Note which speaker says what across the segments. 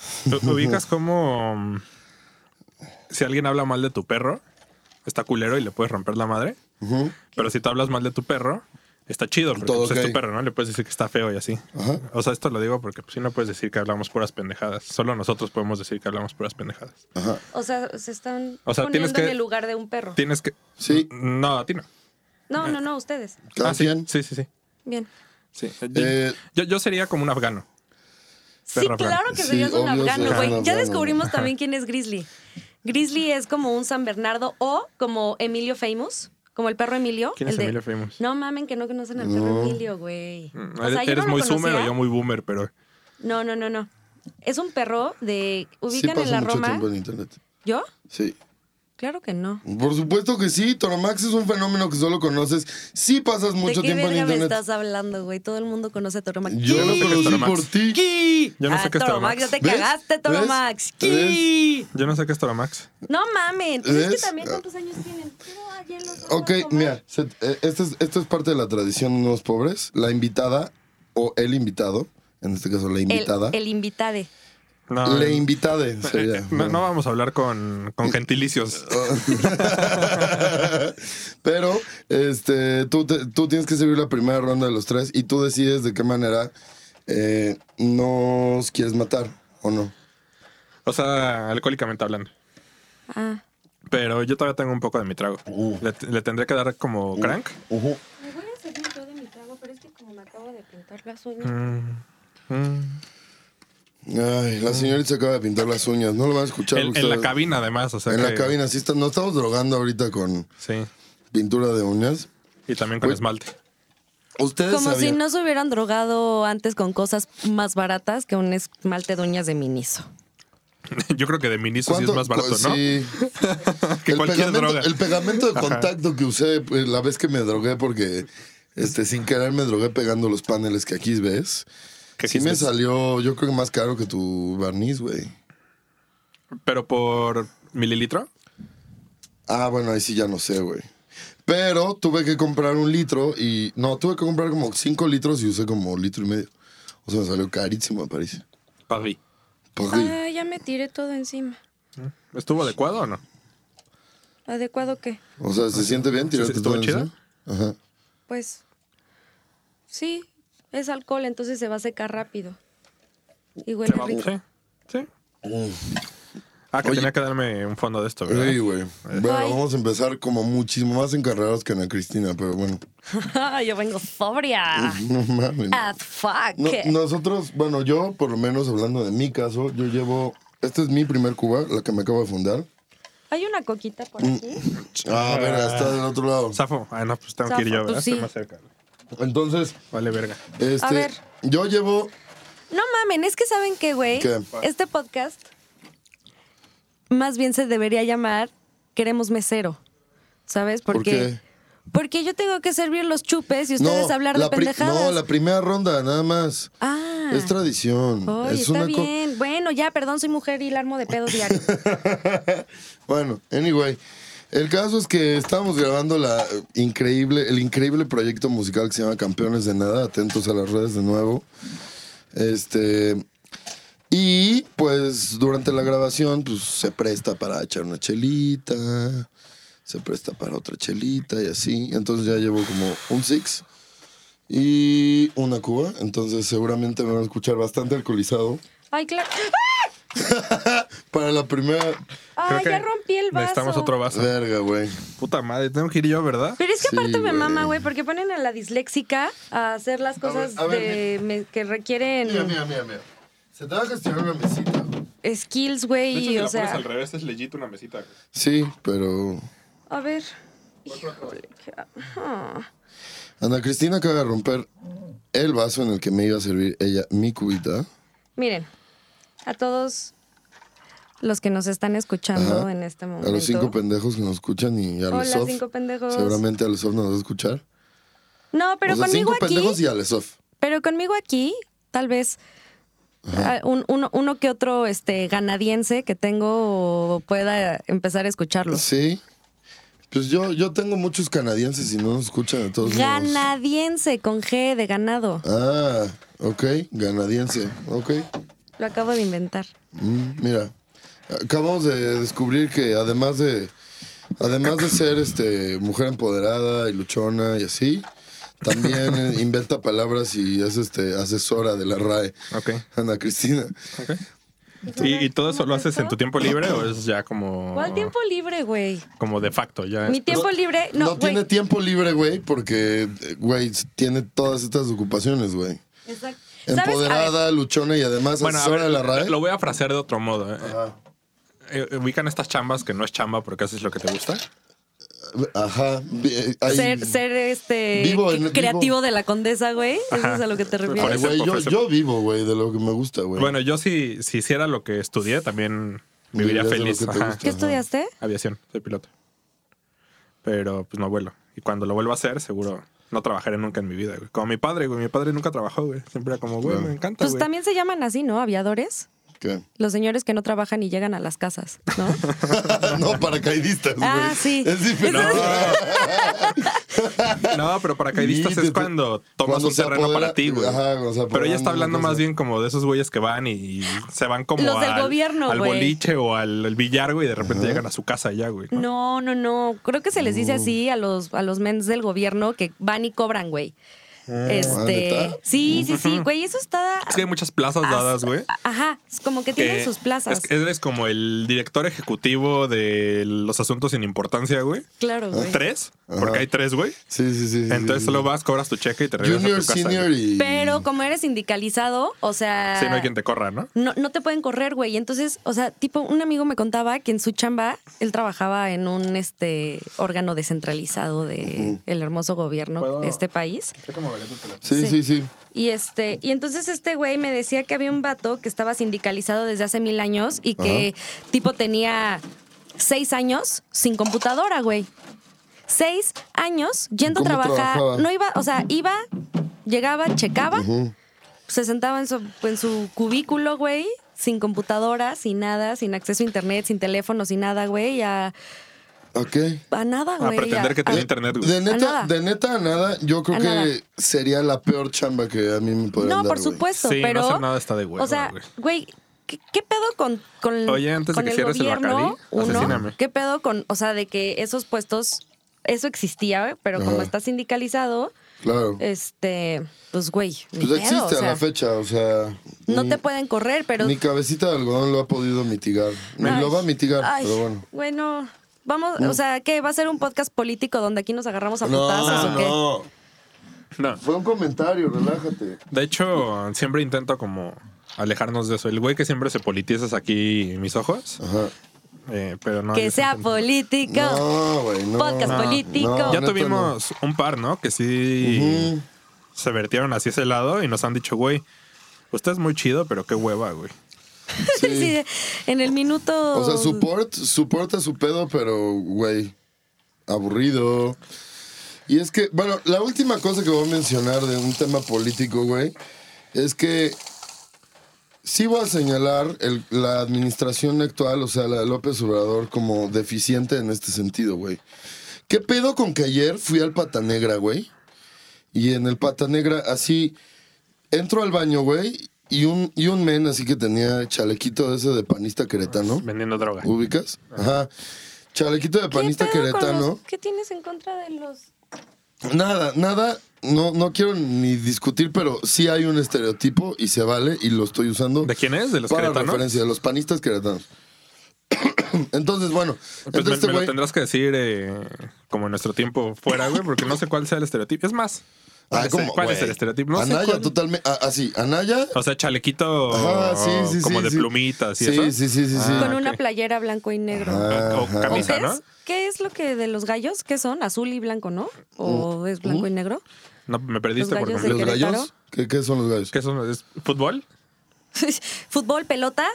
Speaker 1: Ubicas como um, si alguien habla mal de tu perro, está culero y le puedes romper la madre. Pero si tú hablas mal de tu perro, está chido, porque
Speaker 2: Todo
Speaker 1: pues, es
Speaker 2: ok.
Speaker 1: tu perro, ¿no? Le puedes decir que está feo y así.
Speaker 2: Ajá.
Speaker 1: O sea, esto lo digo porque pues, si no puedes decir que hablamos puras pendejadas. Solo nosotros podemos decir que hablamos puras pendejadas.
Speaker 2: Ajá.
Speaker 3: O sea, se están
Speaker 1: O sea, tienes
Speaker 3: poniendo en
Speaker 1: que-
Speaker 3: el lugar de un perro.
Speaker 1: Tienes que.
Speaker 2: Sí.
Speaker 1: No, a ti no.
Speaker 3: No, no, no, ustedes.
Speaker 2: Cada
Speaker 1: Mm, Ah, sí.
Speaker 2: quien.
Speaker 1: Sí, sí, sí.
Speaker 3: Bien.
Speaker 1: Sí.
Speaker 2: Eh,
Speaker 1: yo, yo sería como un afgano.
Speaker 3: Sí,
Speaker 1: Perro
Speaker 3: claro
Speaker 1: afgano.
Speaker 3: que
Speaker 2: Sí,
Speaker 3: serías un
Speaker 2: obvio,
Speaker 3: afgano,
Speaker 2: serías un
Speaker 3: güey. Ya
Speaker 2: afgano.
Speaker 3: descubrimos también quién es Grizzly. Grizzly es como un San Bernardo o como Emilio Famous, como el perro Emilio.
Speaker 1: ¿Quién
Speaker 3: el
Speaker 1: es
Speaker 3: de-
Speaker 1: Emilio Famous?
Speaker 3: No mamen que no conocen al perro Emilio, güey.
Speaker 1: Mm,
Speaker 3: O sea, yo
Speaker 1: Eres
Speaker 3: no lo
Speaker 1: muy
Speaker 3: conocía.
Speaker 1: zoomer o yo muy boomer, pero.
Speaker 3: No, no, no, no. Es un perro de...
Speaker 2: sí
Speaker 3: ¿Ubican
Speaker 2: paso
Speaker 3: en la
Speaker 2: mucho
Speaker 3: Roma?
Speaker 2: tiempo en internet.
Speaker 3: ¿Yo?
Speaker 2: Sí.
Speaker 3: Claro que no.
Speaker 2: Por supuesto que sí, Toromax es un fenómeno que solo conoces si pasas mucho
Speaker 3: ¿De qué
Speaker 2: tiempo en
Speaker 3: verga me
Speaker 2: internet.
Speaker 3: estás hablando, güey? Todo el mundo conoce a Toromax.
Speaker 2: Yo
Speaker 1: sé
Speaker 2: lo
Speaker 1: qué es
Speaker 2: conocí
Speaker 1: Toromax.
Speaker 2: por ti.
Speaker 1: Yo
Speaker 3: Ah,
Speaker 1: no sé qué es
Speaker 3: Toromax, ya
Speaker 1: Toromax.
Speaker 3: te
Speaker 2: ¿Ves?
Speaker 3: cagaste,
Speaker 2: ¿Ves?
Speaker 3: Toromax.
Speaker 2: ¿Ves?
Speaker 3: ¡Qui!
Speaker 1: Yo no sé qué es Toromax.
Speaker 3: No mamen. Pues es que
Speaker 2: ¿Ves? Ah.
Speaker 3: también cuántos años tienen. Pero ayer los vamos
Speaker 2: Ok,
Speaker 3: a tomar.
Speaker 2: mira, se- eh, esto es, esto es parte de la tradición de los pobres. La invitada o el invitado, en este caso la
Speaker 3: El,
Speaker 2: invitada.
Speaker 3: el invitade.
Speaker 1: No,
Speaker 2: Le
Speaker 1: eh,
Speaker 2: invitade
Speaker 1: eh,
Speaker 2: sería.
Speaker 1: no, no vamos a hablar con, con gentilicios.
Speaker 2: Pero este, tú, te- tú tienes que servir la primera ronda de los tres y tú decides de qué manera eh, nos quieres matar o no.
Speaker 1: O sea, alcohólicamente hablando.
Speaker 3: Ah.
Speaker 1: Pero yo todavía tengo un poco de mi trago.
Speaker 2: Uh.
Speaker 1: Le, le tendré que dar como crank.
Speaker 2: Ujú.
Speaker 3: Me voy a servir yo de mi trago, pero es que como me acabo de pintar las uñas.
Speaker 1: Ah,
Speaker 2: Ay, la señorita se acaba de pintar las uñas. No lo van a escuchar.
Speaker 1: En, en
Speaker 2: ustedes.
Speaker 1: la cabina, además. O sea
Speaker 2: En la
Speaker 1: que-
Speaker 2: cabina, sí está- nos estamos drogando ahorita con
Speaker 1: Sí.
Speaker 2: pintura de uñas.
Speaker 1: Y también con
Speaker 2: Uy.
Speaker 1: esmalte.
Speaker 2: Ustedes
Speaker 3: Como si
Speaker 2: sabían-
Speaker 3: no se hubieran drogado antes con cosas más baratas que un esmalte de uñas de Miniso.
Speaker 1: Yo creo que de Miniso sí es
Speaker 2: ¿Cuánto-
Speaker 1: más barato,
Speaker 2: cu-
Speaker 1: ¿no?
Speaker 2: sí.
Speaker 1: Que
Speaker 2: el
Speaker 1: cualquier
Speaker 2: pegamento,
Speaker 1: droga.
Speaker 2: El pegamento de contacto que usé pues, la vez que me drogué, porque este, sin querer me drogué pegando los paneles que aquí ves.
Speaker 1: Que
Speaker 2: sí
Speaker 1: aquí
Speaker 2: me
Speaker 1: ves.
Speaker 2: salió, yo creo que más caro que tu barniz, güey.
Speaker 1: Pero por mililitro.
Speaker 2: Ah, bueno, ahí sí ya no sé, güey. Pero tuve que comprar un litro y. No, tuve que comprar como cinco litros y usé como litro y medio. O sea, me salió carísimo, me parece. Pues
Speaker 1: Paris.
Speaker 2: Por ahí.
Speaker 3: Ah, ya me tiré todo encima.
Speaker 1: ¿Estuvo adecuado o no?
Speaker 3: ¿Adecuado qué?
Speaker 2: O sea, ¿se siente bien tirarte
Speaker 1: ¿Estuvo
Speaker 2: todo
Speaker 1: chido?
Speaker 2: encima? Ajá.
Speaker 3: Pues sí, es alcohol, entonces se va a secar rápido. Y huele
Speaker 1: Se va-
Speaker 3: rico.
Speaker 1: Sí. Sí. Ah, que
Speaker 2: Uh. Oye.
Speaker 1: tenía que darme un fondo de esto, ¿verdad?
Speaker 2: Sí, güey. Bueno,
Speaker 3: Ay.
Speaker 2: vamos a empezar como muchísimo más encargados que Ana Cristina, pero bueno.
Speaker 3: Yo vengo sobria.
Speaker 2: No mames.
Speaker 3: As fuck.
Speaker 2: No, nosotros, bueno, yo por lo menos hablando de mi caso, yo llevo. Esta es mi primer Cuba, la que me acabo de fundar.
Speaker 3: Hay una coquita por
Speaker 2: Mm.
Speaker 3: aquí.
Speaker 2: Ah, verga, está del otro lado.
Speaker 1: Zafo. Ah, no, pues tengo
Speaker 3: Zafo,
Speaker 1: que ir yo,
Speaker 3: tú
Speaker 1: ¿verdad? Estoy
Speaker 3: sí.
Speaker 1: más cerca.
Speaker 2: Entonces,
Speaker 1: Vale, verga.
Speaker 2: este.
Speaker 3: A ver.
Speaker 2: Yo llevo.
Speaker 3: No mamen, es que saben que, güey,
Speaker 2: ¿Qué?
Speaker 3: este podcast más bien se debería llamar Queremos Mesero. ¿Sabes?
Speaker 2: ¿Por
Speaker 3: Porque,
Speaker 2: qué?
Speaker 3: Porque yo tengo que servir los chupes y ustedes hablar de
Speaker 2: la pri-
Speaker 3: pendejadas.
Speaker 2: No, la primera ronda, nada más.
Speaker 3: Ah.
Speaker 2: Es tradición.
Speaker 3: Ay,
Speaker 2: es
Speaker 3: está
Speaker 2: una co-
Speaker 3: bien. Bueno, ya, perdón, soy mujer y la armo de pedo diario.
Speaker 2: Bueno, anyway. El caso es que estábamos grabando la eh, increíble, el increíble proyecto musical que se llama Campeones de Nada. Atentos a las redes de nuevo. Este. Y pues durante la grabación, pues se presta para echar una chelita. Se presta para otra chelita y así. Entonces ya llevo como un six y una cuba. Entonces seguramente me van a escuchar bastante alcoholizado.
Speaker 3: Ay, claro.
Speaker 2: Para la primera.
Speaker 3: Ay,
Speaker 1: Creo
Speaker 3: Ah, ya
Speaker 1: que
Speaker 3: rompí el vaso.
Speaker 1: Necesitamos otro vaso.
Speaker 2: Verga, güey.
Speaker 1: Puta madre, tengo que ir yo, ¿verdad?
Speaker 3: Pero es que
Speaker 2: Sí,
Speaker 3: aparte me
Speaker 2: güey.
Speaker 3: mama, güey, porque ponen a la disléxica a hacer las cosas
Speaker 2: a ver,
Speaker 3: de- me- que requieren
Speaker 2: Mira, mira, mira, mira. Se te va a gestionar una mesita.
Speaker 3: skills,
Speaker 1: De hecho,
Speaker 3: güey,
Speaker 1: si
Speaker 3: o
Speaker 1: la pones
Speaker 3: sea.
Speaker 1: al revés, es legit una mesita. güey.
Speaker 2: Sí, pero.
Speaker 3: A ver. Híjole. qué- ah.
Speaker 2: Ana Cristina acaba de romper el vaso en el que me iba a servir ella mi cubita.
Speaker 3: Miren, a todos los que nos están escuchando
Speaker 2: Ajá.
Speaker 3: en este momento.
Speaker 2: A los cinco pendejos que nos escuchan y a los
Speaker 3: Hola, cinco pendejos.
Speaker 2: Seguramente a los nos va a escuchar.
Speaker 3: No, pero
Speaker 2: o sea,
Speaker 3: conmigo
Speaker 2: cinco
Speaker 3: aquí.
Speaker 2: pendejos y a Lesof.
Speaker 3: Pero conmigo aquí, tal vez ah, un- uno, uno que otro este ganadiense que tengo pueda empezar a escucharlo.
Speaker 2: Sí. Pues yo, yo tengo muchos canadienses y no nos escuchan de todos modos.
Speaker 3: Ganadiense con G de ganado.
Speaker 2: Ah, ok, canadiense, ok.
Speaker 3: Lo acabo de inventar.
Speaker 2: Mm, Mira, acabamos de descubrir que además de además de ser este mujer empoderada y luchona y así, también eh, inventa palabras y es este asesora de la RAE.
Speaker 1: Ok.
Speaker 2: Ana Cristina.
Speaker 1: Ok.
Speaker 3: Pues
Speaker 1: ¿Y, y todo eso lo haces en tu tiempo libre o es ya como.
Speaker 3: ¿Cuál tiempo libre, güey?
Speaker 1: Como de facto, ya.
Speaker 3: Mi tiempo libre, no,
Speaker 2: Pues, No
Speaker 3: güey.
Speaker 2: tiene tiempo libre, güey, porque eh, güey tiene todas estas ocupaciones, güey.
Speaker 3: Exacto. ¿Sabes? A ver,
Speaker 2: Empoderada, luchona y además
Speaker 1: pues, Bueno, a
Speaker 2: asesora
Speaker 1: ver,
Speaker 2: de la RAE.
Speaker 1: lo voy a frasear de otro modo. eh. Eh, Ubican estas chambas que no es chamba porque haces lo que te gusta.
Speaker 2: Ajá. vi- eh, hay-
Speaker 3: ser, ser este
Speaker 2: Vivo en-
Speaker 3: creativo
Speaker 2: vivo.
Speaker 3: de la condesa, güey. Eso
Speaker 1: Ajá.
Speaker 3: es a lo que te
Speaker 1: Por
Speaker 2: Ay,
Speaker 3: refieres.
Speaker 1: eso-
Speaker 2: güey, yo,
Speaker 1: por eso-
Speaker 2: yo vivo, güey, de lo que me gusta, güey.
Speaker 1: Bueno, yo si, si hiciera lo que estudié, también viviría
Speaker 2: Vivirías de lo
Speaker 1: feliz.
Speaker 2: que te
Speaker 1: Ajá.
Speaker 2: gusta.
Speaker 3: ¿Qué estudiaste?
Speaker 1: Aviación, soy piloto. Pero pues no vuelo. Y cuando lo vuelva a hacer, seguro no trabajaré nunca en mi vida. Güey. Como mi padre, güey. Mi padre nunca trabajó, güey. Siempre era como, güey,
Speaker 2: Claro.
Speaker 1: me encanta,
Speaker 3: Pues
Speaker 1: güey.
Speaker 3: también se llaman así, ¿no? Aviadores.
Speaker 2: ¿Qué?
Speaker 3: Los señores que no trabajan y llegan a las casas, ¿no?
Speaker 2: no, paracaidistas, güey.
Speaker 3: Ah, sí.
Speaker 2: Es diferente.
Speaker 1: Ah. No, pero paracaidistas es cuando tomas
Speaker 2: Cuando
Speaker 1: un
Speaker 2: se
Speaker 1: terreno
Speaker 2: apodera-
Speaker 1: para ti, güey.
Speaker 2: Ajá, cuando se
Speaker 1: Pero ella
Speaker 2: apoderan
Speaker 1: está hablando
Speaker 2: una cosa.
Speaker 1: más bien como de esos güeyes que van y, y se van como
Speaker 3: Los del
Speaker 1: al,
Speaker 3: gobierno,
Speaker 1: al
Speaker 3: güey.
Speaker 1: boliche o al el billar, güey, y de repente llegan a su casa ya, güey. ¿no?
Speaker 3: No, no, no. Creo que se les dice así a los, a los mens del gobierno que van y cobran, güey. Este.
Speaker 2: ¿neta?
Speaker 3: Sí, sí, sí, güey. Eso está.
Speaker 1: Ah, Es que hay muchas plazas
Speaker 3: as-
Speaker 1: dadas, güey.
Speaker 3: Ajá. Es como que tienen
Speaker 1: que
Speaker 3: sus plazas.
Speaker 1: es- eres como el director ejecutivo de los asuntos sin importancia, güey.
Speaker 3: claro, güey.
Speaker 1: Tres, porque
Speaker 2: Ajá.
Speaker 1: hay tres, güey.
Speaker 2: Sí, sí, sí. sí,
Speaker 1: Entonces
Speaker 2: sí,
Speaker 1: solo
Speaker 2: sí.
Speaker 1: vas, cobras tu cheque y te regresas a
Speaker 2: Junior,
Speaker 1: tu casa.
Speaker 2: senior
Speaker 1: güey.
Speaker 2: y.
Speaker 3: Pero como eres sindicalizado, o sea.
Speaker 1: Sí, no hay quien te corra, ¿no?
Speaker 3: no, no te pueden correr, güey. Entonces, o sea, tipo, un amigo me contaba que en su chamba él trabajaba en un este órgano descentralizado de el hermoso gobierno de este país.
Speaker 2: Sí, sí, sí.
Speaker 3: Y este, y entonces este güey me decía que había un vato que estaba sindicalizado desde hace mil años y que tipo tenía seis años sin computadora, güey. Seis años yendo a
Speaker 2: ¿Cómo
Speaker 3: trabajar.
Speaker 2: trabajaba?
Speaker 3: No iba, o sea, iba, llegaba, checaba,
Speaker 2: Mm.
Speaker 3: se sentaba en su, en su cubículo, güey, sin computadora, sin nada, sin acceso a internet, sin teléfono, sin nada, güey, a,
Speaker 2: Ok.
Speaker 3: a nada,
Speaker 1: A
Speaker 3: güey.
Speaker 1: pretender que
Speaker 3: a-
Speaker 1: tenía internet, güey.
Speaker 2: De neta,
Speaker 3: nada.
Speaker 2: de neta a nada, yo creo
Speaker 3: A
Speaker 2: que
Speaker 3: nada.
Speaker 2: sería la peor chamba que a mí me podrían
Speaker 3: No,
Speaker 2: dar,
Speaker 3: por
Speaker 2: güey.
Speaker 3: supuesto,
Speaker 1: Sí, no
Speaker 3: pero.
Speaker 1: hacer nada está de hueva,
Speaker 3: O sea,
Speaker 1: güey.
Speaker 3: güey, ¿qué, qué pedo con, con,
Speaker 1: Oye, antes de
Speaker 3: con
Speaker 1: que
Speaker 3: el
Speaker 1: cierres el
Speaker 3: gobierno?
Speaker 1: Bacardí,
Speaker 3: uno,
Speaker 1: asesíname.
Speaker 3: ¿Qué pedo con, o sea, de que esos puestos, eso existía, pero como
Speaker 2: Ajá.
Speaker 3: está sindicalizado,
Speaker 2: Claro.
Speaker 3: este, pues, güey,
Speaker 2: Pues
Speaker 3: ni pedo,
Speaker 2: existe
Speaker 3: o sea,
Speaker 2: a la fecha, o sea.
Speaker 3: No
Speaker 2: ni-
Speaker 3: te pueden correr, pero.
Speaker 2: Ni cabecita de algodón lo ha podido mitigar. Ni
Speaker 3: Ay,
Speaker 2: lo va a mitigar,
Speaker 3: ay,
Speaker 2: pero bueno.
Speaker 3: Bueno, vamos, o sea, ¿qué? ¿Va a ser un podcast político donde aquí nos agarramos a putazos o
Speaker 2: No,
Speaker 3: qué?
Speaker 2: no.
Speaker 1: No.
Speaker 2: Fue un comentario, relájate.
Speaker 1: De hecho, siempre intento como alejarnos de eso. El güey que siempre se politiza es aquí en mis ojos.
Speaker 2: Ajá.
Speaker 1: eh, pero no.
Speaker 3: Que
Speaker 1: yo
Speaker 3: sea
Speaker 1: siempre-
Speaker 3: político.
Speaker 2: No, güey, no.
Speaker 3: Podcast político.
Speaker 2: no,
Speaker 1: Ya
Speaker 2: neta,
Speaker 1: tuvimos un par, ¿no? Que sí
Speaker 2: Ujú.
Speaker 1: se vertieron hacia ese lado y nos han dicho, güey, usted es muy chido, pero qué hueva, güey.
Speaker 2: Sí.
Speaker 3: Sí, en el minuto.
Speaker 2: O sea, support, support a su pedo, pero, güey, aburrido. Y es que, bueno, la última cosa que voy a mencionar de un tema político, güey, es que sí voy a señalar el- la administración actual, o sea, la de López Obrador, como deficiente en este sentido, güey. ¿Qué pedo con que ayer fui al Pata Negra, güey? Y en el Pata Negra, así, entro al baño, güey, y un, y un men así que tenía chalequito ese de panista queretano.
Speaker 1: Vendiendo droga.
Speaker 2: ¿Ubicas? Ajá. Chalequito de
Speaker 3: ¿Qué
Speaker 2: panista
Speaker 3: pedo con
Speaker 2: queretano.
Speaker 3: los- ¿Qué tienes en contra de los
Speaker 2: Nada, nada. No, no quiero ni discutir, pero sí hay un estereotipo y se vale y lo estoy usando.
Speaker 1: ¿De quién es? ¿De los
Speaker 2: para
Speaker 1: queretanos?
Speaker 2: referencia, de los panistas queretanos. Entonces, bueno,
Speaker 1: Pues me,
Speaker 2: entonces este
Speaker 1: me lo
Speaker 2: güey-
Speaker 1: tendrás que decir eh, como en nuestro tiempo fuera, güey, porque no sé cuál sea el estereotipo. Es más,
Speaker 2: Ah,
Speaker 1: no sé
Speaker 2: ¿cómo,
Speaker 1: ¿cuál es
Speaker 2: güey?
Speaker 1: el estereotipo? No sé
Speaker 2: Anaya,
Speaker 1: cuál-
Speaker 2: totalmente. ah, Así, Anaya.
Speaker 1: O sea, chalequito
Speaker 2: Ajá, sí, sí,
Speaker 1: como
Speaker 2: sí,
Speaker 1: de
Speaker 2: sí.
Speaker 1: plumitas y
Speaker 2: Sí,
Speaker 1: eso.
Speaker 2: sí, sí, sí, sí.
Speaker 1: Ah,
Speaker 3: con una
Speaker 1: ok.
Speaker 3: playera blanco y negro.
Speaker 2: Ajá.
Speaker 1: O
Speaker 2: Ajá.
Speaker 3: ¿O
Speaker 1: camisa,
Speaker 3: qué
Speaker 1: ¿no?
Speaker 3: es? ¿Qué es lo que de los gallos? ¿Qué son? ¿Azul y blanco, no?
Speaker 2: Mm,
Speaker 3: ¿O es blanco y negro?
Speaker 1: No, me perdiste
Speaker 3: Los
Speaker 1: por
Speaker 3: gallos
Speaker 1: completo.
Speaker 2: ¿Los
Speaker 3: Querétaro?
Speaker 2: gallos? ¿Qué, qué son los gallos?
Speaker 1: ¿Qué son? ¿Es fútbol?
Speaker 3: ¿Fútbol, pelota?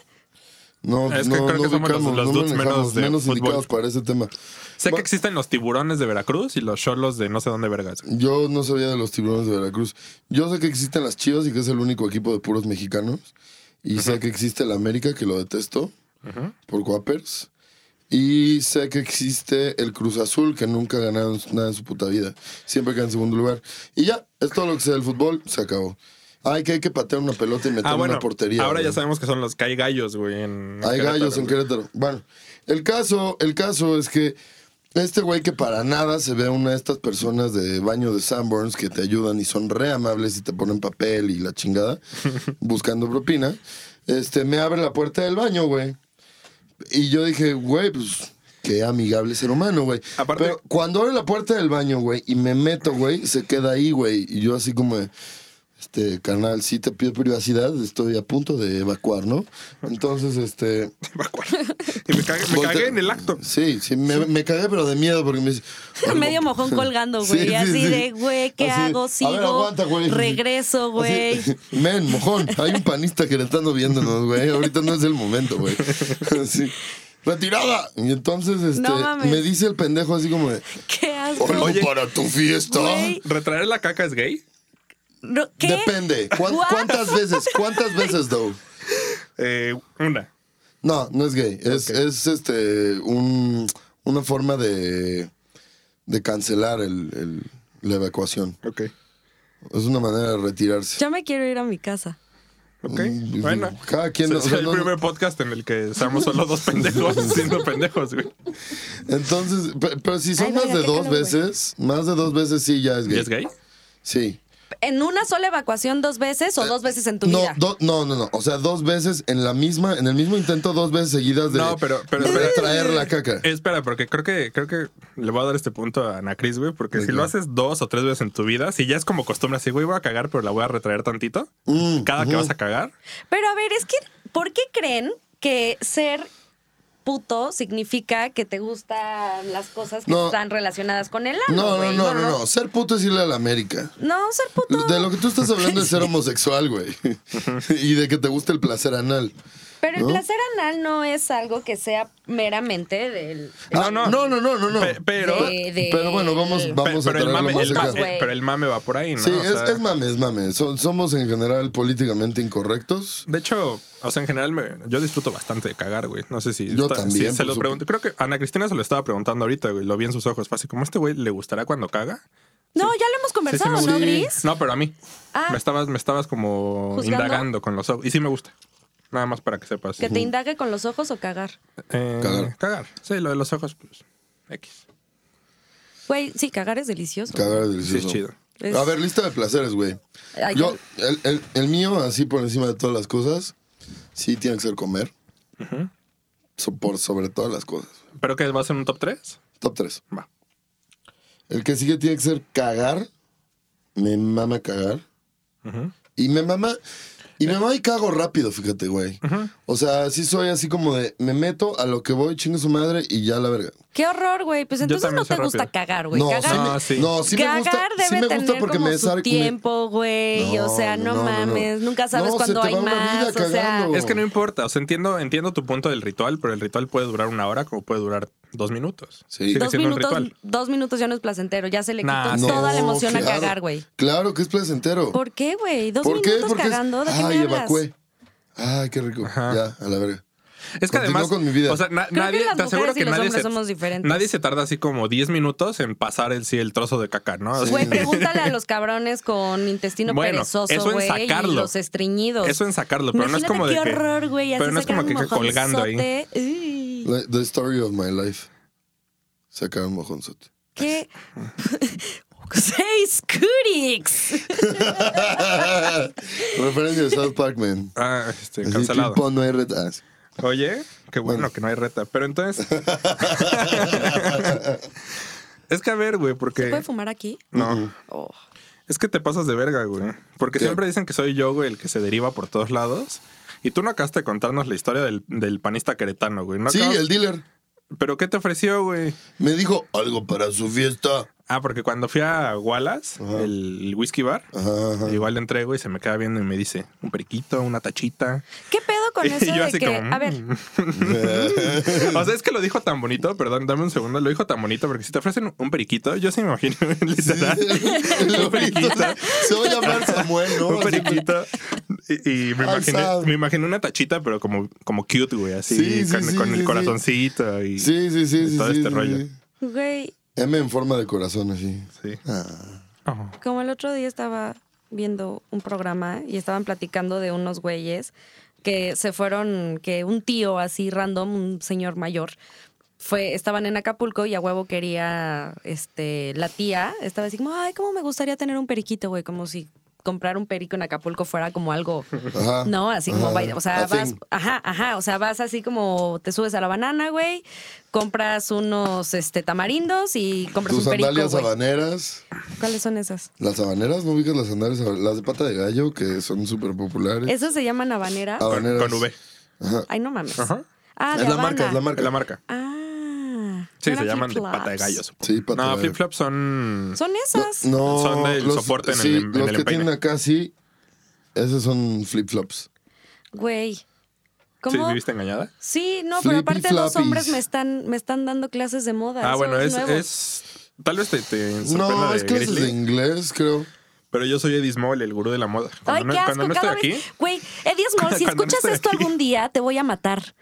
Speaker 2: No,
Speaker 1: Es que
Speaker 2: no,
Speaker 1: creo
Speaker 2: no
Speaker 1: que somos los-
Speaker 2: ubicamos,
Speaker 1: los
Speaker 2: no
Speaker 1: dudes
Speaker 2: manejamos,
Speaker 1: menos de
Speaker 2: menos
Speaker 1: fútbol.
Speaker 2: indicados para ese tema.
Speaker 1: Sé que
Speaker 2: Va-
Speaker 1: existen los tiburones de Veracruz y los cholos de no sé dónde vergas.
Speaker 2: Yo no sabía de los tiburones de Veracruz. Yo sé que existen las Chivas y que es el único equipo de puros mexicanos. Y sé que existe el América, que lo detesto, por Guapers. Y sé que existe el Cruz Azul, que nunca ha ganado nada en su puta vida. Siempre queda en segundo lugar. Y ya, es todo lo que sé del fútbol, se acabó. Ay, que hay que patear una pelota y meter
Speaker 1: Ah, bueno,
Speaker 2: una portería.
Speaker 1: ahora ya
Speaker 2: güey.
Speaker 1: sabemos que son los que hay gallos, güey. en- en
Speaker 2: Hay
Speaker 1: Querétaro,
Speaker 2: gallos en
Speaker 1: güey.
Speaker 2: Querétaro. Bueno, el caso, el caso es que este güey que para nada se ve a una de estas personas de baño de Sanborns que te ayudan y son re amables y te ponen papel y la chingada, buscando propina, este, me abre la puerta del baño, güey. Y yo dije, güey, pues qué amigable ser humano, güey.
Speaker 1: Aparte-
Speaker 2: Pero cuando abre la puerta del baño, güey, y me meto, güey, se queda ahí, güey. Y yo así como... de, Este, carnal, sí te pido privacidad, estoy a punto de evacuar, ¿no? Entonces, este,
Speaker 1: Me acuerdo. Y me cagué, me
Speaker 2: Volte-
Speaker 1: cagué en el acto.
Speaker 2: Sí, sí, me, me cagué, pero de miedo porque me dice.
Speaker 3: Medio mojón colgando, güey.
Speaker 2: Sí, sí,
Speaker 3: así
Speaker 2: sí.
Speaker 3: de, güey, ¿qué
Speaker 2: Así, a
Speaker 3: hago?
Speaker 2: ver,
Speaker 3: Sigo,
Speaker 2: aguanta, güey.
Speaker 3: regreso, güey.
Speaker 2: Así, Men, mojón, hay un panista que le está viéndonos, güey. Ahorita no es el momento, güey. Así, ¡Retirada! Y entonces este,
Speaker 3: No mames.
Speaker 2: me dice el pendejo así como de,
Speaker 3: ¿Qué hago?
Speaker 2: ¿Algo
Speaker 1: Oye.
Speaker 2: para tu fiesta?
Speaker 3: Güey.
Speaker 1: ¿Retraer la caca es gay?
Speaker 3: No, ¿Qué?
Speaker 2: Depende. ¿Cuán-
Speaker 3: What?
Speaker 2: ¿Cuántas veces? ¿Cuántas veces, though?
Speaker 1: Eh, una.
Speaker 2: No, no es gay. Es, es este un, una forma de, de cancelar el- el- la evacuación.
Speaker 1: Ok.
Speaker 2: Es una manera de retirarse.
Speaker 3: Yo me quiero ir a mi casa.
Speaker 1: Ok.
Speaker 2: Mm,
Speaker 1: Bueno.
Speaker 2: cada quien-
Speaker 1: Es
Speaker 2: o sea,
Speaker 1: el
Speaker 2: no-
Speaker 1: primer podcast en el que estamos solo dos pendejos siendo pendejos, güey.
Speaker 2: Entonces, pe- pero, si son
Speaker 3: Ay,
Speaker 2: más
Speaker 3: mira,
Speaker 2: de
Speaker 3: qué
Speaker 2: dos
Speaker 3: calor, güey.
Speaker 2: veces, más de dos veces sí ya es
Speaker 1: ¿Y
Speaker 2: gay.
Speaker 1: es gay?
Speaker 2: Sí.
Speaker 3: ¿En una sola evacuación dos veces o dos veces en tu
Speaker 2: Eh, No,
Speaker 3: vida?
Speaker 2: do- no, no, no. O sea, dos veces en la misma, en el mismo intento, dos veces seguidas de,
Speaker 1: No, pero- pero-
Speaker 2: de
Speaker 1: pero- eh,
Speaker 2: traer la caca.
Speaker 1: Espera, porque creo que creo que le voy a dar este punto a Ana Cris, güey, porque si
Speaker 2: qué?
Speaker 1: lo haces dos o tres veces en tu vida, si ya es como costumbre así, güey, voy a cagar, pero la voy a retraer tantito.
Speaker 2: Mm,
Speaker 1: cada que vas a cagar.
Speaker 3: Pero a ver, es que, ¿por qué creen que ser puto significa que te gustan las cosas que
Speaker 2: No.
Speaker 3: están relacionadas con el ano,
Speaker 2: No, no,
Speaker 3: güey?
Speaker 2: no, no, no. Ser puto es irle a la América.
Speaker 3: No, ser puto.
Speaker 2: De lo que tú estás hablando es ser homosexual, güey. y de que te gusta el placer anal.
Speaker 3: Pero el
Speaker 2: ¿no?
Speaker 3: placer anal no es algo que sea meramente del...
Speaker 1: No,
Speaker 2: Ah,
Speaker 1: no.
Speaker 2: no, no, no, no, no.
Speaker 1: Pe- pero,
Speaker 3: de-
Speaker 2: Pero bueno, vamos,
Speaker 1: pe-
Speaker 2: vamos
Speaker 1: pero
Speaker 2: a
Speaker 1: el
Speaker 2: traerlo
Speaker 1: mame,
Speaker 2: más
Speaker 1: el
Speaker 2: acá.
Speaker 1: ma-
Speaker 3: Güey.
Speaker 1: eh, pero el mame va por ahí, ¿no?
Speaker 2: Sí,
Speaker 1: O
Speaker 2: es,
Speaker 1: sea,
Speaker 2: es mame, es mame. So- somos en general políticamente incorrectos.
Speaker 1: De hecho, o sea, en general me- yo disfruto bastante de cagar, güey. No sé si,
Speaker 2: Yo también,
Speaker 1: si se
Speaker 2: por
Speaker 1: lo
Speaker 2: supuesto.
Speaker 1: pregunto. Creo que Ana Cristina se lo estaba preguntando ahorita, güey. Lo vi en sus ojos. Fue así como este güey le gustará cuando caga.
Speaker 3: No, ya lo hemos
Speaker 1: Sí, sí
Speaker 3: conversado,
Speaker 1: me
Speaker 3: ¿no,
Speaker 1: gusta.
Speaker 3: Gris?
Speaker 1: No, pero a mí.
Speaker 3: Ah.
Speaker 1: Me estabas, me estabas como
Speaker 3: ¿Juzgando?
Speaker 1: indagando con los ojos. Y sí me gusta. Nada más para que sepas.
Speaker 3: ¿Que te indague con los ojos o cagar?
Speaker 1: Eh,
Speaker 2: Cagar.
Speaker 1: Cagar. Sí, lo de los ojos, pues. X.
Speaker 3: Güey, sí, cagar es delicioso.
Speaker 2: Cagar es
Speaker 1: Sí,
Speaker 2: delicioso.
Speaker 1: es chido.
Speaker 3: Es-
Speaker 2: A ver, lista de placeres, güey.
Speaker 3: Ay,
Speaker 2: Yo, el, el- el mío, así por encima de todas las cosas, sí tiene que ser comer. So- por sobre todas las cosas.
Speaker 1: ¿Pero qué? ¿Vas en un top 3?
Speaker 2: Top 3.
Speaker 1: Va.
Speaker 2: El que sigue tiene que ser cagar. Me mama cagar. Y me mama. Y me mama y cago rápido, fíjate, güey. O sea, sí soy así como de. Me meto a lo que voy, chingue su madre y ya la verga.
Speaker 3: Qué horror, güey. Pues entonces
Speaker 1: también
Speaker 3: no te
Speaker 1: soy
Speaker 3: gusta
Speaker 1: rápido.
Speaker 3: cagar, güey.
Speaker 2: no,
Speaker 3: cagar
Speaker 2: sí me-
Speaker 1: Ah, sí.
Speaker 2: no, sí me gusta.
Speaker 3: Cagar debe
Speaker 2: sí me gusta
Speaker 3: tener
Speaker 2: porque
Speaker 3: como
Speaker 2: me
Speaker 3: su
Speaker 2: sar- me-
Speaker 3: tiempo, güey.
Speaker 2: No,
Speaker 3: o sea, no,
Speaker 2: no, no, no.
Speaker 3: mames. Nunca sabes
Speaker 2: No, se
Speaker 3: cuándo
Speaker 2: te
Speaker 3: hay
Speaker 2: va una
Speaker 3: más.
Speaker 2: vida
Speaker 3: O sea,
Speaker 2: cagando.
Speaker 1: Es que no importa, o sea, entiendo, entiendo tu punto del ritual, pero el ritual puede durar una hora como puede durar dos minutos.
Speaker 2: Sí.
Speaker 1: Sigue
Speaker 3: dos
Speaker 1: siendo un
Speaker 3: minutos,
Speaker 1: ritual.
Speaker 3: dos minutos ya no es placentero. Ya se le quitó
Speaker 1: Nah,
Speaker 2: No,
Speaker 3: toda la emoción a
Speaker 2: claro.
Speaker 3: cagar, güey.
Speaker 2: Claro que es placentero.
Speaker 3: ¿Por qué, güey? Dos
Speaker 2: ¿Por qué?
Speaker 3: minutos
Speaker 2: Porque es-
Speaker 3: cagando. ¿De qué me
Speaker 2: Ay,
Speaker 3: hablas?
Speaker 2: evacué. Ay, qué rico.
Speaker 1: Ajá.
Speaker 2: Ya, a la verga.
Speaker 1: Es que
Speaker 2: Continúo
Speaker 1: además,
Speaker 2: con mi vida.
Speaker 1: o sea, na-
Speaker 3: Creo que
Speaker 1: nadie,
Speaker 3: las
Speaker 1: te aseguro
Speaker 3: mujeres y
Speaker 1: que
Speaker 3: los
Speaker 1: nadie
Speaker 3: hombres
Speaker 1: se,
Speaker 3: somos diferentes.
Speaker 1: nadie se tarda así como 10 minutos en pasar el, sí, el trozo de caca, ¿no? O sea,
Speaker 3: Güey, pregúntale a los cabrones con intestino
Speaker 1: Bueno,
Speaker 3: perezoso,
Speaker 1: eso en
Speaker 3: güey, y
Speaker 1: sacarlo.
Speaker 3: los estreñidos.
Speaker 1: Eso en sacarlo, pero no es
Speaker 3: Imagínate
Speaker 1: como de
Speaker 3: qué
Speaker 1: que-
Speaker 3: horror, güey. así
Speaker 1: pero no es como
Speaker 3: sacar un
Speaker 1: que quede colgando ahí.
Speaker 3: mojonzote. Uy.
Speaker 2: La- the story of my life. Sacar un mojonzote.
Speaker 3: ¿Qué? Seis Curix.
Speaker 2: Referencia de South Park, man.
Speaker 1: Ah, este,
Speaker 2: Así,
Speaker 1: cancelado.
Speaker 2: ping-pong, no hay ah, retas.
Speaker 1: Oye, qué bueno, que no hay reta. Pero entonces. es que a ver, güey,
Speaker 3: ¿Se
Speaker 1: porque.
Speaker 3: puede fumar aquí?
Speaker 1: No.
Speaker 3: Oh.
Speaker 1: Es que te pasas de verga, güey. Porque
Speaker 2: ¿Qué?
Speaker 1: siempre dicen que soy yo, güey, el que se deriva por todos lados. Y tú no acabaste de contarnos la historia del, del panista queretano, güey. No
Speaker 2: Sí,
Speaker 1: acabas-
Speaker 2: el dealer.
Speaker 1: ¿Pero qué te ofreció, güey?
Speaker 2: Me dijo algo para su fiesta.
Speaker 1: Ah, porque cuando fui a Wallace, el whisky bar,
Speaker 2: Ajá, ajá.
Speaker 1: igual le entrego y se me queda viendo y me dice, un periquito, una tachita.
Speaker 3: ¿Qué pedo con
Speaker 1: Y
Speaker 3: eso
Speaker 1: yo
Speaker 3: de
Speaker 1: así
Speaker 3: que,
Speaker 1: como, "Mm".
Speaker 3: a ver,
Speaker 1: O sea, es que lo dijo tan bonito, perdón, dame un segundo, lo dijo tan bonito, porque si te ofrecen un periquito, yo sí me imagino, literal,
Speaker 2: El periquito. Se va a llamar Samuel, ¿no?
Speaker 1: un periquito. Y, y me,
Speaker 2: Ay,
Speaker 1: imaginé,
Speaker 2: sad.
Speaker 1: me imaginé una tachita, pero como, como cute, güey, así,
Speaker 2: Sí, sí,
Speaker 1: con,
Speaker 2: sí,
Speaker 1: con
Speaker 2: sí,
Speaker 1: el
Speaker 2: sí.
Speaker 1: corazoncito y
Speaker 2: Sí, sí, sí, sí.
Speaker 1: todo
Speaker 2: sí,
Speaker 1: este
Speaker 2: sí,
Speaker 1: rollo.
Speaker 2: sí.
Speaker 3: güey,
Speaker 2: M en forma de corazón, así.
Speaker 1: Sí.
Speaker 2: Ah.
Speaker 1: Oh.
Speaker 3: como el otro día estaba viendo un programa y estaban platicando de unos güeyes que se fueron, que un tío así random, un señor mayor, fue, estaban en Acapulco y a huevo quería, este, la tía, estaba así como, ay, cómo me gustaría tener un periquito, güey, como si comprar un perico en Acapulco fuera como algo,
Speaker 2: Ajá.
Speaker 3: no, así como,
Speaker 2: Ajá. Ah,
Speaker 3: vaya, o sea,
Speaker 2: A
Speaker 3: vas,
Speaker 2: thing.
Speaker 3: ajá, ajá, o sea, vas así como, te subes a la banana, güey, compras unos, este, tamarindos y compras
Speaker 2: Tus
Speaker 3: un perico,
Speaker 2: sandalias
Speaker 3: güey.
Speaker 2: habaneras.
Speaker 3: ¿Cuáles son esas?
Speaker 2: Las habaneras, ¿no ubicas las sandalias? habaneras? Las de pata de gallo, que son súper populares.
Speaker 3: ¿Esos se llaman habanera?
Speaker 2: Ah,
Speaker 1: Con,
Speaker 2: Habaneras.
Speaker 1: con V.
Speaker 3: Ay, no mames.
Speaker 1: Ajá.
Speaker 3: Ah, de
Speaker 2: es la
Speaker 3: Habana.
Speaker 2: marca, es la marca.
Speaker 1: Es la marca.
Speaker 3: Ah.
Speaker 1: Sí,
Speaker 3: no
Speaker 1: se
Speaker 3: eran
Speaker 1: llaman de
Speaker 3: flip-flops.
Speaker 1: pata de gallo, supongo.
Speaker 2: Sí, pata de
Speaker 1: No,
Speaker 2: gallo.
Speaker 1: flip-flops son...
Speaker 3: Son esas.
Speaker 2: No,
Speaker 1: Son del soporte en el
Speaker 2: sí,
Speaker 1: em- en
Speaker 2: los
Speaker 1: el
Speaker 2: que
Speaker 1: empeine.
Speaker 2: tienen acá sí, esos son flip-flops.
Speaker 3: Güey.
Speaker 1: ¿Sí
Speaker 3: ¿Cómo? Sí,
Speaker 1: viviste engañada?
Speaker 3: no, pero
Speaker 2: Flippy
Speaker 3: aparte los
Speaker 2: flappies.
Speaker 3: hombres me están, me están dando clases de moda.
Speaker 1: Ah,
Speaker 3: Eso
Speaker 1: bueno, es,
Speaker 3: nuevo.
Speaker 1: es... Tal vez te, te sorprenda
Speaker 2: No,
Speaker 1: de
Speaker 2: es clases
Speaker 1: Grizzly,
Speaker 2: de inglés, creo.
Speaker 1: pero yo soy Eddie Small, el gurú de la moda. Cuando
Speaker 3: Ay,
Speaker 1: no,
Speaker 3: qué asco,
Speaker 1: cuando no estoy
Speaker 3: cada
Speaker 1: aquí...
Speaker 3: vez. Güey, Eddie Small, si
Speaker 1: Cuando no
Speaker 3: escuchas
Speaker 1: estoy
Speaker 3: esto
Speaker 1: aquí.
Speaker 3: algún día, te voy a matar.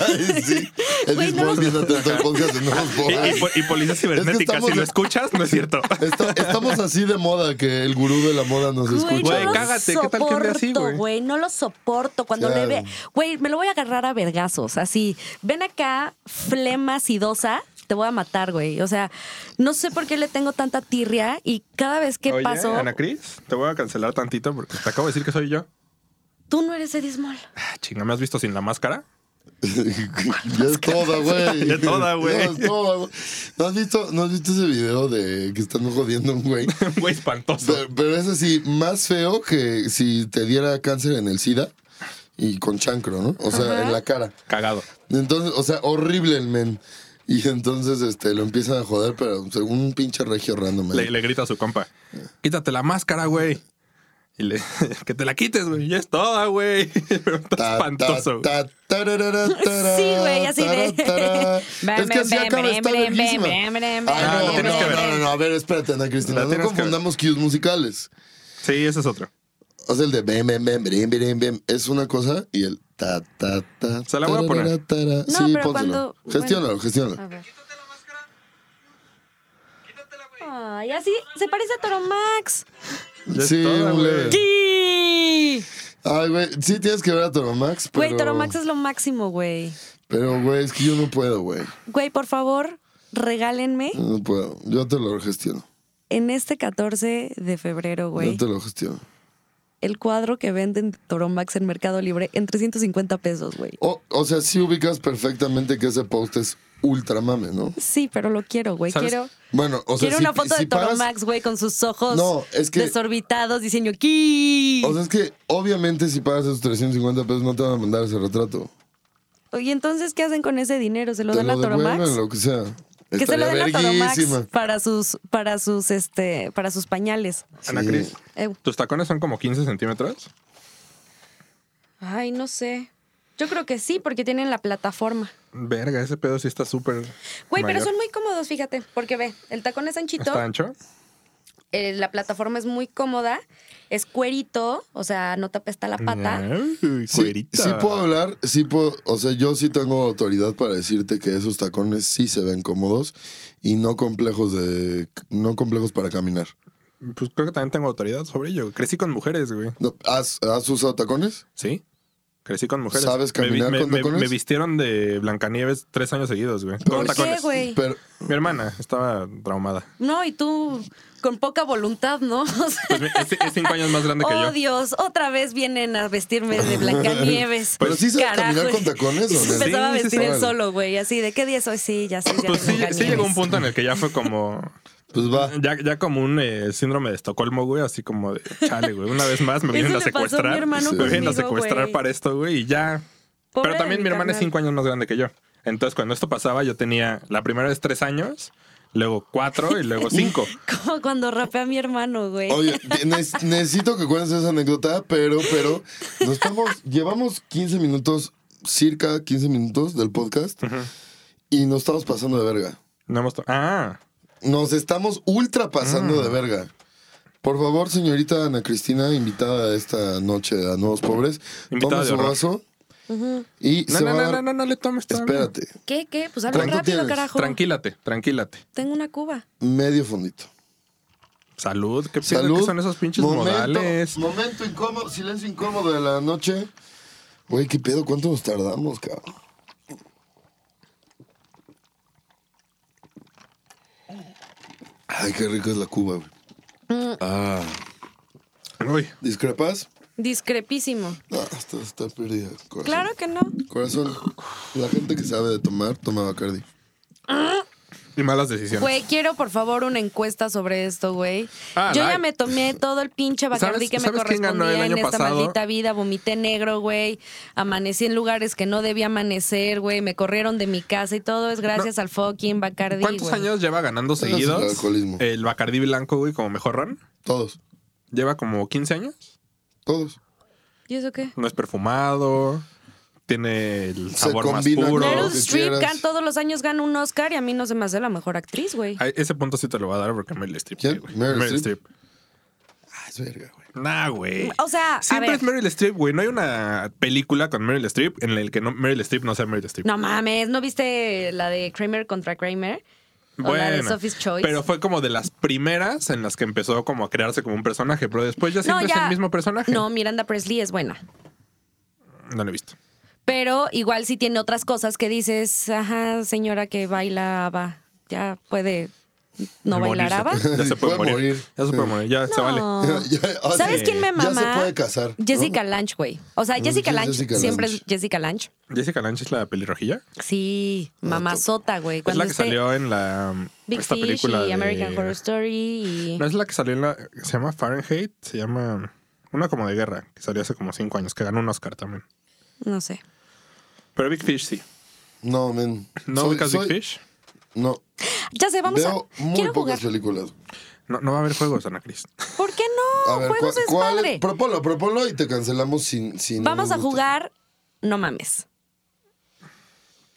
Speaker 2: Ay, sí. Es
Speaker 3: Güey, no
Speaker 2: Bisbol
Speaker 3: lo-
Speaker 2: viendo atento al podcast de nuevos
Speaker 1: Y,
Speaker 2: Boas.
Speaker 1: y po- y policía cibernética,
Speaker 2: estamos-
Speaker 1: si lo escuchas, no es cierto.
Speaker 2: Esta- estamos así de moda que el gurú de la moda nos
Speaker 3: Güey,
Speaker 2: escucha.
Speaker 1: Güey,
Speaker 3: no lo
Speaker 1: cágate, ¿qué tal que ande así,
Speaker 3: soporto,
Speaker 1: güey?
Speaker 3: No lo soporto. Cuando
Speaker 2: Claro.
Speaker 3: le ve. Güey, me lo voy a agarrar a vergazos. Así. Ven acá, flema sidosa. Te voy a matar, güey. O sea, no sé por qué le tengo tanta tirria y cada vez que
Speaker 1: Oye,
Speaker 3: paso.
Speaker 1: Ana Cris, te voy a cancelar tantito porque te acabo de decir que soy yo.
Speaker 3: Tú no eres Eddie Small.
Speaker 1: Ah, chinga, ¿me has visto sin la máscara?
Speaker 2: ya es toda, güey.
Speaker 1: Ya es toda, güey.
Speaker 2: Ya es toda, güey. ¿No has visto, ¿No has visto ese video de que están jodiendo a un güey?
Speaker 1: Güey, espantoso.
Speaker 2: Pero, pero es así, más feo que si te diera cáncer en el SIDA y con chancro, ¿no? O sea, en la cara.
Speaker 1: Cagado.
Speaker 2: Entonces, o sea, horrible el men. Y entonces este, lo empiezan a joder, pero según un pinche regio random. ¿eh? ahí.
Speaker 1: Le, le grita a su compa: Quítate la máscara, güey. Y le, que te la quites, güey. Ya es toda, güey. Pero está
Speaker 2: Ta, ta,
Speaker 1: espantoso. güey.
Speaker 2: ta, tarara, tarara,
Speaker 3: Sí, güey, así de-
Speaker 2: tarara. Es que así acaba está
Speaker 3: Brem, brem,
Speaker 2: verguísima.
Speaker 3: brem, brem, brem,
Speaker 2: Ah,
Speaker 1: brem,
Speaker 2: no,
Speaker 1: tienes que
Speaker 2: no,
Speaker 1: ver.
Speaker 2: no, no, no, a ver, espérate, Ana Cristina.
Speaker 1: La
Speaker 2: No
Speaker 1: tienes que ver.
Speaker 2: confundamos cues musicales.
Speaker 1: Sí, ese es otro.
Speaker 2: O sea, el de bem, bem, bem, bem, bem, bem, es una cosa y el ta, ta, ta.
Speaker 1: Se la voy a
Speaker 2: tarara,
Speaker 1: poner.
Speaker 2: tara.
Speaker 3: No,
Speaker 2: sí,
Speaker 3: pero
Speaker 2: pónselo.
Speaker 3: cuando- Ah.
Speaker 2: Gestiónalo,
Speaker 3: A
Speaker 2: gestiónalo.
Speaker 3: ver. Ay, así se parece a Toro Max.
Speaker 1: Ya es
Speaker 2: Sí,
Speaker 1: toda,
Speaker 2: un
Speaker 1: güey.
Speaker 2: leve.
Speaker 3: Sí.
Speaker 2: Ay, güey, sí tienes que ver a Toromax, pero...
Speaker 3: Güey, Toro Max es lo máximo, güey.
Speaker 2: Pero, güey, es que yo no puedo, güey.
Speaker 3: Güey, por favor, regálenme
Speaker 2: Yo No puedo. Yo te lo gestiono.
Speaker 3: en este 14 de febrero, güey,
Speaker 2: Yo te lo gestiono.
Speaker 3: el cuadro que venden de Toro Max en Mercado Libre en 350 pesos, güey.
Speaker 2: O, o sea, sí ubicas perfectamente que ese post es ultra mame, ¿no?
Speaker 3: Sí, pero lo quiero, güey.
Speaker 1: ¿Sabes?
Speaker 3: Quiero,
Speaker 2: Bueno, o sea,
Speaker 3: quiero
Speaker 2: si,
Speaker 3: una foto
Speaker 2: si
Speaker 3: de Toro
Speaker 2: paras-
Speaker 3: Max, güey, con sus ojos
Speaker 2: No, es que-
Speaker 3: desorbitados diciendo aquí.
Speaker 2: O sea, es que obviamente si pagas esos 350 pesos no te van a mandar ese retrato.
Speaker 3: Oye, entonces, ¿qué hacen con ese dinero? ¿Se lo
Speaker 2: te
Speaker 3: dan a
Speaker 2: lo devuelven,
Speaker 3: Toromax?
Speaker 2: lo que sea.
Speaker 3: Que se lo
Speaker 2: Estaría
Speaker 3: den a Toromax
Speaker 2: verguísima.
Speaker 3: para sus, para sus, este, para sus pañales.
Speaker 1: Ana
Speaker 2: Sí.
Speaker 1: Cris,
Speaker 3: Ew.
Speaker 1: tus tacones son como 15 centímetros.
Speaker 3: Ay, no sé. Yo creo que sí, porque tienen la plataforma.
Speaker 1: Verga, ese pedo sí está súper.
Speaker 3: Güey, pero
Speaker 1: mayor.
Speaker 3: son muy cómodos, fíjate, porque ve, el tacón es anchito,
Speaker 1: ¿Está ancho?
Speaker 3: eh, la plataforma es muy cómoda, es cuerito, o sea, no te apesta la pata.
Speaker 1: Ay,
Speaker 2: Sí,
Speaker 1: cuerita.
Speaker 2: sí puedo hablar, sí puedo, o sea, yo sí tengo autoridad para decirte que esos tacones sí se ven cómodos y no complejos de no complejos para caminar.
Speaker 1: Pues creo que también tengo autoridad sobre ello. Crecí con mujeres, güey.
Speaker 2: No, ¿has, has usado tacones?
Speaker 1: Sí. Crecí con mujeres.
Speaker 2: ¿Sabes
Speaker 1: Me vi-
Speaker 2: caminar
Speaker 1: me,
Speaker 2: con
Speaker 1: me-
Speaker 2: tacones?
Speaker 1: me vistieron de Blancanieves tres años seguidos, güey. Con
Speaker 3: ¿Por qué,
Speaker 1: tacones.
Speaker 3: güey?
Speaker 2: Pero
Speaker 1: Mi hermana estaba traumada.
Speaker 3: No, y tú con poca voluntad, ¿no? O sea,
Speaker 1: Pues mi- es, es cinco años más grande que
Speaker 3: oh,
Speaker 1: yo.
Speaker 3: Dios, otra vez vienen a vestirme de Blancanieves.
Speaker 2: ¿Pero sí sabes
Speaker 3: Carajo.
Speaker 2: caminar con tacones o
Speaker 3: Y se
Speaker 2: no?
Speaker 3: empezaba a
Speaker 1: Sí, sí,
Speaker 3: vestir
Speaker 1: sí.
Speaker 3: él solo, güey, así, ¿de qué día soy? Sí, ya soy ya
Speaker 1: Pues
Speaker 3: de
Speaker 1: sí, sí
Speaker 3: Blancanieves.
Speaker 1: llegó un punto en el que ya fue como.
Speaker 2: pues va.
Speaker 1: Ya, ya como un eh, síndrome de Estocolmo, güey, así como de chale, güey. Una vez más me
Speaker 3: Eso
Speaker 1: vienen a
Speaker 3: le pasó a mi
Speaker 1: secuestrar.
Speaker 3: hermano
Speaker 1: me vienen a
Speaker 3: conmigo,
Speaker 1: secuestrar
Speaker 3: güey.
Speaker 1: para esto, güey, y ya.
Speaker 3: Pobre
Speaker 1: Pero
Speaker 3: de
Speaker 1: también mi hermana es
Speaker 3: carnal.
Speaker 1: cinco años más grande que yo. Entonces, cuando esto pasaba, yo tenía la primera vez tres años, luego cuatro y luego cinco.
Speaker 3: Como cuando rapé a mi hermano, güey.
Speaker 2: Oye, ne- necesito que cuentes esa anécdota, pero, pero, nos estamos, llevamos 15 minutos, circa 15 minutos del podcast, y nos estamos pasando de verga.
Speaker 1: No hemos to- Ah,
Speaker 2: Nos estamos ultra
Speaker 1: Mm.
Speaker 2: pasando de verga. Por favor, señorita Ana Cristina, invitada esta noche a Nuevos Pobres,
Speaker 1: Invitada
Speaker 2: tome
Speaker 1: de
Speaker 2: su
Speaker 1: honor.
Speaker 2: vaso y
Speaker 1: No,
Speaker 2: se
Speaker 1: no,
Speaker 2: va a
Speaker 1: no,
Speaker 2: dar-
Speaker 1: no, no, no le tomes todavía.
Speaker 2: Espérate,
Speaker 3: ¿Qué, qué? Pues habla
Speaker 2: ¿Cuánto
Speaker 3: rápido,
Speaker 2: tienes?
Speaker 3: carajo.
Speaker 1: Tranquilate, tranquilate.
Speaker 3: Tengo una cuba.
Speaker 2: medio fondito.
Speaker 1: Salud, ¿qué piensas que son esos pinches
Speaker 2: momento,
Speaker 1: modales?
Speaker 2: Momento incómodo, silencio incómodo de la noche. Güey, qué pedo, ¿cuánto nos tardamos, cabrón? Ay, qué rica es la Cuba, güey.
Speaker 1: Ah. Uy,
Speaker 2: ¿Discrepas?
Speaker 3: Discrepísimo.
Speaker 2: No, está, está perdida. Corazón.
Speaker 3: Claro que no.
Speaker 2: Corazón, la gente que sabe de tomar, toma Bacardi.
Speaker 1: y malas decisiones.
Speaker 3: Güey, quiero por favor una encuesta sobre esto, güey.
Speaker 1: Ah,
Speaker 3: Yo
Speaker 1: la-
Speaker 3: ya me tomé todo el pinche Bacardí
Speaker 1: ¿Sabes-
Speaker 3: que me
Speaker 1: sabes quién
Speaker 3: correspondía
Speaker 1: ganó el
Speaker 3: en
Speaker 1: año
Speaker 3: esta
Speaker 1: pasado?
Speaker 3: maldita vida. Vomité negro, güey. Amanecí en lugares que no debía amanecer, güey. Me corrieron de mi casa y todo es gracias al fucking Bacardí,
Speaker 1: ¿Cuántos
Speaker 3: güey.
Speaker 1: años lleva ganando
Speaker 2: Deja su
Speaker 1: seguidos
Speaker 2: alcoholismo.
Speaker 1: el Bacardí Blanco, güey, como mejor ron?
Speaker 2: Todos,
Speaker 1: Lleva como 15 años.
Speaker 2: todos.
Speaker 3: ¿Y eso qué?
Speaker 1: No es perfumado, tiene el
Speaker 2: Se
Speaker 1: sabor más
Speaker 2: combina
Speaker 1: puro.
Speaker 2: Lo
Speaker 3: Meryl
Speaker 2: que
Speaker 3: Streep
Speaker 2: quieras.
Speaker 3: gan- todos los años gana un Oscar y a mí no se me hace la mejor actriz, güey.
Speaker 1: Ay, ese punto sí te lo voy a dar porque Meryl Streep.
Speaker 2: ¿Quién?
Speaker 1: güey.
Speaker 2: Meryl
Speaker 1: Streep.
Speaker 2: Streep. Ah, es verga, güey.
Speaker 1: Nah, güey.
Speaker 3: O sea, a
Speaker 1: Siempre
Speaker 3: ver,
Speaker 1: es Meryl Streep, güey. No hay una película con Meryl Streep en la que no, Meryl Streep no sea Meryl Streep.
Speaker 3: no mames, ¿no viste la de Kramer contra Kramer? O la de Sophie's Choice.
Speaker 1: Pero fue como de las primeras en las que empezó como a crearse como un personaje, pero después ya siempre es el mismo personaje.
Speaker 3: No, Miranda Presley es buena.
Speaker 1: No lo he visto.
Speaker 3: Pero igual sí tiene otras cosas que dices, ajá, señora que baila ABBA, ya puede no bailar
Speaker 1: Morirse.
Speaker 3: ABBA.
Speaker 1: Ya se puede,
Speaker 2: Puede
Speaker 1: morir.
Speaker 2: morir.
Speaker 1: Ya se puede morir. Ya se vale.
Speaker 3: No.
Speaker 2: Ya- ahora
Speaker 3: ¿Sabes
Speaker 2: sí,
Speaker 3: quién me mama?
Speaker 2: Ya se puede casar. ¿no?
Speaker 3: Jessica Lange, güey. O sea, Jessica
Speaker 2: ¿quién es
Speaker 3: Lange
Speaker 2: Jessica
Speaker 3: siempre
Speaker 2: Lange?
Speaker 3: es Jessica Lange.
Speaker 1: Jessica Lange es la pelirrojilla.
Speaker 3: Sí, mamazota, güey.
Speaker 1: Es la
Speaker 3: Cuando
Speaker 1: que
Speaker 3: esté
Speaker 1: salió en la
Speaker 3: Big
Speaker 1: esta
Speaker 3: Fish
Speaker 1: película
Speaker 3: y
Speaker 1: de-
Speaker 3: American Horror Story y...
Speaker 1: No es la que salió en la se llama Fahrenheit, se llama una como de guerra que salió hace como cinco años que ganó un Oscar también.
Speaker 3: No sé.
Speaker 1: Pero Big Fish sí.
Speaker 2: No, men.
Speaker 1: ¿No
Speaker 2: Soy-
Speaker 1: ubicas
Speaker 2: soy-
Speaker 1: Big Fish?
Speaker 2: No.
Speaker 3: Ya sé, vamos
Speaker 2: Veo
Speaker 3: a...
Speaker 2: muy
Speaker 3: Quiero
Speaker 2: pocas
Speaker 3: jugar.
Speaker 2: películas.
Speaker 1: No, no va a haber juegos, Ana Cris.
Speaker 3: ¿Por qué
Speaker 2: A
Speaker 3: no?
Speaker 2: ver,
Speaker 3: Juegos
Speaker 2: ¿cuál-
Speaker 3: es
Speaker 2: cuál-
Speaker 3: padre.
Speaker 2: Proponlo, proponlo y te cancelamos sin. sin
Speaker 3: Vamos a jugar No Mames.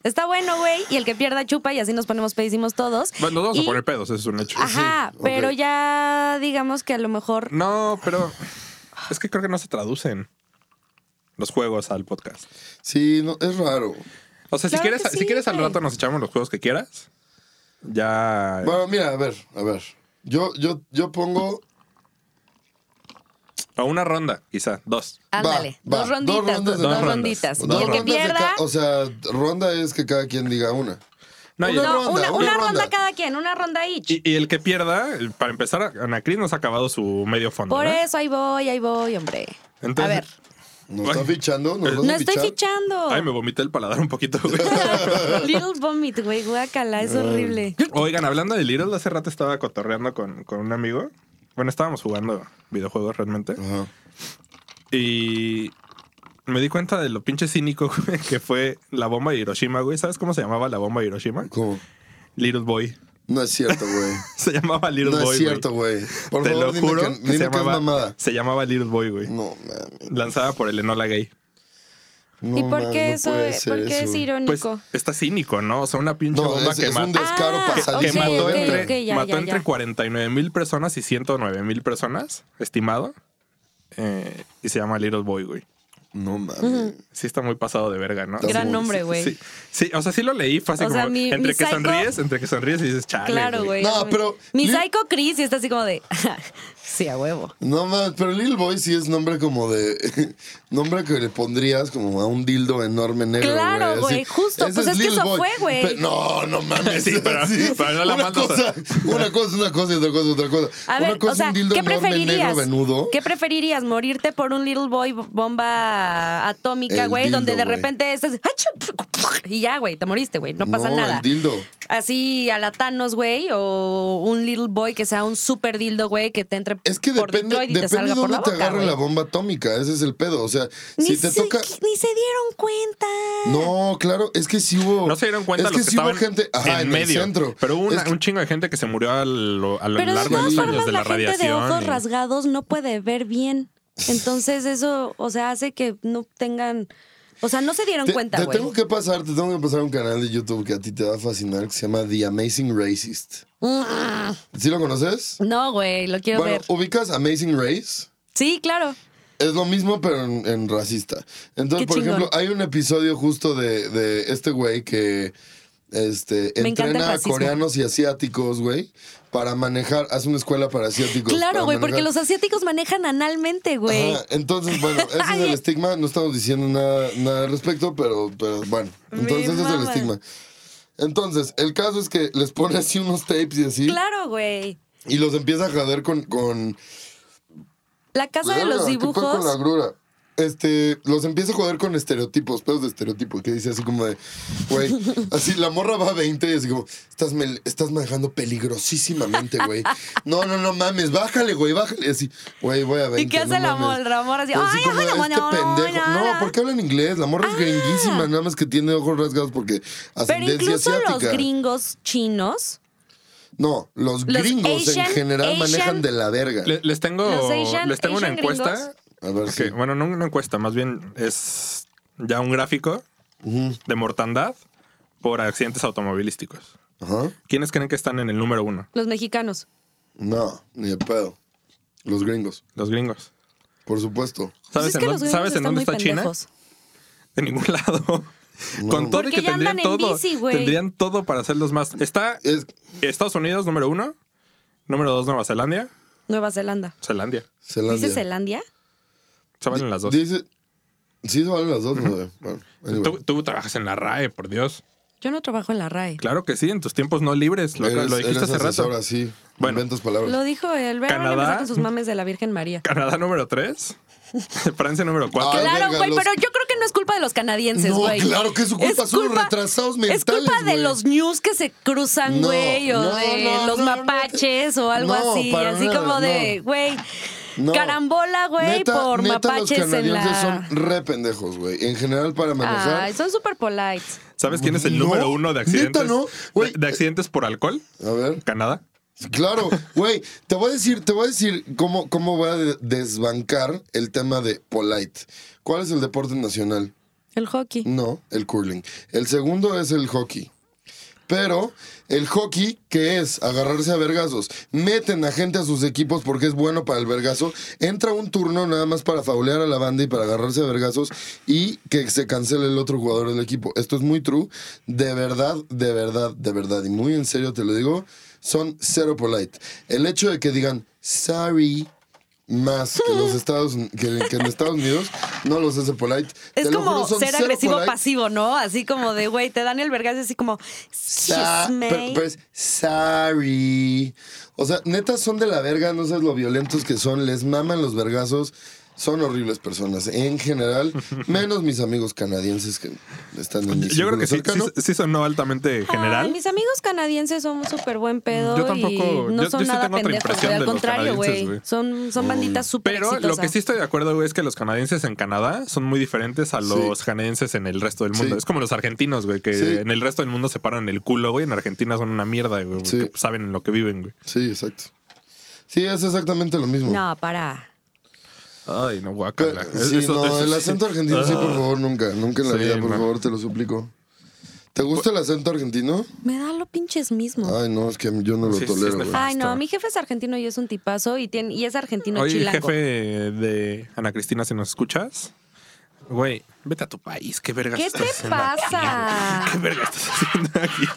Speaker 3: Está bueno, güey. Y el que pierda chupa y así nos ponemos pedísimos todos.
Speaker 1: Bueno, nos vamos
Speaker 3: Y-
Speaker 1: a poner pedos, eso es un hecho.
Speaker 3: Ajá,
Speaker 2: ok.
Speaker 3: pero ya digamos que a lo mejor...
Speaker 1: No, pero es que creo que no se traducen los juegos al podcast.
Speaker 2: Sí, no, es raro.
Speaker 1: O sea, si
Speaker 3: Claro
Speaker 1: quieres,
Speaker 3: que sí,
Speaker 1: si quieres al
Speaker 3: güey.
Speaker 1: rato nos echamos los juegos que quieras. Ya.
Speaker 2: Bueno, mira, a ver, a ver. Yo, yo, yo pongo.
Speaker 1: O una ronda, quizá. Dos.
Speaker 3: Ándale,
Speaker 2: va,
Speaker 3: dos
Speaker 2: va,
Speaker 3: ronditas,
Speaker 2: dos rondas
Speaker 3: dos,
Speaker 2: de-
Speaker 1: dos rondas.
Speaker 3: ronditas.
Speaker 1: Dos
Speaker 3: y el que
Speaker 1: rondas
Speaker 2: de
Speaker 3: pierda...
Speaker 2: ca- O sea, ronda es que cada quien diga una.
Speaker 1: No, y,
Speaker 2: Una
Speaker 3: no,
Speaker 2: ronda,
Speaker 3: una,
Speaker 2: una
Speaker 3: una ronda.
Speaker 2: ronda.
Speaker 3: cada quien, una ronda each.
Speaker 1: y- y el que pierda, el- para empezar, Ana Cris nos ha acabado su medio fondo.
Speaker 3: Por
Speaker 1: ¿no?
Speaker 3: eso ahí voy, ahí voy, hombre. a
Speaker 1: Entonces-
Speaker 3: ver,
Speaker 2: ¿Nos
Speaker 1: Ay.
Speaker 2: está fichando? ¿Nos vas a
Speaker 3: no estoy
Speaker 2: fichar?
Speaker 3: fichando.
Speaker 1: Ay, me vomité el paladar un poquito. güey.
Speaker 3: Little Vomit, güey, guácala, es horrible.
Speaker 1: Oigan, hablando de Little, hace rato estaba cotorreando con, con un amigo. Bueno, estábamos jugando videojuegos realmente.
Speaker 2: Ajá.
Speaker 1: Y me di cuenta de lo pinche cínico güey, que fue la bomba de Hiroshima, güey. ¿Sabes cómo se llamaba la bomba de Hiroshima?
Speaker 2: ¿Cómo?
Speaker 1: Little Boy.
Speaker 2: No es cierto, güey.
Speaker 1: Se llamaba Little
Speaker 2: No
Speaker 1: Boy.
Speaker 2: es cierto, güey. Por
Speaker 1: Te
Speaker 2: favor,
Speaker 1: lo
Speaker 2: dime
Speaker 1: juro.
Speaker 2: que,
Speaker 1: que
Speaker 2: dime
Speaker 1: se,
Speaker 2: que es
Speaker 1: llamaba,
Speaker 2: mamada.
Speaker 1: se llamaba Little Boy, güey.
Speaker 2: No, mami.
Speaker 1: Lanzada por el Enola Gay.
Speaker 2: No,
Speaker 3: ¿Y por
Speaker 2: mami,
Speaker 3: qué
Speaker 2: no
Speaker 3: eso?
Speaker 2: puede
Speaker 3: eh?
Speaker 2: ser
Speaker 3: ¿Por qué
Speaker 2: eso.
Speaker 3: es
Speaker 1: Pues
Speaker 3: irónico?
Speaker 1: está cínico, ¿no? O sea, una pinche
Speaker 2: No,
Speaker 1: bomba
Speaker 2: es,
Speaker 1: que,
Speaker 2: es
Speaker 1: ma-
Speaker 2: un descaro
Speaker 3: Ah,
Speaker 1: que- que
Speaker 3: ok,
Speaker 2: pasadísimo.
Speaker 1: mató
Speaker 3: ok,
Speaker 1: entre,
Speaker 3: ok, ya,
Speaker 1: mató
Speaker 3: ya,
Speaker 1: entre
Speaker 3: ya.
Speaker 1: 49 mil personas y 109 mil personas, estimado. Eh, y se llama Little Boy, güey.
Speaker 2: No mames.
Speaker 1: Sí está muy pasado de verga, ¿no?
Speaker 2: Está
Speaker 3: Gran
Speaker 2: muy-
Speaker 3: nombre, güey.
Speaker 1: Pues, Sí, sí, o sea, sí lo leí fácil.
Speaker 3: O sea,
Speaker 1: como,
Speaker 3: mi-
Speaker 1: entre
Speaker 3: mi
Speaker 1: que
Speaker 3: psycho-
Speaker 1: sonríes, entre que sonríes y dices, chale.
Speaker 3: Claro, güey.
Speaker 2: No, pero-
Speaker 3: Mi
Speaker 2: Li-
Speaker 3: psycho Chris y está así como de. sí, a huevo.
Speaker 2: No mames, pero Lil Boy sí es nombre como de. nombre que le pondrías como a un dildo enorme negro.
Speaker 3: Claro,
Speaker 2: así.
Speaker 3: güey, justo,
Speaker 2: Ese
Speaker 3: pues es que
Speaker 2: Lil
Speaker 3: eso
Speaker 2: Boy.
Speaker 3: fue, güey.
Speaker 2: Pe- No, no mames.
Speaker 1: Sí, pero-
Speaker 2: así.
Speaker 1: pero no la
Speaker 2: una,
Speaker 1: mandas a-
Speaker 2: cosa, una cosa, una cosa y otra cosa, otra cosa.
Speaker 3: A
Speaker 2: una
Speaker 3: ver,
Speaker 2: cosa
Speaker 3: o sea,
Speaker 2: un dildo
Speaker 3: ¿qué
Speaker 2: enorme
Speaker 3: preferirías?
Speaker 2: negro venudo.
Speaker 3: ¿Qué preferirías? ¿Morirte por un little boy b- bomba atómica,
Speaker 2: El
Speaker 3: güey?
Speaker 2: dildo,
Speaker 3: Donde de
Speaker 2: güey.
Speaker 3: repente estás. "Ah, ¡achú! Y ya, güey, te moriste, güey. No pasa
Speaker 2: No,
Speaker 3: nada.
Speaker 2: el dildo.
Speaker 3: Así a la Thanos, güey, o un little boy que sea un super dildo, güey, que te entre
Speaker 2: Es que
Speaker 3: por
Speaker 2: depende,
Speaker 3: Detroit y te
Speaker 2: depende de
Speaker 3: salga por
Speaker 2: dónde
Speaker 3: la
Speaker 2: te
Speaker 3: boca,
Speaker 2: agarre
Speaker 3: güey.
Speaker 2: la bomba atómica. Ese es el pedo. O sea,
Speaker 3: Ni,
Speaker 2: si te
Speaker 3: se,
Speaker 2: toca.
Speaker 3: ni se dieron cuenta.
Speaker 2: No, claro, es que sí hubo.
Speaker 1: No se dieron cuenta
Speaker 2: es que
Speaker 1: los que
Speaker 2: sí hubo
Speaker 1: estaban
Speaker 2: gente ajá,
Speaker 1: en,
Speaker 2: en, el
Speaker 1: medio.
Speaker 2: centro.
Speaker 1: Pero hubo una-
Speaker 2: Es que-
Speaker 1: un chingo de gente que se murió a lo, a lo
Speaker 3: Pero de
Speaker 1: largo de
Speaker 3: todas
Speaker 1: los
Speaker 3: formas,
Speaker 1: años de la,
Speaker 3: la, gente de
Speaker 1: radiación.
Speaker 3: ojos
Speaker 1: y-
Speaker 3: rasgados no puede ver bien. Entonces, eso, o sea, hace que no tengan. O sea, no se dieron
Speaker 2: Te,
Speaker 3: cuenta,
Speaker 2: te
Speaker 3: güey.
Speaker 2: tengo que pasar, te tengo que pasar un canal de YouTube que a ti te va a fascinar que se llama The Amazing Racist.
Speaker 3: Mm,
Speaker 2: ¿Sí lo conoces?
Speaker 3: No, güey, lo quiero
Speaker 2: Bueno,
Speaker 3: ver.
Speaker 2: ubicas Amazing Race.
Speaker 3: Sí, claro.
Speaker 2: Es lo mismo, pero en, en racista. Entonces,
Speaker 3: Qué
Speaker 2: por
Speaker 3: chingón.
Speaker 2: ejemplo, hay un episodio justo de, de este güey que Este,
Speaker 3: Me encanta el
Speaker 2: entrena a
Speaker 3: racismo.
Speaker 2: coreanos y asiáticos, güey, para manejar, hace una escuela para asiáticos. para
Speaker 3: Claro, güey, porque
Speaker 2: manejar-
Speaker 3: los asiáticos manejan analmente, güey.
Speaker 2: Ajá, entonces, bueno, ese es el
Speaker 3: Ay.
Speaker 2: estigma. No estamos diciendo nada, nada al respecto, pero, pero bueno.
Speaker 3: Me
Speaker 2: Entonces, ese es el
Speaker 3: mama.
Speaker 2: estigma. Entonces, el caso es que les pone así unos tapes y así.
Speaker 3: Claro, güey.
Speaker 2: Y los empieza a jader con. con
Speaker 3: La casa de
Speaker 2: Verga,
Speaker 3: los
Speaker 2: ¿qué pedo Pues con la
Speaker 3: dibujos.
Speaker 2: grura? Este, los empieza a joder con estereotipos, pedos de estereotipo, que dice así como de, güey, así la morra va a 20 y así como, estás, mel- estás manejando peligrosísimamente, güey. No, no, no mames, bájale, güey, bájale. Y Así, güey, voy a 20.
Speaker 3: ¿Y qué hace
Speaker 2: no
Speaker 3: la
Speaker 2: mames.
Speaker 3: morra? La morra así,
Speaker 2: Pero
Speaker 3: ay, ay, la
Speaker 2: como,
Speaker 3: morra,
Speaker 2: este
Speaker 3: no,
Speaker 2: pendejo.
Speaker 3: no,
Speaker 2: No,
Speaker 3: no.
Speaker 2: ¿por qué habla en inglés? La morra es gringuísima, nada más que tiene ojos rasgados porque
Speaker 3: Ah. Pero
Speaker 2: ascendencia
Speaker 3: incluso los
Speaker 2: asiática.
Speaker 3: gringos chinos.
Speaker 2: no, los,
Speaker 3: los
Speaker 2: gringos en
Speaker 3: Asian-
Speaker 2: general manejan
Speaker 3: Asian-
Speaker 2: de la verga.
Speaker 1: Le- les tengo,
Speaker 3: Los Asian-
Speaker 1: les tengo una
Speaker 3: Asian
Speaker 1: encuesta.
Speaker 3: gringos.
Speaker 2: a ver,
Speaker 1: Ok,
Speaker 2: sí.
Speaker 1: Bueno, no una encuesta, más bien es ya un gráfico
Speaker 2: Ujú,
Speaker 1: de mortandad por accidentes automovilísticos.
Speaker 2: Ajá.
Speaker 1: ¿Quiénes creen que están en el número uno?
Speaker 3: Los mexicanos.
Speaker 2: No, ni de pedo. Los gringos,
Speaker 1: Los gringos.
Speaker 2: por supuesto.
Speaker 3: Pues
Speaker 1: ¿Sabes
Speaker 3: es que
Speaker 1: en,
Speaker 3: los
Speaker 1: dónde,
Speaker 3: gringos
Speaker 1: ¿sabes en
Speaker 3: están
Speaker 1: dónde
Speaker 3: muy
Speaker 1: está China?
Speaker 3: pendejos.
Speaker 1: En ningún lado. Con todo y
Speaker 3: Porque
Speaker 1: que
Speaker 3: ya
Speaker 1: tendrían
Speaker 3: andan en
Speaker 1: todo.
Speaker 3: bici, güey.
Speaker 1: tendrían todo para ser los más. Está
Speaker 2: Es,
Speaker 1: Estados Unidos, número uno. Número dos, Nueva Zelandia.
Speaker 3: Nueva Zelanda.
Speaker 1: Zelandia.
Speaker 2: Zelandia.
Speaker 3: ¿Dice Zelandia?
Speaker 1: Se valen las dos.
Speaker 2: Dice, sí, se valen las dos, güey. Bueno, anyway.
Speaker 1: Tú, tú trabajas en la RAE, por Dios.
Speaker 3: Yo no trabajo en la RAE.
Speaker 1: Claro que sí, en tus tiempos no libres. Lo, lo
Speaker 2: eres,
Speaker 1: dijiste
Speaker 2: eres
Speaker 1: hace rato.
Speaker 2: asesora, sí.
Speaker 1: Bueno.
Speaker 2: Inventas palabras.
Speaker 3: Lo dijo el verano
Speaker 1: Canadá.
Speaker 3: empezó con sus mames de la Virgen María.
Speaker 1: Canadá número tres. Francia número cuatro.
Speaker 2: Ay,
Speaker 3: Claro,
Speaker 2: verga,
Speaker 3: güey,
Speaker 2: los-
Speaker 3: pero yo creo que no es culpa de los canadienses,
Speaker 2: No,
Speaker 3: güey.
Speaker 2: claro que es su culpa, son los retrasados mentales,
Speaker 3: Es culpa de
Speaker 2: güey.
Speaker 3: los news que se cruzan,
Speaker 2: No,
Speaker 3: güey, o
Speaker 2: no,
Speaker 3: de
Speaker 2: no,
Speaker 3: los
Speaker 2: no, no,
Speaker 3: mapaches
Speaker 2: no,
Speaker 3: o algo
Speaker 2: no,
Speaker 3: así.
Speaker 2: para
Speaker 3: Así
Speaker 2: nada,
Speaker 3: como de,
Speaker 2: no.
Speaker 3: güey,
Speaker 2: No.
Speaker 3: carambola, güey,
Speaker 2: Neta-
Speaker 3: por
Speaker 2: neta,
Speaker 3: mapaches
Speaker 2: los
Speaker 3: en
Speaker 2: canadienses
Speaker 3: la. Ah,
Speaker 2: son re pendejos, güey. En general, para manejar.
Speaker 3: Ay, son súper polites.
Speaker 1: ¿Sabes quién es el
Speaker 2: No,
Speaker 1: número uno de
Speaker 2: neta,
Speaker 1: accidentes?
Speaker 2: no, güey.
Speaker 1: de, de accidentes por alcohol.
Speaker 2: A ver.
Speaker 1: Canadá.
Speaker 2: Claro, güey, te voy a decir, te voy a decir cómo, cómo voy a de- desbancar el tema de polite. ¿Cuál es el deporte nacional?
Speaker 3: El hockey.
Speaker 2: No, el curling. El segundo es el hockey. Pero el hockey, que es agarrarse a vergazos, meten a gente a sus equipos porque es bueno para el vergazo, entra un turno nada más para faulear a la banda y para agarrarse a vergazos y que se cancele el otro jugador del equipo. Esto es muy true. De verdad, de verdad, de verdad. Y muy en serio te lo digo, son cero polite. El hecho de que digan, sorry, más que, los Estados, que, que en Estados Unidos no los hace polite.
Speaker 3: Es
Speaker 2: Te lo
Speaker 3: como
Speaker 2: juro, son
Speaker 3: ser
Speaker 2: cero
Speaker 3: agresivo
Speaker 2: polite.
Speaker 3: pasivo, ¿no? Así como de, güey, te dan el vergazo así como.
Speaker 2: Sa-
Speaker 3: "Excuse me".
Speaker 2: pero, pero es sorry. O sea, neta son de la verga, no sabes lo violentos que son, les maman los vergazos. Son horribles personas en general, menos mis amigos canadienses que están en mi
Speaker 1: Yo creo
Speaker 2: círculo
Speaker 1: que sí,
Speaker 2: cercano.
Speaker 1: sí, sí sonó altamente
Speaker 3: Ay,
Speaker 1: general.
Speaker 3: mis amigos canadienses somos súper buen pedo.
Speaker 1: Yo tampoco-
Speaker 3: y no
Speaker 1: yo-
Speaker 3: son
Speaker 1: yo sí
Speaker 3: nada
Speaker 1: tengo otra
Speaker 3: pendejos,
Speaker 1: impresión
Speaker 3: güey. Al
Speaker 1: de los
Speaker 3: contrario,
Speaker 1: canadienses,
Speaker 3: güey.
Speaker 1: güey.
Speaker 3: Son, son banditas súper
Speaker 1: Pero lo que sí estoy de acuerdo güey, es que los canadienses en Canadá son muy diferentes a los canadienses en el resto del mundo.
Speaker 2: Sí.
Speaker 1: Es como los argentinos, güey, que
Speaker 2: Sí.
Speaker 1: en el resto del mundo se paran el culo, güey. En Argentina son una mierda, güey,
Speaker 2: Sí.
Speaker 1: porque saben en lo que viven, güey.
Speaker 2: Sí, exacto. Sí, es exactamente lo mismo.
Speaker 3: No, para.
Speaker 1: Ay, no,
Speaker 2: Pero-
Speaker 1: guacala.
Speaker 2: Eh, sí, no, el acento argentino sí, por favor, nunca, nunca en la
Speaker 1: Ah. Sí,
Speaker 2: vida, por
Speaker 1: no.
Speaker 2: favor, te lo suplico. ¿Te gusta el acento argentino?
Speaker 3: Me da lo pinches mismo.
Speaker 2: Ay, no, es que a mí- yo no lo
Speaker 1: Sí, sí, es
Speaker 2: tolero, güey.
Speaker 1: nefasto.
Speaker 3: Ay, no, mi jefe es argentino y es un tipazo y, tiene, y es argentino
Speaker 1: Oye,
Speaker 3: chilango.
Speaker 1: jefe de Ana Cristina, si nos escuchas, güey, vete a tu país. ¿Qué vergas
Speaker 3: ¿Qué
Speaker 1: estás
Speaker 3: te
Speaker 1: haciendo
Speaker 3: pasa?
Speaker 1: aquí? ¿Qué vergas estás haciendo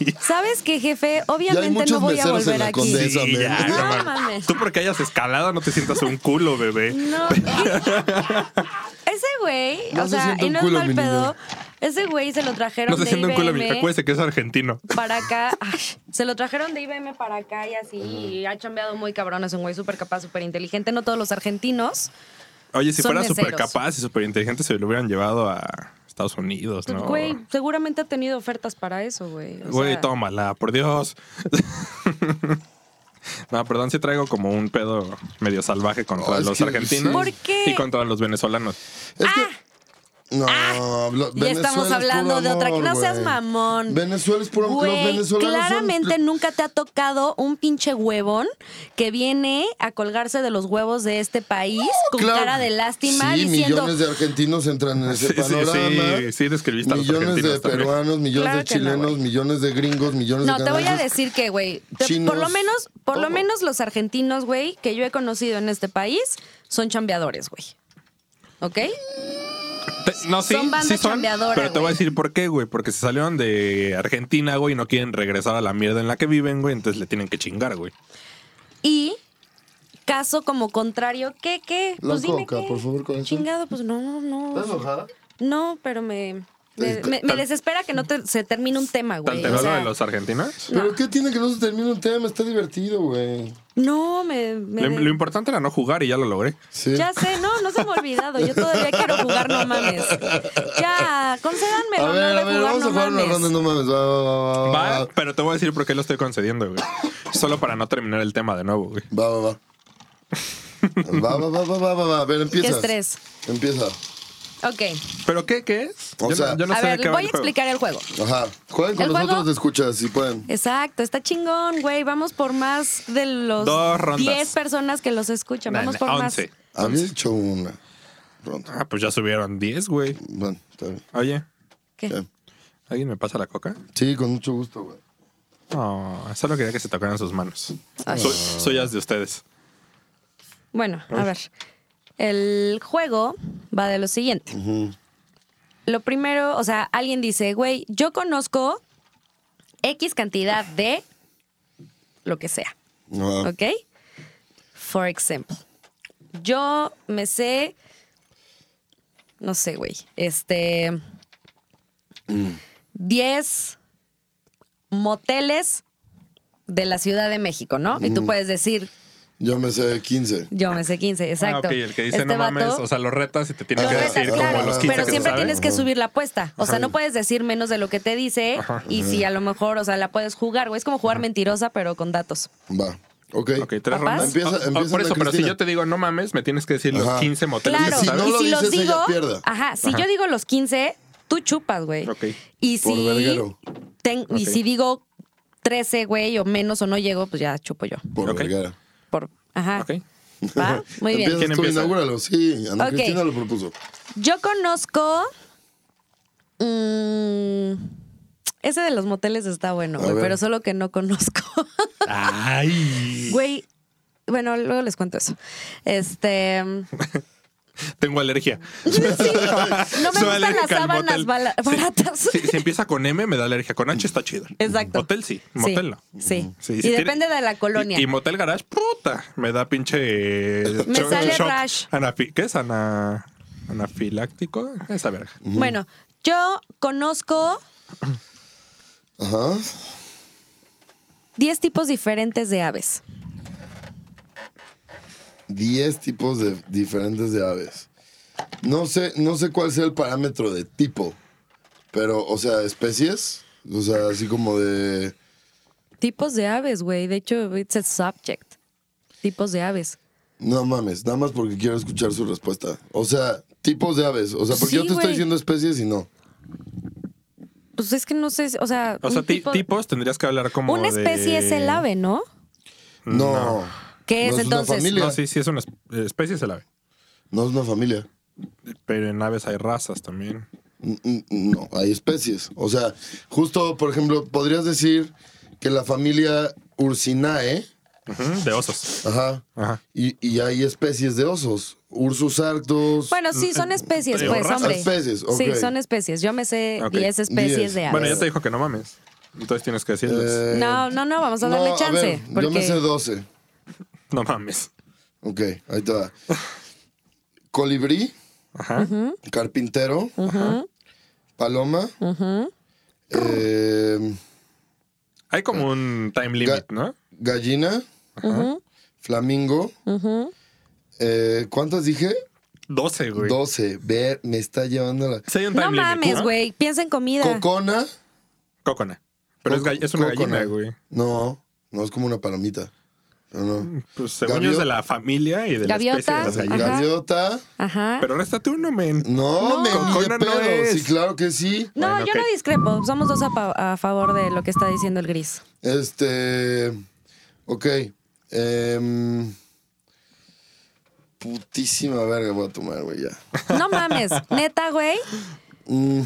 Speaker 1: aquí?
Speaker 3: ¿Sabes qué, jefe?
Speaker 2: Ya hay
Speaker 3: Obviamente
Speaker 2: muchos
Speaker 3: no voy a
Speaker 2: meseros en
Speaker 3: volver
Speaker 2: la
Speaker 3: aquí.
Speaker 2: Condesa,
Speaker 1: Sí,
Speaker 2: men.
Speaker 1: ya,
Speaker 3: No
Speaker 1: no mames.
Speaker 3: mames.
Speaker 1: Tú porque hayas escalado no te sientas un culo, bebé.
Speaker 3: No. ¿qué? Ese güey,
Speaker 2: No
Speaker 3: o
Speaker 2: se
Speaker 3: sea,
Speaker 2: sienta
Speaker 3: y
Speaker 2: un
Speaker 3: no es
Speaker 2: culo,
Speaker 3: mal
Speaker 2: mi niño.
Speaker 3: pedo. Ese güey se lo trajeron
Speaker 1: No te
Speaker 3: de
Speaker 1: siento un culo, mi-
Speaker 3: IBM.
Speaker 1: acuérdate que es argentino.
Speaker 3: para acá. Ay, se lo trajeron de IBM para acá y así. Y ha chambeado muy cabrón. Es un güey súper capaz, súper inteligente. No todos los argentinos.
Speaker 1: Oye, si
Speaker 3: Son
Speaker 1: fuera súper
Speaker 3: meseros.
Speaker 1: capaz y súper inteligente, se lo hubieran llevado a Estados Unidos, ¿no?
Speaker 3: Pues, Güey, seguramente ha tenido ofertas para eso, güey. O
Speaker 1: Güey,
Speaker 3: sea,
Speaker 1: tómala, por Dios. no, perdón si traigo como un pedo medio salvaje contra
Speaker 2: No, es
Speaker 1: los
Speaker 2: que
Speaker 1: argentinos
Speaker 2: sí.
Speaker 3: ¿Por qué?
Speaker 1: y contra los venezolanos.
Speaker 2: Es que. No, hablo-
Speaker 3: Ah. Ya
Speaker 2: Venezuela
Speaker 3: estamos
Speaker 2: es
Speaker 3: hablando
Speaker 2: puro
Speaker 3: de otra.
Speaker 2: amor,
Speaker 3: No seas
Speaker 2: güey.
Speaker 3: mamón.
Speaker 2: Venezuela es puro amor. Los
Speaker 3: Güey,
Speaker 2: venezolanos son-
Speaker 3: claramente nunca te ha tocado un pinche huevón que viene a colgarse de los huevos de este país con
Speaker 2: Claro.
Speaker 3: cara de lástima
Speaker 2: Sí,
Speaker 3: diciendo
Speaker 2: millones de argentinos entran en ese
Speaker 1: Ah, Sí, sí,
Speaker 2: panorama.
Speaker 1: sí, sí, describiste a los
Speaker 2: millones de
Speaker 1: argentinos también.
Speaker 2: peruanos, millones
Speaker 3: Claro
Speaker 2: de
Speaker 3: que no,
Speaker 2: chilenos,
Speaker 3: güey.
Speaker 2: millones de gringos, millones
Speaker 3: No,
Speaker 2: de
Speaker 3: te voy a
Speaker 2: canadienses.
Speaker 3: decir que, güey, te-
Speaker 2: chinos,
Speaker 3: por lo menos, por
Speaker 2: todo.
Speaker 3: lo menos los argentinos, güey, que yo he conocido en este país, son chambeadores, güey. ¿Ok?
Speaker 1: Te- no, sí,
Speaker 3: Son banda
Speaker 1: sí son,
Speaker 3: chambeadora,
Speaker 1: pero te voy a
Speaker 3: güey.
Speaker 1: decir por qué, güey. Porque se salieron de Argentina, güey, y no quieren regresar a la mierda en la que viven, güey. Entonces le tienen que chingar, güey.
Speaker 3: Y caso como contrario, ¿qué, qué?
Speaker 2: La
Speaker 3: Pues dime
Speaker 2: coca,
Speaker 3: qué.
Speaker 2: por favor, con eso.
Speaker 3: Chingado, pues no, no,
Speaker 2: ¿Estás
Speaker 3: no.
Speaker 2: enojada?
Speaker 3: No, pero me, me,
Speaker 2: Este,
Speaker 3: me- me
Speaker 1: tan-
Speaker 3: desespera que no te- se termine un tema, güey.
Speaker 1: ¿Te
Speaker 3: O
Speaker 1: lo
Speaker 3: sea,
Speaker 1: de los argentinos?
Speaker 2: ¿Pero qué tiene que no se termine un tema? Está divertido, güey.
Speaker 3: No, me... me-
Speaker 1: Lo, lo importante era no jugar y ya lo logré.
Speaker 2: Sí.
Speaker 3: Ya sé, no, no se me ha olvidado. Yo todavía quiero jugar, no mames. Ya, concédanme
Speaker 2: a
Speaker 3: la
Speaker 2: ver,
Speaker 3: honor
Speaker 2: a
Speaker 3: de
Speaker 2: ver,
Speaker 3: jugar,
Speaker 2: vamos
Speaker 3: no
Speaker 2: a jugar una
Speaker 3: mames.
Speaker 2: ronda, no mames. Va, va, va, va, va.
Speaker 1: Va, pero te voy a decir por qué lo estoy concediendo, güey. Solo para no terminar el tema de nuevo, güey.
Speaker 2: Va, va, va. Va, va, va, va, va, va, va. A ver, empieza.
Speaker 3: Qué estrés.
Speaker 2: Empieza.
Speaker 3: Ok.
Speaker 1: ¿Pero qué, qué es?
Speaker 2: O
Speaker 1: yo,
Speaker 2: sea-
Speaker 1: no, yo no
Speaker 3: a
Speaker 1: sé
Speaker 3: ver,
Speaker 1: de qué va
Speaker 3: voy a
Speaker 1: el juego.
Speaker 3: explicar el juego.
Speaker 2: Ajá. Jueguen con
Speaker 3: ¿El juego?
Speaker 2: nosotros, escuchas, si pueden.
Speaker 3: Exacto, está chingón, güey. Vamos por más de los
Speaker 1: Dos rondas.
Speaker 3: 10 personas que los escuchan.
Speaker 1: Nah,
Speaker 3: Vamos
Speaker 1: nah,
Speaker 3: por más.
Speaker 1: 11.
Speaker 2: Había hecho una. Pronto.
Speaker 1: Ah, pues ya subieron 10, güey.
Speaker 2: Bueno, está bien.
Speaker 1: Oye,
Speaker 3: ¿Qué?
Speaker 2: Ya.
Speaker 1: ¿alguien me pasa la coca?
Speaker 2: Sí, con mucho gusto, güey.
Speaker 1: No, solo quería que se tocaran sus manos.
Speaker 3: Ay.
Speaker 1: Soy- Suyas de ustedes.
Speaker 3: Bueno, a ver. El juego va de lo siguiente. Lo primero, o sea, alguien dice, güey, yo conozco X cantidad de lo que sea,
Speaker 2: No,
Speaker 3: ¿ok? For example, yo me sé, no sé, güey, este, 10 moteles de la Ciudad de México, ¿no? Y tú puedes decir,
Speaker 2: Yo me sé 15.
Speaker 3: yo me sé 15, exacto.
Speaker 1: Ah, ok, el que dice
Speaker 3: Este
Speaker 1: no mames,
Speaker 3: vato-
Speaker 1: o sea, lo retas y te tiene
Speaker 3: Lo
Speaker 1: que
Speaker 3: retas,
Speaker 1: decir
Speaker 3: claro,
Speaker 1: como los 15
Speaker 3: pero
Speaker 1: que
Speaker 3: siempre
Speaker 1: se saben.
Speaker 3: tienes que subir la apuesta. O sea,
Speaker 2: Ajá.
Speaker 3: no puedes decir menos de lo que te dice y si a lo mejor, o sea, la puedes jugar, güey. Es como jugar mentirosa, pero con datos.
Speaker 2: Va. Ok.
Speaker 1: Ok, tres
Speaker 3: ¿Papás?
Speaker 1: rondas.
Speaker 2: Empieza-
Speaker 1: Oh, oh,
Speaker 2: empieza
Speaker 1: por
Speaker 2: la
Speaker 1: eso, pero si
Speaker 2: Cristina.
Speaker 1: yo te digo no mames, me tienes que decir los
Speaker 2: Ajá.
Speaker 1: 15 moteles
Speaker 3: Claro,
Speaker 1: que
Speaker 2: si no
Speaker 1: sabes.
Speaker 2: lo
Speaker 3: y si los
Speaker 2: dices, ella
Speaker 3: digo,
Speaker 2: pierde.
Speaker 3: ajá, si yo digo los 15, tú chupas, güey.
Speaker 1: Ok.
Speaker 3: Y
Speaker 2: Por
Speaker 3: si
Speaker 2: verguero.
Speaker 3: ten- y
Speaker 1: Ok.
Speaker 3: si digo 13, güey, o menos o no llego, pues ya chupo yo.
Speaker 2: Por
Speaker 1: Ok.
Speaker 2: vergara.
Speaker 3: Por, ajá.
Speaker 1: Ok.
Speaker 3: ¿Va? Muy bien.
Speaker 1: ¿Quién
Speaker 2: Empiezas tú,
Speaker 1: empieza?
Speaker 2: inaugúralo. Sí, Ana
Speaker 3: Ok.
Speaker 2: Cristina lo propuso.
Speaker 3: Yo conozco. mm, ese de los moteles está bueno,
Speaker 2: A
Speaker 3: güey,
Speaker 2: ver.
Speaker 3: pero solo que no conozco. Ah.
Speaker 1: Ay.
Speaker 3: Güey, bueno, luego les cuento eso. Este. mm,
Speaker 1: Tengo alergia.
Speaker 3: sí, no me
Speaker 1: Soy
Speaker 3: gustan las
Speaker 1: alérgica al
Speaker 3: sábanas
Speaker 1: motel.
Speaker 3: bala-
Speaker 1: Sí.
Speaker 3: baratas.
Speaker 1: Si, si empieza con M, me da alergia. Con H está chido.
Speaker 3: Exacto.
Speaker 1: Motel sí,
Speaker 3: Sí,
Speaker 1: motel no. Mm,
Speaker 3: sí.
Speaker 1: Sí,
Speaker 3: Y
Speaker 1: si tiene-
Speaker 3: depende de la colonia.
Speaker 1: Y, y motel garage, puta, me da pinche.
Speaker 3: Me
Speaker 1: cho-
Speaker 3: sale
Speaker 1: shock.
Speaker 3: rash.
Speaker 1: Anafi- ¿Qué es ana, anafiláctico? Esa verga.
Speaker 3: Bueno, yo conozco
Speaker 2: Ajá.
Speaker 3: 10 tipos diferentes de aves.
Speaker 2: 10 tipos de diferentes de aves. No sé, no sé cuál sea el parámetro de tipo, pero, o sea, especies, o sea, así como de...
Speaker 3: Tipos de aves, güey. De hecho, it's a subject. Tipos de aves.
Speaker 2: No mames, nada más porque quiero escuchar su respuesta. O sea, tipos de aves, o sea, porque
Speaker 3: Sí,
Speaker 2: yo te estoy
Speaker 3: güey.
Speaker 2: diciendo especies y no.
Speaker 3: Pues es que no sé, o sea.
Speaker 1: O sea,
Speaker 3: un
Speaker 1: ti-
Speaker 3: tipo-
Speaker 1: tipos tendrías que hablar como.
Speaker 3: Una especie
Speaker 1: de-
Speaker 3: es el ave, ¿no?
Speaker 2: No. No
Speaker 3: ¿Qué es
Speaker 2: es una
Speaker 3: entonces?
Speaker 2: familia.
Speaker 1: Mm, No, sí, sí, es una es- especie, es el ave.
Speaker 2: No es una familia.
Speaker 1: Pero en aves hay razas también.
Speaker 2: N- n- No, hay especies. O sea, justo, por ejemplo, podrías decir que la familia Ursinae,
Speaker 1: Ujú, de osos.
Speaker 2: ajá,
Speaker 1: Ajá.
Speaker 2: y, y hay especies de osos. Ursus arctos.
Speaker 3: Bueno, sí, son especies,
Speaker 1: Eh,
Speaker 3: pues,
Speaker 1: razas.
Speaker 3: hombre.
Speaker 2: Especies, ok.
Speaker 3: Sí, son especies. Yo me sé
Speaker 1: Ok.
Speaker 3: 10 especies
Speaker 2: Diez.
Speaker 3: de aves.
Speaker 1: Bueno, ya te dijo que no mames. Entonces tienes que decirles.
Speaker 2: Eh,
Speaker 3: No, no, no, vamos a darle
Speaker 2: no,
Speaker 3: chance.
Speaker 2: ver,
Speaker 3: porque...
Speaker 2: Yo me sé 12.
Speaker 1: No mames.
Speaker 2: Ok, ahí te va. Colibrí,
Speaker 1: Ajá.
Speaker 2: carpintero, paloma, eh,
Speaker 1: Hay como un time limit, ¿no?
Speaker 2: gallina, flamingo. eh, ¿Cuántas dije?
Speaker 1: 12, güey.
Speaker 2: 12. Ver, me está llevando la...
Speaker 1: Sí hay un time
Speaker 3: No
Speaker 1: limit,
Speaker 3: mames,
Speaker 1: ¿no?
Speaker 3: güey. Piensa en comida.
Speaker 2: Cocona.
Speaker 1: Cocona. Pero es,
Speaker 2: Coco-
Speaker 1: gall- es una
Speaker 2: cocona.
Speaker 1: gallina, güey.
Speaker 2: No, no es como una palomita. Pero no.
Speaker 1: Pues según yo
Speaker 2: Gaviota.
Speaker 1: es de la familia y de la
Speaker 3: Gaviota.
Speaker 1: especie de las gallinas.
Speaker 3: Ajá.
Speaker 2: Gaviota.
Speaker 3: Ajá.
Speaker 1: Pero réstate uno, men.
Speaker 2: No, me ni
Speaker 1: Cocona
Speaker 2: de
Speaker 1: no
Speaker 2: pedo.
Speaker 1: es.
Speaker 2: Sí, claro que sí.
Speaker 3: no,
Speaker 1: Bueno,
Speaker 3: yo no
Speaker 1: ok.
Speaker 3: discrepo. Somos dos a, pa- a favor de lo que está diciendo el gris.
Speaker 2: Este. Ok. em, putísima verga voy a tomar, güey, ya.
Speaker 3: No mames. Neta, güey.
Speaker 2: Mm,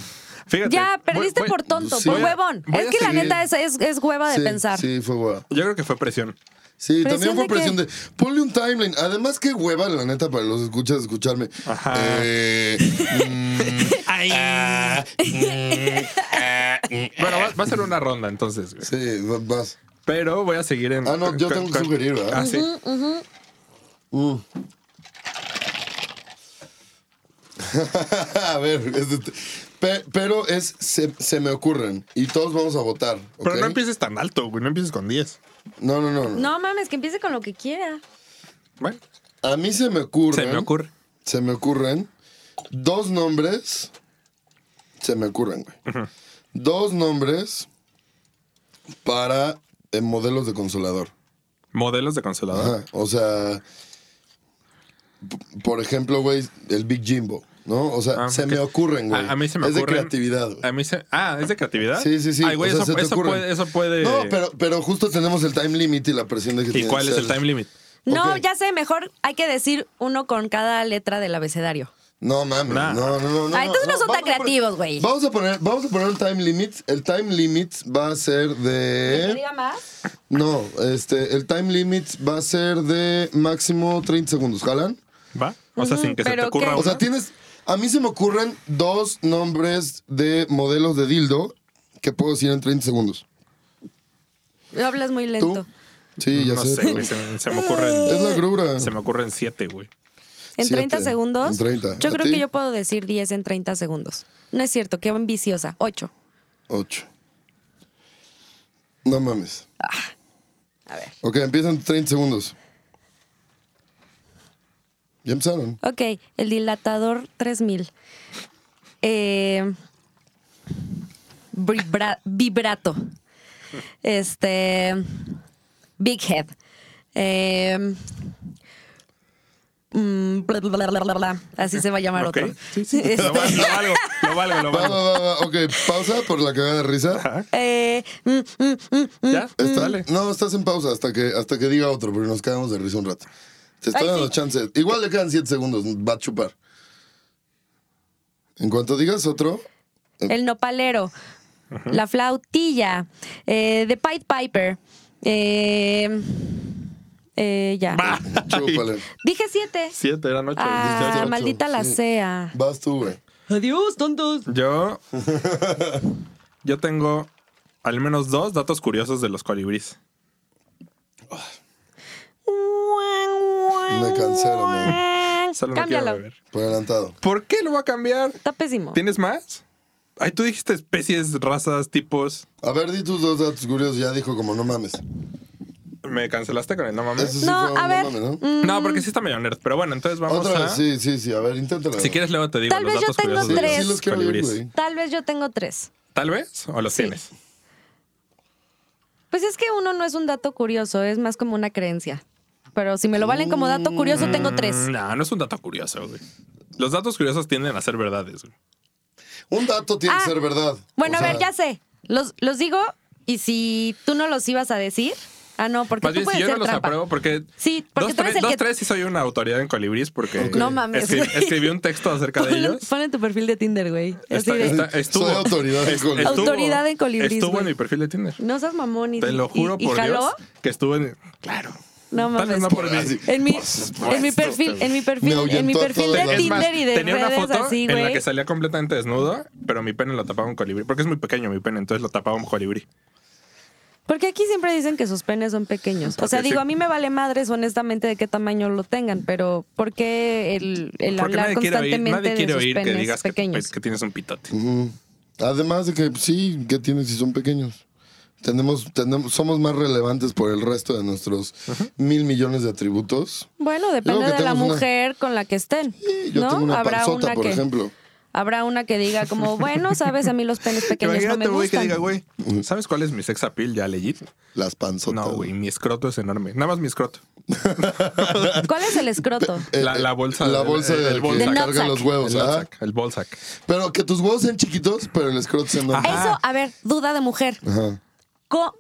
Speaker 1: Fíjate.
Speaker 3: Ya, perdiste
Speaker 1: voy-
Speaker 3: por tonto,
Speaker 2: sí.
Speaker 3: por
Speaker 2: Voy a-
Speaker 3: huevón.
Speaker 1: voy
Speaker 3: es
Speaker 1: a
Speaker 3: que la
Speaker 2: seguir.
Speaker 3: neta es, es, es hueva de
Speaker 2: sí,
Speaker 3: pensar.
Speaker 2: Sí, fue hueva.
Speaker 1: Yo creo que fue presión.
Speaker 2: Sí, también
Speaker 3: ¿Presión
Speaker 2: fue
Speaker 3: de qué?
Speaker 2: presión de. Ponle un timeline. Además, qué hueva, la neta, para los escuchas escucharme.
Speaker 1: Ajá.
Speaker 2: Eh,
Speaker 1: Ay. bueno, va, va a ser una ronda entonces. güey.
Speaker 2: sí, va- vas.
Speaker 1: Pero voy a seguir en.
Speaker 2: Ah, no, yo
Speaker 1: con-
Speaker 2: tengo que
Speaker 1: con-
Speaker 2: sugerir, ¿verdad?
Speaker 1: Ah, sí.
Speaker 2: Mm. a ver, este te- pe- pero es se, se me ocurren y todos vamos a votar. ¿ok?
Speaker 1: Pero no empieces tan alto, güey. No empieces con 10.
Speaker 2: no, no, no, no.
Speaker 3: No mames, que empiece con lo que quiera.
Speaker 1: Bueno,
Speaker 2: A mí se me ocurren.
Speaker 1: se me ocurre.
Speaker 2: Se me ocurren dos nombres. Se me ocurren, güey. Dos nombres para eh, modelos de consolador.
Speaker 1: Modelos de consolador.
Speaker 2: Ajá, O sea, p- por ejemplo, güey, el Big Jimbo, ¿no? O sea,
Speaker 1: Ah,
Speaker 2: se
Speaker 1: ok.
Speaker 2: me ocurren, güey.
Speaker 1: A, a mí se me
Speaker 2: Es
Speaker 1: ocurre.
Speaker 2: de creatividad, güey.
Speaker 1: A mí se. Ah, es de creatividad.
Speaker 2: Sí, sí, sí.
Speaker 1: Ay, güey,
Speaker 2: O sea,
Speaker 1: eso,
Speaker 2: se te
Speaker 1: eso
Speaker 2: ocurren.
Speaker 1: puede, eso puede.
Speaker 2: No, pero, pero justo tenemos el time limit y la presión de que
Speaker 1: ¿Y
Speaker 2: tiene
Speaker 1: cuál
Speaker 2: que
Speaker 1: es el
Speaker 2: ser-
Speaker 1: time limit?
Speaker 3: No,
Speaker 2: Ok.
Speaker 3: ya sé, mejor hay que decir uno con cada letra del abecedario.
Speaker 2: No mames,
Speaker 1: Nah.
Speaker 2: no, no, no, no.
Speaker 3: Ah, entonces no son
Speaker 2: vamos a poner-
Speaker 3: tan creativos, güey.
Speaker 2: Vamos a poner, vamos a poner un time limit. El time limit va a ser
Speaker 3: ¿Que
Speaker 2: de.
Speaker 3: diga más?
Speaker 2: No, este, el time limit va a ser de máximo 30 segundos. ¿Jalan?
Speaker 1: ¿Va? O sea, sin que se
Speaker 3: pero
Speaker 1: te ocurra
Speaker 3: ¿qué?
Speaker 1: uno.
Speaker 2: O sea, tienes. A mí se me ocurren dos nombres de modelos de dildo que puedo decir en 30 segundos.
Speaker 3: Hablas muy
Speaker 2: ¿Tú?
Speaker 3: lento.
Speaker 2: Sí, ya
Speaker 1: no
Speaker 2: sé.
Speaker 1: sé,
Speaker 2: pero-
Speaker 1: güey. Se, se me ocurren.
Speaker 2: Es la grura.
Speaker 1: Se me ocurren 7, güey.
Speaker 3: En
Speaker 2: Siete.
Speaker 3: 30 segundos.
Speaker 2: En 30.
Speaker 3: Yo
Speaker 2: ¿A
Speaker 3: creo
Speaker 2: ti?
Speaker 3: que yo puedo decir 10 en 30 segundos. No es cierto, qué ambiciosa. 8.
Speaker 2: Ocho. No mames.
Speaker 3: Ah, A ver.
Speaker 2: Ok, empiezan 30 segundos. Ya empezaron.
Speaker 3: Ok, el dilatador 3000. Eh, vibra- vibrato. Este. Big Head. Eh, mm, bla, bla, bla, bla, bla, bla. Así se va a llamar
Speaker 1: Ok.
Speaker 3: otro.
Speaker 1: Sí,
Speaker 3: Este,
Speaker 1: sí. Lo val- lo valgo, lo valgo, lo
Speaker 2: Va,
Speaker 1: valgo.
Speaker 2: va, va, va. Ok, pausa por la cagada de risa.
Speaker 3: Eh, mm, mm, mm, mm.
Speaker 1: ¿Ya?
Speaker 2: Está-
Speaker 1: Dale.
Speaker 2: No, estás en pausa hasta que, hasta que diga otro, porque nos cagamos de risa un rato. Te estoy
Speaker 3: Ay,
Speaker 2: dando
Speaker 3: sí.
Speaker 2: chance. Igual le quedan 7 segundos, va a chupar. En cuanto digas otro,
Speaker 3: El nopalero. La flautilla. Eh, The Pied Piper. Eh, eh, ya.
Speaker 1: Va.
Speaker 2: chúpale.
Speaker 3: Dije siete.
Speaker 1: Siete, eran ocho.
Speaker 3: Ah,
Speaker 1: dijiste ocho.
Speaker 3: maldita la
Speaker 2: Sí.
Speaker 3: sea.
Speaker 2: Vas tú, güey.
Speaker 3: Adiós, tontos.
Speaker 1: Yo. Yo tengo al menos dos datos curiosos de los colibríes.
Speaker 2: Me cancelo, me.
Speaker 1: Solo no quiero
Speaker 3: Cámbialo.
Speaker 1: beber.
Speaker 2: Por adelantado.
Speaker 1: ¿Por qué lo va a cambiar?
Speaker 3: Está pésimo.
Speaker 1: ¿Tienes más? Ay, tú dijiste especies, razas, tipos.
Speaker 2: A ver, di tus dos datos curiosos. Ya dijo como no mames.
Speaker 1: Me cancelaste con el no
Speaker 2: Eso
Speaker 1: mames.
Speaker 2: sí
Speaker 3: No,
Speaker 2: fue un
Speaker 3: a ver.
Speaker 2: no mames, ¿no?
Speaker 3: Mm.
Speaker 1: No, porque sí está medio nerd. Pero bueno, entonces vamos
Speaker 2: Otra
Speaker 1: a.
Speaker 2: vez, sí, sí, sí. A ver, inténtalo.
Speaker 1: Si quieres, luego te digo
Speaker 3: Tal
Speaker 1: los
Speaker 3: vez yo
Speaker 1: datos
Speaker 3: tengo
Speaker 1: curiosos
Speaker 2: sí,
Speaker 1: de
Speaker 3: tres.
Speaker 2: sí los
Speaker 1: los
Speaker 2: quiero oír,
Speaker 1: colibríes.
Speaker 2: güey.
Speaker 3: Tal vez yo tengo tres.
Speaker 1: ¿Tal vez? ¿O los
Speaker 3: Sí.
Speaker 1: tienes?
Speaker 3: Pues es que uno no es un dato curioso, es más como una creencia. Pero si me lo valen como dato curioso, tengo tres.
Speaker 1: Mm, No, no es un dato curioso, güey. Los datos curiosos tienden a ser verdades, güey.
Speaker 2: Un dato tiene
Speaker 3: Ah.
Speaker 2: que ser verdad.
Speaker 3: Bueno,
Speaker 2: O
Speaker 3: a ver,
Speaker 2: sea,
Speaker 3: ya sé. Los, los digo y si tú no los ibas a decir. Ah, no, porque
Speaker 1: Más
Speaker 3: tú
Speaker 1: bien,
Speaker 3: puedes
Speaker 1: si yo no
Speaker 3: ser
Speaker 1: los
Speaker 3: trampa.
Speaker 1: apruebo, porque.
Speaker 3: Sí, porque
Speaker 1: dos,
Speaker 3: tú eres
Speaker 1: tres,
Speaker 3: el
Speaker 1: dos,
Speaker 3: que-
Speaker 1: tres sí soy una autoridad en colibrís porque.
Speaker 3: No mames,
Speaker 1: escri-
Speaker 3: güey.
Speaker 1: Escribí, un texto acerca de
Speaker 3: Pon-
Speaker 1: ellos.
Speaker 3: Pon en tu perfil de Tinder, güey. Así
Speaker 1: Está-
Speaker 3: de-
Speaker 1: está- estuvo,
Speaker 2: Soy autoridad en
Speaker 1: es-
Speaker 2: colibrí.
Speaker 1: estuvo-
Speaker 3: Autoridad en colibrí,
Speaker 1: Estuvo
Speaker 3: güey.
Speaker 1: en mi perfil de Tinder.
Speaker 3: No seas mamón. Y,
Speaker 1: Te lo
Speaker 3: y-
Speaker 1: juro
Speaker 3: y,
Speaker 1: por
Speaker 3: jaló.
Speaker 1: Dios que estuve en. Claro.
Speaker 3: No
Speaker 1: Tal vez
Speaker 3: mames.
Speaker 1: no por mí.
Speaker 2: Así.
Speaker 3: En mi,
Speaker 2: supuesto.
Speaker 3: en mi perfil, en mi
Speaker 2: Me
Speaker 3: perfil,
Speaker 2: ahuyentó
Speaker 3: en mi
Speaker 2: a
Speaker 3: perfil
Speaker 2: todas
Speaker 3: de
Speaker 2: las-
Speaker 1: Es más,
Speaker 3: Tinder y de
Speaker 1: tenía una
Speaker 3: redes
Speaker 1: foto
Speaker 3: así,
Speaker 1: en la
Speaker 3: güey.
Speaker 1: que salía completamente desnudo, pero mi pene lo tapaba un colibrí. Porque es muy pequeño mi pene, entonces lo tapaba un colibrí.
Speaker 3: Porque aquí siempre dicen que sus penes son pequeños. O sea,
Speaker 1: Porque sí.
Speaker 3: digo, a mí me vale madres, honestamente, de qué tamaño lo tengan, pero ¿por qué el, el
Speaker 1: Porque
Speaker 3: hablar
Speaker 1: nadie quiere oír,
Speaker 3: constantemente
Speaker 1: nadie quiere
Speaker 3: de sus
Speaker 1: oír que
Speaker 3: penes
Speaker 1: digas que, pues,
Speaker 3: pequeños?
Speaker 1: que tienes un pitote.
Speaker 2: Ujú. Mm. Además de que pues, sí, ¿qué tienes si son pequeños? Tenemos, tenemos, somos más relevantes por el resto de nuestros mil millones de atributos.
Speaker 3: Bueno,
Speaker 2: Yo creo
Speaker 3: depende
Speaker 2: que
Speaker 3: de la
Speaker 2: tenemos una-
Speaker 3: mujer con la que estén.
Speaker 2: Sí, yo
Speaker 3: ¿no?
Speaker 2: tengo una
Speaker 3: Habrá
Speaker 2: panzota,
Speaker 3: una
Speaker 2: por
Speaker 3: que,
Speaker 2: ejemplo.
Speaker 3: Habrá una que diga como, bueno, sabes, a mí los penes pequeños no me
Speaker 1: Imagínate, güey, que
Speaker 3: gustan.
Speaker 1: diga, güey, ¿sabes cuál es mi sex appeal ya legit?
Speaker 2: Las panzotas.
Speaker 1: No, güey, mi escroto es enorme. Nada más mi escroto.
Speaker 3: ¿Cuál es el escroto?
Speaker 1: La, la bolsa.
Speaker 2: La
Speaker 1: el-
Speaker 2: bolsa
Speaker 1: el,
Speaker 2: del
Speaker 1: el
Speaker 2: que
Speaker 1: bolsac.
Speaker 3: Del
Speaker 2: carga
Speaker 3: nutsack.
Speaker 2: los huevos.
Speaker 1: el
Speaker 2: ajá.
Speaker 1: nutsack, el bolsac.
Speaker 2: Pero que tus huevos sean chiquitos, pero el escroto sea enorme.
Speaker 1: Ajá.
Speaker 3: Eso, a ver, duda de mujer.
Speaker 2: Ajá.
Speaker 3: Co-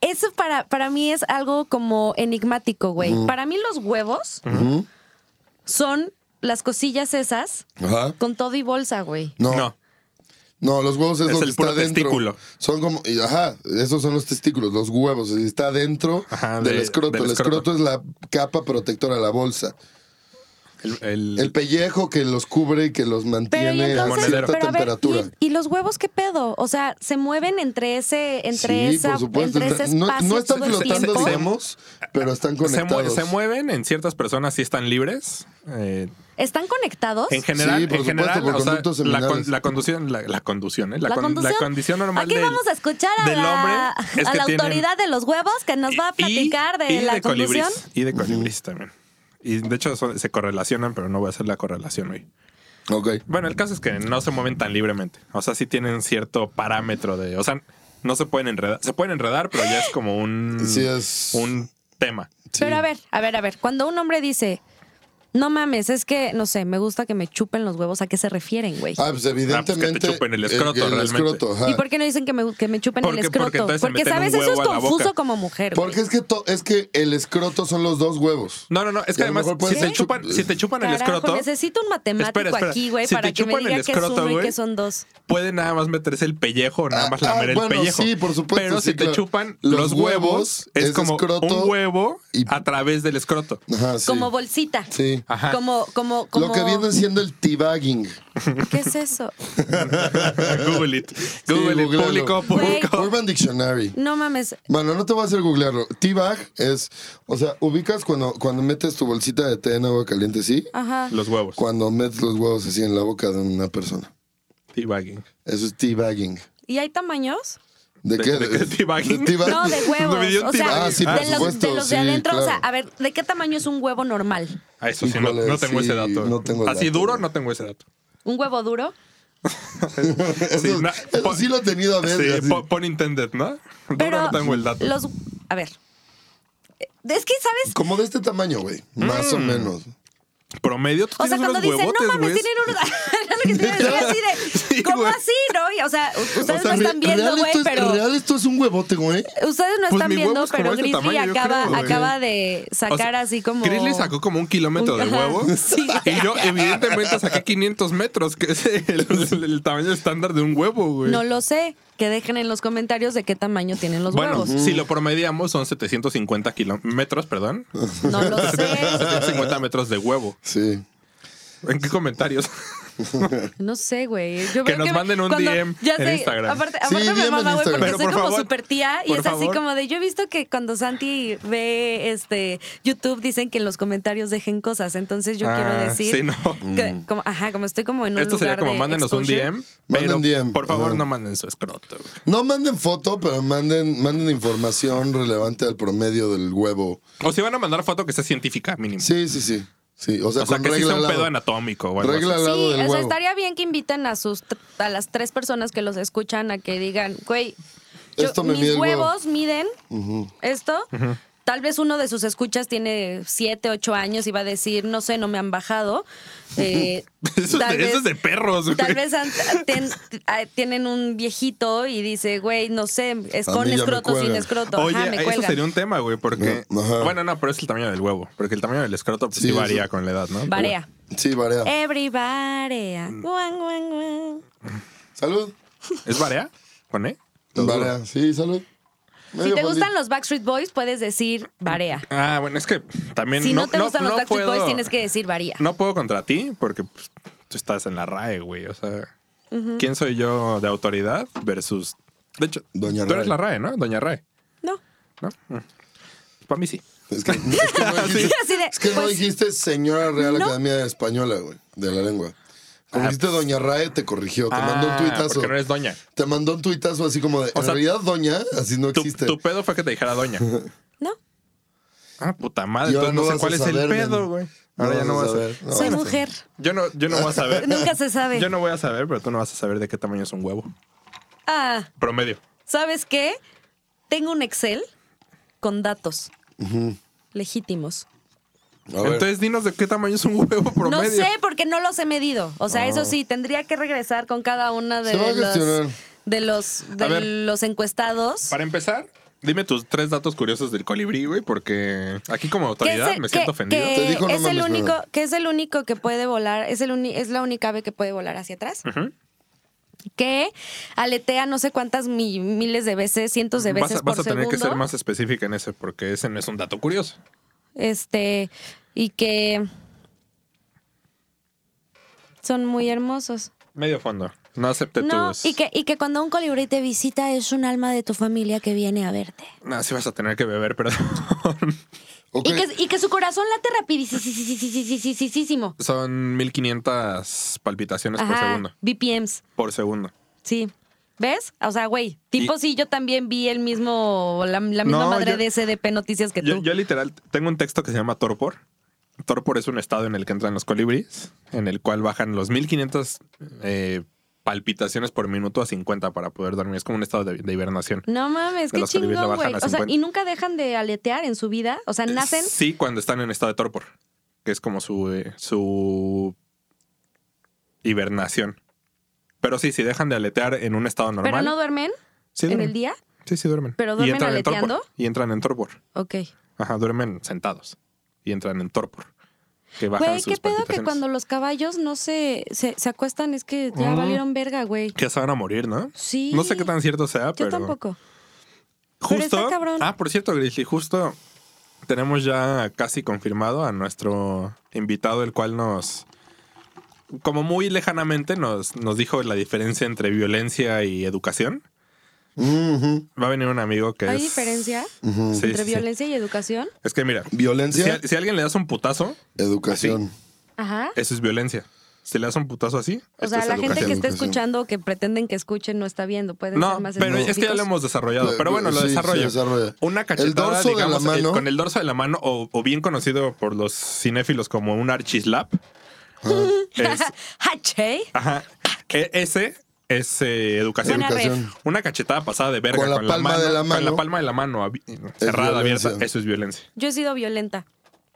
Speaker 3: eso para, para mí es algo como enigmático, güey. Para mí los huevos
Speaker 2: Ujú.
Speaker 3: son las cosillas esas
Speaker 2: Ajá.
Speaker 3: con todo y bolsa, güey.
Speaker 2: No.
Speaker 1: No.
Speaker 2: No, los huevos es,
Speaker 1: Es
Speaker 2: donde
Speaker 1: el puro
Speaker 2: está dentro.
Speaker 1: testículo.
Speaker 2: Son como, y, ajá, esos son los testículos, los huevos. y Está dentro
Speaker 1: Ajá,
Speaker 2: del
Speaker 1: de-
Speaker 2: escroto.
Speaker 1: del
Speaker 2: el escroto.
Speaker 1: escroto.
Speaker 2: es la capa protectora, la bolsa.
Speaker 1: El, el-
Speaker 2: El pellejo que los cubre y que los
Speaker 3: Pero y
Speaker 2: mantiene a
Speaker 1: entonces- Monedero.
Speaker 2: cierta
Speaker 3: pero a ver,
Speaker 2: temperatura.
Speaker 3: ¿y, y los huevos qué pedo? O sea, se mueven entre ese, entre
Speaker 2: sí,
Speaker 3: esa,
Speaker 2: por supuesto.
Speaker 3: entre ese
Speaker 2: está- no,
Speaker 3: espacio
Speaker 2: no están
Speaker 3: todo el
Speaker 2: flotando,
Speaker 3: tiempo?
Speaker 2: digamos, pero están
Speaker 1: se, mue-
Speaker 2: conectados.
Speaker 1: se mueven en ciertas personas sí están libres. eh,
Speaker 3: ¿Están conectados?
Speaker 1: en general,
Speaker 2: Sí, por
Speaker 1: en
Speaker 2: supuesto,
Speaker 1: general,
Speaker 2: por
Speaker 1: o sea,
Speaker 2: conductos
Speaker 1: la, con-
Speaker 2: seminales.
Speaker 1: la conducción, la, la conducción, ¿eh? la, con- la
Speaker 3: conducción?
Speaker 1: condición normal
Speaker 3: Aquí
Speaker 1: del-
Speaker 3: vamos a escuchar a
Speaker 1: del hombre
Speaker 3: la,
Speaker 1: es
Speaker 3: a
Speaker 1: que
Speaker 3: la
Speaker 1: tienen-
Speaker 3: autoridad de los huevos que nos va a platicar de la
Speaker 1: colibrís,
Speaker 3: conducción.
Speaker 1: y de colibrís también. Y de hecho son- se correlacionan, pero no voy a hacer la correlación hoy.
Speaker 2: Ok. Ah, pues,
Speaker 1: Bueno, el caso es que no se mueven tan libremente. O sea, sí tienen cierto parámetro de. O sea, no se pueden enredar. Se pueden enredar, pero ya es como un.
Speaker 2: Sí, es-
Speaker 1: Un tema.
Speaker 3: Pero a ver, a ver, a ver, cuando un hombre dice, no mames, es que, no sé, me gusta que me chupen los huevos, ¿a qué se refieren, güey?
Speaker 2: Ah, pues evidentemente.
Speaker 1: chupen el escroto, realmente.
Speaker 2: escroto, ajá.
Speaker 3: ¿Y por qué no dicen que me, que me chupen el
Speaker 1: Porque- porque
Speaker 3: escroto?
Speaker 1: entonces se meten
Speaker 3: sabes,
Speaker 1: un
Speaker 3: eso es
Speaker 1: huevo a la boca.
Speaker 3: confuso como mujer. güey.
Speaker 2: Porque es que, to- es que el escroto son los dos huevos.
Speaker 1: No, no, no. Es
Speaker 2: Y
Speaker 1: que
Speaker 2: a lo
Speaker 1: además,
Speaker 2: mejor puede
Speaker 1: si te,
Speaker 2: ser
Speaker 1: chupan,
Speaker 2: chup-
Speaker 1: si te chupan el
Speaker 3: Carajo,
Speaker 1: escroto,
Speaker 3: necesito un matemático
Speaker 1: Espera, espera.
Speaker 3: aquí, güey,
Speaker 1: Si
Speaker 3: para
Speaker 1: te
Speaker 3: que me
Speaker 1: chupan el
Speaker 3: diga qué es
Speaker 1: escroto,
Speaker 3: uno y
Speaker 1: güey.
Speaker 3: qué son dos.
Speaker 1: pueden nada más meterse el pellejo o nada más
Speaker 2: Ah,
Speaker 1: lamer el
Speaker 2: bueno,
Speaker 1: pellejo.
Speaker 2: sí, por supuesto,
Speaker 1: Pero
Speaker 2: sí,
Speaker 1: si te
Speaker 2: claro.
Speaker 1: chupan
Speaker 2: Los
Speaker 1: los, huevos,
Speaker 2: huevos
Speaker 1: es,
Speaker 2: es
Speaker 1: como
Speaker 2: escroto
Speaker 1: un huevo
Speaker 2: y-
Speaker 1: a través del escroto.
Speaker 2: Ajá, sí.
Speaker 3: Como bolsita.
Speaker 2: Sí.
Speaker 1: Ajá.
Speaker 3: Como, como, como.
Speaker 2: Lo que viene siendo el teabagging.
Speaker 3: ¿Qué es eso?
Speaker 1: Google it.
Speaker 2: Sí,
Speaker 1: Google it.
Speaker 2: googlealo.
Speaker 1: Público,
Speaker 3: Güey.
Speaker 1: público.
Speaker 2: Urban Dictionary.
Speaker 3: No mames.
Speaker 2: Bueno, no te voy a hacer googlearlo. T-bag es, o sea, ubicas cuando, cuando metes tu bolsita de té en agua caliente, ¿sí?
Speaker 3: Ajá.
Speaker 1: Los huevos.
Speaker 2: Cuando metes los huevos así en la boca de una persona.
Speaker 1: Teabagging.
Speaker 2: Eso es teabagging.
Speaker 3: ¿Y hay tamaños?
Speaker 2: ¿De,
Speaker 1: ¿De-
Speaker 2: qué?
Speaker 1: de qué teabagging?
Speaker 2: teabagging.
Speaker 3: No, de
Speaker 1: Me dio
Speaker 3: huevos.
Speaker 1: un
Speaker 3: O sea,
Speaker 1: tiro.
Speaker 2: Ah, sí, por
Speaker 3: de, los, de
Speaker 2: supuesto,
Speaker 3: los de
Speaker 2: sí,
Speaker 3: adentro. O
Speaker 2: claro.
Speaker 3: sea, a ver, ¿de qué tamaño es un huevo normal?
Speaker 1: Ah, eso sí, no,
Speaker 2: Híjole,
Speaker 1: no tengo
Speaker 2: sí,
Speaker 1: ese dato.
Speaker 2: no tengo el
Speaker 1: Así
Speaker 2: dato,
Speaker 1: duro,
Speaker 2: güey.
Speaker 1: no tengo ese dato.
Speaker 3: ¿Un huevo duro?
Speaker 2: Eso,
Speaker 1: Sí, no,
Speaker 2: eso
Speaker 1: pon-
Speaker 2: sí lo he tenido a
Speaker 1: Sí,
Speaker 2: veces.
Speaker 1: pon, pon intended, ¿no? Duro,
Speaker 3: Pero
Speaker 1: no tengo el dato.
Speaker 3: los. A ver. Eh, Es que, ¿sabes?
Speaker 2: Como de este tamaño, güey. Más o menos.
Speaker 1: Promedio, tú
Speaker 3: O sea,
Speaker 1: tienes
Speaker 3: cuando
Speaker 1: unos
Speaker 3: dicen, no
Speaker 1: huevotes,
Speaker 3: mames,
Speaker 1: güey.
Speaker 3: tienen unos. Era lo que te iba a decir, así de.
Speaker 1: Sí,
Speaker 3: ¿Cómo
Speaker 1: güey.
Speaker 3: así, no? Y, o sea, u- ustedes
Speaker 2: O sea,
Speaker 3: no están
Speaker 2: re-
Speaker 3: viendo,
Speaker 2: real,
Speaker 3: güey,
Speaker 2: esto es-
Speaker 3: pero.
Speaker 2: real esto es un huevote, güey.
Speaker 3: Ustedes no
Speaker 1: Pues
Speaker 3: están
Speaker 1: mi huevo
Speaker 3: viendo,
Speaker 1: es como
Speaker 3: pero
Speaker 1: este
Speaker 3: Grizzly
Speaker 1: tamaño, yo
Speaker 3: acaba,
Speaker 1: creo, güey.
Speaker 3: acaba de sacar
Speaker 1: O sea,
Speaker 3: así como.
Speaker 1: Grizzly sacó como un kilómetro de
Speaker 3: Ajá,
Speaker 1: huevo.
Speaker 3: sí.
Speaker 1: Y yo, evidentemente, saqué 500 metros, que es el, el- el tamaño estándar de un huevo, güey.
Speaker 3: No lo sé. Que dejen en los comentarios de qué tamaño tienen los
Speaker 1: bueno,
Speaker 3: huevos.
Speaker 1: si lo promediamos, son 750 kilómetros, perdón.
Speaker 3: No lo sé.
Speaker 1: 750 metros de huevo.
Speaker 2: Sí.
Speaker 1: ¿En qué comentarios?
Speaker 3: No sé, güey. Yo
Speaker 1: Que
Speaker 3: creo
Speaker 1: nos manden un
Speaker 3: cuando-
Speaker 1: DM
Speaker 3: ya
Speaker 1: en
Speaker 3: sé,
Speaker 1: Instagram.
Speaker 3: Aparte,
Speaker 2: Sí,
Speaker 3: aparte
Speaker 2: DM
Speaker 3: me
Speaker 2: en
Speaker 3: mama, güey, porque
Speaker 2: Instagram.
Speaker 1: Pero,
Speaker 3: soy
Speaker 1: por
Speaker 3: como
Speaker 1: favor,
Speaker 3: super tía y
Speaker 1: por
Speaker 3: es así
Speaker 1: favor.
Speaker 3: como de. Yo he visto que cuando Santi ve este YouTube dicen que en los comentarios dejen cosas. Entonces yo
Speaker 1: Ah,
Speaker 3: quiero decir.
Speaker 1: sí, no.
Speaker 3: que- como, ajá, como estoy como en un
Speaker 1: Esto sería
Speaker 3: lugar
Speaker 1: como
Speaker 3: de
Speaker 1: mándenos un
Speaker 3: exposure.
Speaker 1: DM.
Speaker 2: Manden
Speaker 1: Pero,
Speaker 2: DM,
Speaker 1: por favor,
Speaker 2: ajá.
Speaker 1: no manden su escroto. güey.
Speaker 2: No manden foto, pero manden, manden información relevante al promedio del huevo.
Speaker 1: O si van a mandar foto que sea científica, mínimo.
Speaker 2: Sí, sí, sí. Sí, o sea,
Speaker 1: o sea,
Speaker 2: con
Speaker 1: que sí
Speaker 2: regla
Speaker 1: sea
Speaker 2: al
Speaker 1: un
Speaker 2: lado.
Speaker 1: pedo anatómico. o algo
Speaker 2: Regla
Speaker 1: así.
Speaker 2: al lado
Speaker 3: Sí,
Speaker 2: del
Speaker 3: o sea,
Speaker 2: huevo.
Speaker 3: estaría bien que inviten a sus tr- a las tres personas que los escuchan a que digan, güey, yo-
Speaker 2: Esto me mide
Speaker 3: mis
Speaker 2: el huevo".
Speaker 3: huevos miden esto. Tal vez uno de sus escuchas tiene siete, ocho años y va a decir, no sé, no me han bajado. Eh,
Speaker 1: Eso, es
Speaker 3: tal
Speaker 1: de, eso es de
Speaker 3: vez-
Speaker 1: perros, güey.
Speaker 3: Tal vez an- ten- ah, tienen un viejito y dice, güey, no sé, es
Speaker 2: A
Speaker 3: con
Speaker 2: mí ya me
Speaker 3: escroto, sin
Speaker 2: cuelgan.
Speaker 3: escroto.
Speaker 1: Oye,
Speaker 3: Ajá, me
Speaker 1: eso
Speaker 3: cuelgan.
Speaker 1: sería un tema, güey, porque...
Speaker 2: No, ajá.
Speaker 1: Bueno, no, pero es el tamaño del huevo. Porque el tamaño del escroto pues,
Speaker 2: Sí,
Speaker 1: sí varía
Speaker 2: eso-
Speaker 1: con la edad, ¿no?
Speaker 3: Varea.
Speaker 2: Sí, varea.
Speaker 3: Eh. Everybody. ah, Guan, guan, guan.
Speaker 2: Salud.
Speaker 1: ¿Es varea? ¿Con E?
Speaker 2: Varea. Sí, salud.
Speaker 3: Si te gustan los Backstreet Boys, puedes decir Varea.
Speaker 1: Ah, bueno, es que también...
Speaker 3: Si no,
Speaker 1: no,
Speaker 3: te gustan
Speaker 1: no
Speaker 3: los Backstreet
Speaker 1: puedo-
Speaker 3: Boys, tienes que decir varía.
Speaker 1: No puedo contra ti porque pues, tú estás en la RAE, güey. O sea, ¿quién soy yo de autoridad versus... De hecho,
Speaker 2: Doña
Speaker 1: tú eres
Speaker 2: RAE.
Speaker 1: la RAE, ¿no? Doña RAE,
Speaker 3: No.
Speaker 1: ¿no? Mm. Para mí sí.
Speaker 2: Es que, es que no dijiste,
Speaker 3: Así de,
Speaker 2: es que no
Speaker 3: pues,
Speaker 2: dijiste señora Real
Speaker 3: no.
Speaker 2: Academia Española, güey, de la lengua. Como
Speaker 1: Ah,
Speaker 2: dijiste Doña Rae, te corrigió. Te mandó un
Speaker 1: Ah,
Speaker 2: tuitazo.
Speaker 1: Porque no eres doña.
Speaker 2: Te mandó un tuitazo así como de.
Speaker 1: O
Speaker 2: en
Speaker 1: sea,
Speaker 2: realidad, Doña, así no
Speaker 1: Tu,
Speaker 2: existe.
Speaker 1: tu pedo fue que te dijera doña.
Speaker 3: No.
Speaker 1: Ah, puta madre.
Speaker 2: Y ahora
Speaker 1: Entonces no,
Speaker 2: no
Speaker 1: sé
Speaker 2: vas
Speaker 1: cuál
Speaker 2: a
Speaker 1: es el
Speaker 2: saber,
Speaker 1: pedo,
Speaker 2: men.
Speaker 1: güey.
Speaker 2: No
Speaker 1: Ahora ya
Speaker 2: vas
Speaker 1: no
Speaker 2: a
Speaker 1: vas a
Speaker 2: saber, no.
Speaker 3: Soy
Speaker 2: no sé.
Speaker 3: mujer.
Speaker 1: Yo no, yo no voy a saber.
Speaker 3: Nunca se sabe.
Speaker 1: Yo no voy a saber, pero tú no vas a saber de qué tamaño es un huevo.
Speaker 3: Ah,
Speaker 1: Promedio.
Speaker 3: ¿sabes qué? Tengo un Excel con datos legítimos.
Speaker 2: A ver.
Speaker 1: Entonces dinos de qué tamaño es un huevo promedio.
Speaker 3: No sé porque no los he medido. O sea, eso sí, tendría que regresar con cada una de
Speaker 2: Se va a
Speaker 3: los
Speaker 2: gestionar.
Speaker 3: de los de
Speaker 1: A ver.
Speaker 3: los encuestados.
Speaker 1: Para empezar, dime tus tres datos curiosos del colibrí, güey, porque aquí como
Speaker 3: que
Speaker 1: autoridad
Speaker 3: es el-
Speaker 1: me siento
Speaker 3: que-
Speaker 1: ofendido.
Speaker 3: que
Speaker 2: Te dijo, no
Speaker 3: es el
Speaker 2: mames,
Speaker 3: único
Speaker 2: bebé.
Speaker 3: que es el único que puede volar, es el uni- es la única ave que puede volar hacia atrás.
Speaker 1: Ujú.
Speaker 3: que aletea no sé cuántas mi- miles de veces, cientos de
Speaker 1: Vas,
Speaker 3: veces
Speaker 1: a- vas
Speaker 3: por
Speaker 1: a tener
Speaker 3: segundo.
Speaker 1: que ser más específica en ese, porque ese no es un dato curioso.
Speaker 3: Este, y que son muy hermosos.
Speaker 1: Medio fondo. No acepte
Speaker 3: No,
Speaker 1: tus.
Speaker 3: y que, y que cuando un colibrí te visita es un alma de tu familia que viene a verte.
Speaker 1: No, sí vas a tener que beber, perdón.
Speaker 2: Ok.
Speaker 3: Y, que, y que su corazón late rapidísimo.
Speaker 1: Son 1500 palpitaciones por segundo.
Speaker 3: BPMs,
Speaker 1: Por segundo.
Speaker 3: sí. ¿Ves? O sea, güey, tipo
Speaker 1: Y-
Speaker 3: sí, yo también vi el mismo, la, la misma
Speaker 1: No,
Speaker 3: madre
Speaker 1: yo-
Speaker 3: de SDP Noticias que
Speaker 1: Yo,
Speaker 3: tú.
Speaker 1: yo literal tengo un texto que se llama Torpor. Torpor es un estado en el que entran los colibríes, en el cual bajan los 1500 eh, palpitaciones por minuto a 50 para poder dormir. Es como un estado de, de hibernación.
Speaker 3: No mames,
Speaker 1: De
Speaker 3: qué
Speaker 1: los colibríes lo
Speaker 3: chingón,
Speaker 1: bajan
Speaker 3: güey.
Speaker 1: a
Speaker 3: O sea,
Speaker 1: 50.
Speaker 3: y nunca dejan de aletear en su vida. O sea, nacen.
Speaker 1: Sí, cuando están en estado de torpor, que es como su, eh, su hibernación. Pero sí, si dejan de aletear en un estado normal.
Speaker 3: Pero no duermen
Speaker 1: sí
Speaker 3: en
Speaker 1: duermen.
Speaker 3: el día.
Speaker 1: Sí, sí duermen.
Speaker 3: ¿Pero
Speaker 1: y
Speaker 3: duermen
Speaker 1: entran en torpor.
Speaker 3: aleteando?
Speaker 1: Y entran en torpor.
Speaker 3: Ok.
Speaker 1: Ajá, duermen sentados y entran en torpor. Que bajan
Speaker 3: Güey,
Speaker 1: sus
Speaker 3: qué pedo que
Speaker 1: palpitaciones.
Speaker 3: cuando los caballos no se, se, se acuestan es que ya
Speaker 1: Mm.
Speaker 3: valieron verga, güey.
Speaker 1: Que se van a morir, ¿no?
Speaker 3: Sí.
Speaker 1: No sé qué tan cierto sea,
Speaker 3: Yo
Speaker 1: pero.
Speaker 3: tampoco.
Speaker 1: Justo.
Speaker 3: está cabrón.
Speaker 1: Ah, por cierto, Grizzly, justo tenemos ya casi confirmado a nuestro invitado, el cual nos. Como muy lejanamente nos, nos dijo la diferencia entre violencia y educación.
Speaker 2: Ujú,
Speaker 1: Va a venir un amigo que
Speaker 3: ¿Hay
Speaker 1: es.
Speaker 3: diferencia
Speaker 2: ujú.
Speaker 1: Sí,
Speaker 3: entre
Speaker 1: sí, sí.
Speaker 3: violencia y educación?
Speaker 1: Es que mira, si,
Speaker 2: Violencia,
Speaker 1: a- si a alguien le das un putazo,
Speaker 2: educación.
Speaker 3: Ajá.
Speaker 1: eso es violencia. Si le das un putazo así,
Speaker 3: O
Speaker 1: esto
Speaker 3: sea,
Speaker 1: es
Speaker 3: la
Speaker 1: educación.
Speaker 3: gente que está
Speaker 2: Educación.
Speaker 3: escuchando o que pretenden que escuchen no está viendo. Pueden
Speaker 1: No,
Speaker 3: ser más
Speaker 1: pero es que ya
Speaker 3: específicos.
Speaker 1: lo hemos desarrollado. Pero bueno, lo
Speaker 2: Sí, se
Speaker 1: desarrollo.
Speaker 2: desarrolla.
Speaker 1: Una cachetada,
Speaker 2: El dorso de la
Speaker 1: digamos, el-
Speaker 2: mano.
Speaker 1: con el dorso de la mano, o, o bien conocido por los cinéfilos como un archislap. Es-
Speaker 3: Hache.
Speaker 1: ajá. E- ese es eh, educación.
Speaker 3: Buena
Speaker 2: Educación.
Speaker 3: ref.
Speaker 1: Una cachetada pasada de verga
Speaker 2: Con
Speaker 1: con,
Speaker 2: la
Speaker 1: la,
Speaker 2: palma
Speaker 1: mano,
Speaker 2: de la
Speaker 1: Con la
Speaker 2: mano.
Speaker 1: palma de la mano abi- cerrada,
Speaker 2: violencia.
Speaker 1: abierta. Eso es violencia.
Speaker 3: Yo he sido violenta.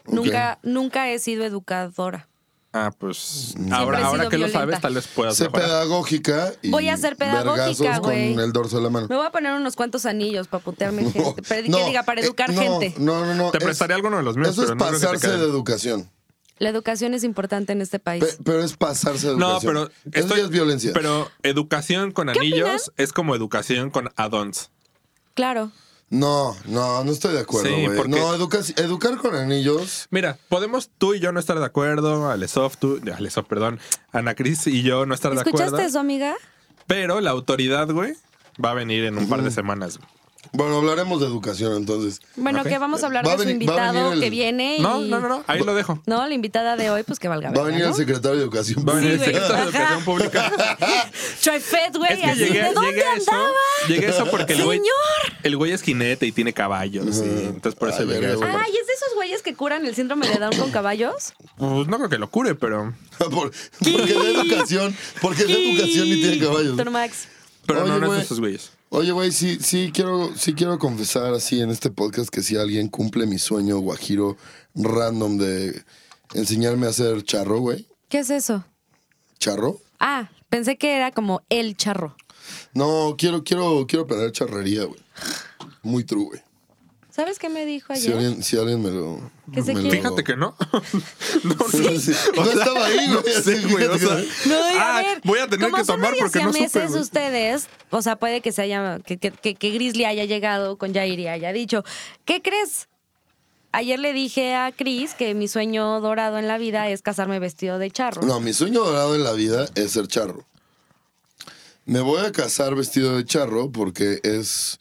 Speaker 2: Ok.
Speaker 3: Nunca, nunca he sido educadora.
Speaker 1: Ah, pues
Speaker 3: he
Speaker 1: ahora,
Speaker 3: sido
Speaker 1: ahora que lo
Speaker 3: violenta.
Speaker 1: sabes, tal vez puedas
Speaker 2: Sé
Speaker 1: mejorar.
Speaker 2: pedagógica y
Speaker 3: Voy a ser pedagógica,
Speaker 2: vergazos
Speaker 3: güey.
Speaker 2: con el dorso de la mano.
Speaker 3: Me voy a poner unos cuantos anillos para putearme gente. Pero que diga, para
Speaker 2: eh,
Speaker 3: educar
Speaker 2: no,
Speaker 3: gente.
Speaker 2: No, no, no.
Speaker 1: Te
Speaker 2: es-
Speaker 1: prestaré alguno de los míos,
Speaker 2: Eso
Speaker 1: pero
Speaker 2: es
Speaker 1: no creo que te
Speaker 2: pasarse
Speaker 1: queden.
Speaker 2: de educación.
Speaker 3: La educación es importante en este país.
Speaker 2: Pe- pero es pasarse de
Speaker 1: No,
Speaker 2: educación.
Speaker 1: pero
Speaker 2: Eso
Speaker 1: estoy-
Speaker 2: ya es violencia.
Speaker 1: Pero educación con anillos es como educación con add-ons.
Speaker 3: claro.
Speaker 2: No, no, no estoy de acuerdo,
Speaker 1: Sí,
Speaker 2: güey.
Speaker 1: porque-
Speaker 2: No, educa- educar con anillos.
Speaker 1: Mira, podemos tú y yo no estar de acuerdo, Alesov, tú, Alesov, perdón, Ana Cris y yo no estar de acuerdo.
Speaker 3: ¿Escuchaste eso, amiga?
Speaker 1: Pero la autoridad, güey, va a venir en un par de semanas. güey.
Speaker 2: Bueno, hablaremos de educación entonces.
Speaker 3: Bueno,
Speaker 1: Ok.
Speaker 3: que vamos a hablar
Speaker 2: Va a
Speaker 3: de su
Speaker 2: venir- va a
Speaker 3: invitado
Speaker 2: venir el-
Speaker 3: que viene. y-
Speaker 1: No, no, no, no, ahí lo dejo.
Speaker 3: No, la invitada de hoy, pues que valga.
Speaker 2: Va a
Speaker 3: verga,
Speaker 2: venir el
Speaker 3: ¿no?
Speaker 2: secretario de educación.
Speaker 1: Va a venir el
Speaker 3: Sí, güey.
Speaker 1: secretario de
Speaker 3: Ajá.
Speaker 1: Educación Pública.
Speaker 3: Choifet, Ah, güey.
Speaker 1: Es que
Speaker 3: así,
Speaker 1: llegué,
Speaker 3: ¿De dónde
Speaker 1: llegué a eso.
Speaker 3: andaba?
Speaker 1: Llegué a eso porque el güey,
Speaker 3: Señor.
Speaker 1: el güey es jinete y tiene caballos. y entonces por eso
Speaker 2: Ay,
Speaker 1: llegué.
Speaker 2: verga.
Speaker 1: güey.
Speaker 3: Ay, ¿es de esos güeyes que curan el síndrome de Down con caballos?
Speaker 1: Pues no creo que lo cure, pero.
Speaker 2: Por- porque es de educación. Porque es de educación y tiene caballos.
Speaker 3: Doctor Max.
Speaker 1: Pero
Speaker 2: Oye,
Speaker 1: no, no es
Speaker 2: güey.
Speaker 1: de esos güeyes.
Speaker 2: Oye, güey, sí, sí quiero, sí quiero confesar así en este podcast que si alguien cumple mi sueño guajiro random de enseñarme a hacer charro, güey.
Speaker 3: ¿Qué es eso?
Speaker 2: ¿Charro?
Speaker 3: Ah, pensé que era como el charro.
Speaker 2: No, quiero, quiero, quiero aprender charrería, güey. Muy true, güey.
Speaker 3: ¿Sabes qué me dijo
Speaker 2: Si
Speaker 3: ayer?
Speaker 2: alguien, si alguien me lo.
Speaker 3: Que se
Speaker 2: me lo-
Speaker 3: quiere-
Speaker 1: Fíjate que no. no, no.
Speaker 2: Sí. No estaba ahí, güey.
Speaker 1: sé,
Speaker 2: así,
Speaker 1: güey, o
Speaker 2: fíjate
Speaker 1: sea.
Speaker 2: que-
Speaker 3: No, y a
Speaker 1: Ah,
Speaker 3: ver,
Speaker 1: voy a tener
Speaker 3: como
Speaker 1: que
Speaker 3: son
Speaker 1: tomar
Speaker 3: medio
Speaker 1: porque no supe,
Speaker 3: siameses
Speaker 1: güey.
Speaker 3: ustedes, o sea, puede que se haya, que, que, que, que Grizzly haya llegado con Jair y haya dicho, ¿qué crees? Ayer le dije a Chris que mi sueño dorado en la vida es casarme vestido de charro.
Speaker 2: No, mi sueño dorado en la vida es ser charro. Me voy a casar vestido de charro porque es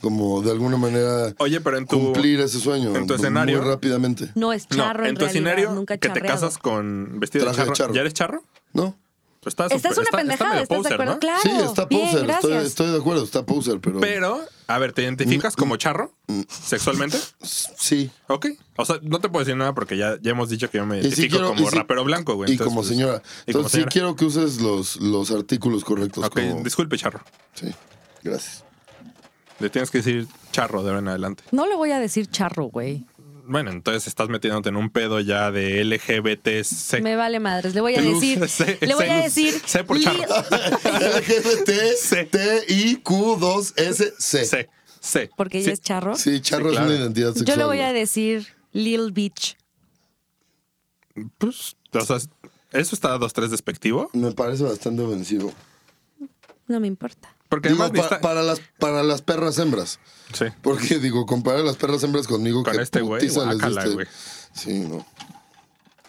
Speaker 2: como de alguna manera
Speaker 1: Oye, pero en tu-
Speaker 2: cumplir ese sueño
Speaker 1: en tu
Speaker 2: muy
Speaker 1: escenario-
Speaker 2: rápidamente.
Speaker 3: No es
Speaker 1: no,
Speaker 3: charro en,
Speaker 1: en tu
Speaker 3: realidad,
Speaker 1: escenario
Speaker 3: nunca
Speaker 1: que te
Speaker 3: charreado.
Speaker 1: casas con vestido de
Speaker 2: Traje
Speaker 1: charro.
Speaker 2: de charro.
Speaker 1: ¿Ya eres charro?
Speaker 2: No.
Speaker 1: Pues estás
Speaker 3: Esta es
Speaker 1: súper- está-
Speaker 3: una
Speaker 1: está
Speaker 3: pendejada,
Speaker 1: medio
Speaker 3: ¿estás
Speaker 1: poser,
Speaker 3: de acuerdo?
Speaker 1: ¿no?
Speaker 3: Claro.
Speaker 2: sí, está
Speaker 3: bien,
Speaker 2: poser. estoy,
Speaker 3: gracias.
Speaker 2: estoy de acuerdo, está poser, pero,
Speaker 1: Pero, a ver, ¿te
Speaker 2: Mm,
Speaker 1: identificas como charro sexualmente?
Speaker 2: sí.
Speaker 1: Ok. O sea, no te puedo decir nada porque ya, ya hemos dicho que yo me
Speaker 2: Y sí
Speaker 1: identifico
Speaker 2: quiero-
Speaker 1: como
Speaker 2: y sí-
Speaker 1: rapero blanco, güey.
Speaker 2: Y
Speaker 1: Entonces,
Speaker 2: como
Speaker 1: pues,
Speaker 2: señora.
Speaker 1: y como
Speaker 2: Entonces
Speaker 1: señora.
Speaker 2: sí quiero que uses los, los artículos correctos.
Speaker 1: Ok,
Speaker 2: pues, como-
Speaker 1: disculpe, charro.
Speaker 2: Sí, gracias.
Speaker 1: Le tienes que decir charro de ahora en adelante.
Speaker 3: No le voy a decir charro, güey.
Speaker 1: Bueno, entonces estás metiéndote en un pedo ya de LGBT. sec-
Speaker 3: Me vale madres. Le voy a
Speaker 1: Plus,
Speaker 3: decir.
Speaker 1: C-
Speaker 3: le voy a
Speaker 1: C-
Speaker 3: decir.
Speaker 1: C por charro. Sí.
Speaker 2: LGBT, T, I, Q, 2, S, C.
Speaker 1: C, C.
Speaker 3: Porque ella
Speaker 1: Sí.
Speaker 3: es charro.
Speaker 2: Sí,
Speaker 1: Sí,
Speaker 2: charro
Speaker 1: claro.
Speaker 2: es una identidad sexual.
Speaker 3: Yo le voy a
Speaker 2: güey.
Speaker 3: decir Lil Bitch.
Speaker 1: Pues, o sea, eso está dos, tres despectivo.
Speaker 2: Me parece bastante ofensivo.
Speaker 3: no me importa.
Speaker 1: Porque
Speaker 2: Digo,
Speaker 1: además ni
Speaker 2: pa-
Speaker 1: está-
Speaker 2: para, las, para las perras hembras.
Speaker 1: Sí.
Speaker 2: Porque digo, comparar a las perras hembras conmigo
Speaker 1: Con
Speaker 2: que
Speaker 1: este güey,
Speaker 2: putiza les
Speaker 1: guácala,
Speaker 2: diste.
Speaker 1: güey.
Speaker 2: Sí, no.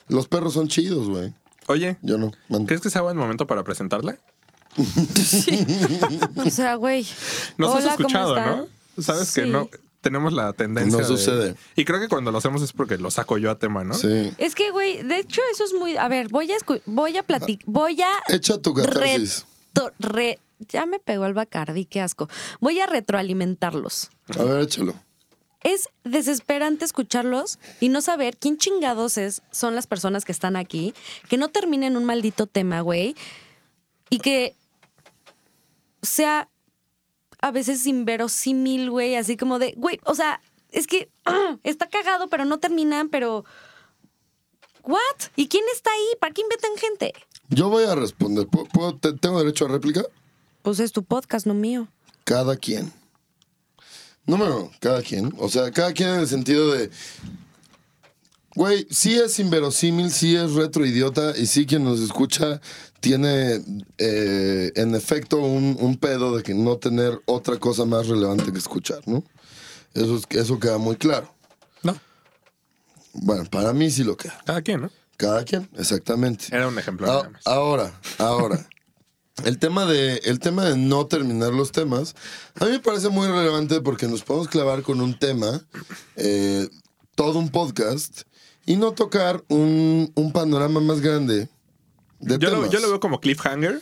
Speaker 2: Los perros son chidos, güey.
Speaker 1: Oye,
Speaker 2: Yo no. man.
Speaker 1: ¿crees que sea buen momento para presentarla?
Speaker 3: O sea, güey.
Speaker 1: Nos
Speaker 3: Hola,
Speaker 1: has
Speaker 3: ¿cómo
Speaker 1: escuchado,
Speaker 3: están?
Speaker 1: ¿no? Sabes que
Speaker 3: Sí.
Speaker 1: no tenemos la tendencia.
Speaker 2: No
Speaker 1: de-
Speaker 2: sucede.
Speaker 1: Y creo que cuando lo hacemos es porque lo saco yo a tema, ¿no?
Speaker 2: Sí.
Speaker 3: Es que, güey, de hecho eso es muy... A ver, voy a escu- voy a platicar, voy a...
Speaker 2: Echa Ah, tu catarsis.
Speaker 3: reto- re- ya me pegó el Bacardi, qué asco. Voy a retroalimentarlos.
Speaker 2: A ver, échalo.
Speaker 3: Es desesperante escucharlos y no saber quién chingados es, son las personas que están aquí, que no terminen un maldito tema, güey, y que sea a veces inverosímil, güey, así como de, güey, o sea, es que ah, está cagado, pero no terminan, pero... ¿What? ¿Y quién está ahí? ¿Para qué inventan gente?
Speaker 2: Yo voy a responder. ¿Puedo- puedo- te- ¿Tengo derecho a réplica?
Speaker 3: Pues es tu podcast, no mío.
Speaker 2: Cada quien. Número uno, cada quien. O sea, cada quien en el sentido de. Güey, sí es inverosímil, sí es retroidiota y sí quien nos escucha tiene eh, en efecto un, un pedo de que no tener otra cosa más relevante que escuchar, ¿no? Eso, es- eso queda muy claro.
Speaker 1: No,
Speaker 2: Bueno, para mí sí lo queda.
Speaker 1: cada quien, ¿no?
Speaker 2: Cada quien, exactamente.
Speaker 1: Era un ejemplo.
Speaker 2: Ah,
Speaker 1: nada más.
Speaker 2: Ahora, ahora. El tema, de, el tema de no terminar los temas, a mí me parece muy relevante porque nos podemos clavar con un tema, eh, todo un podcast, y no tocar un, un panorama más grande de
Speaker 1: yo, lo,
Speaker 2: temas.
Speaker 1: yo lo veo como cliffhanger.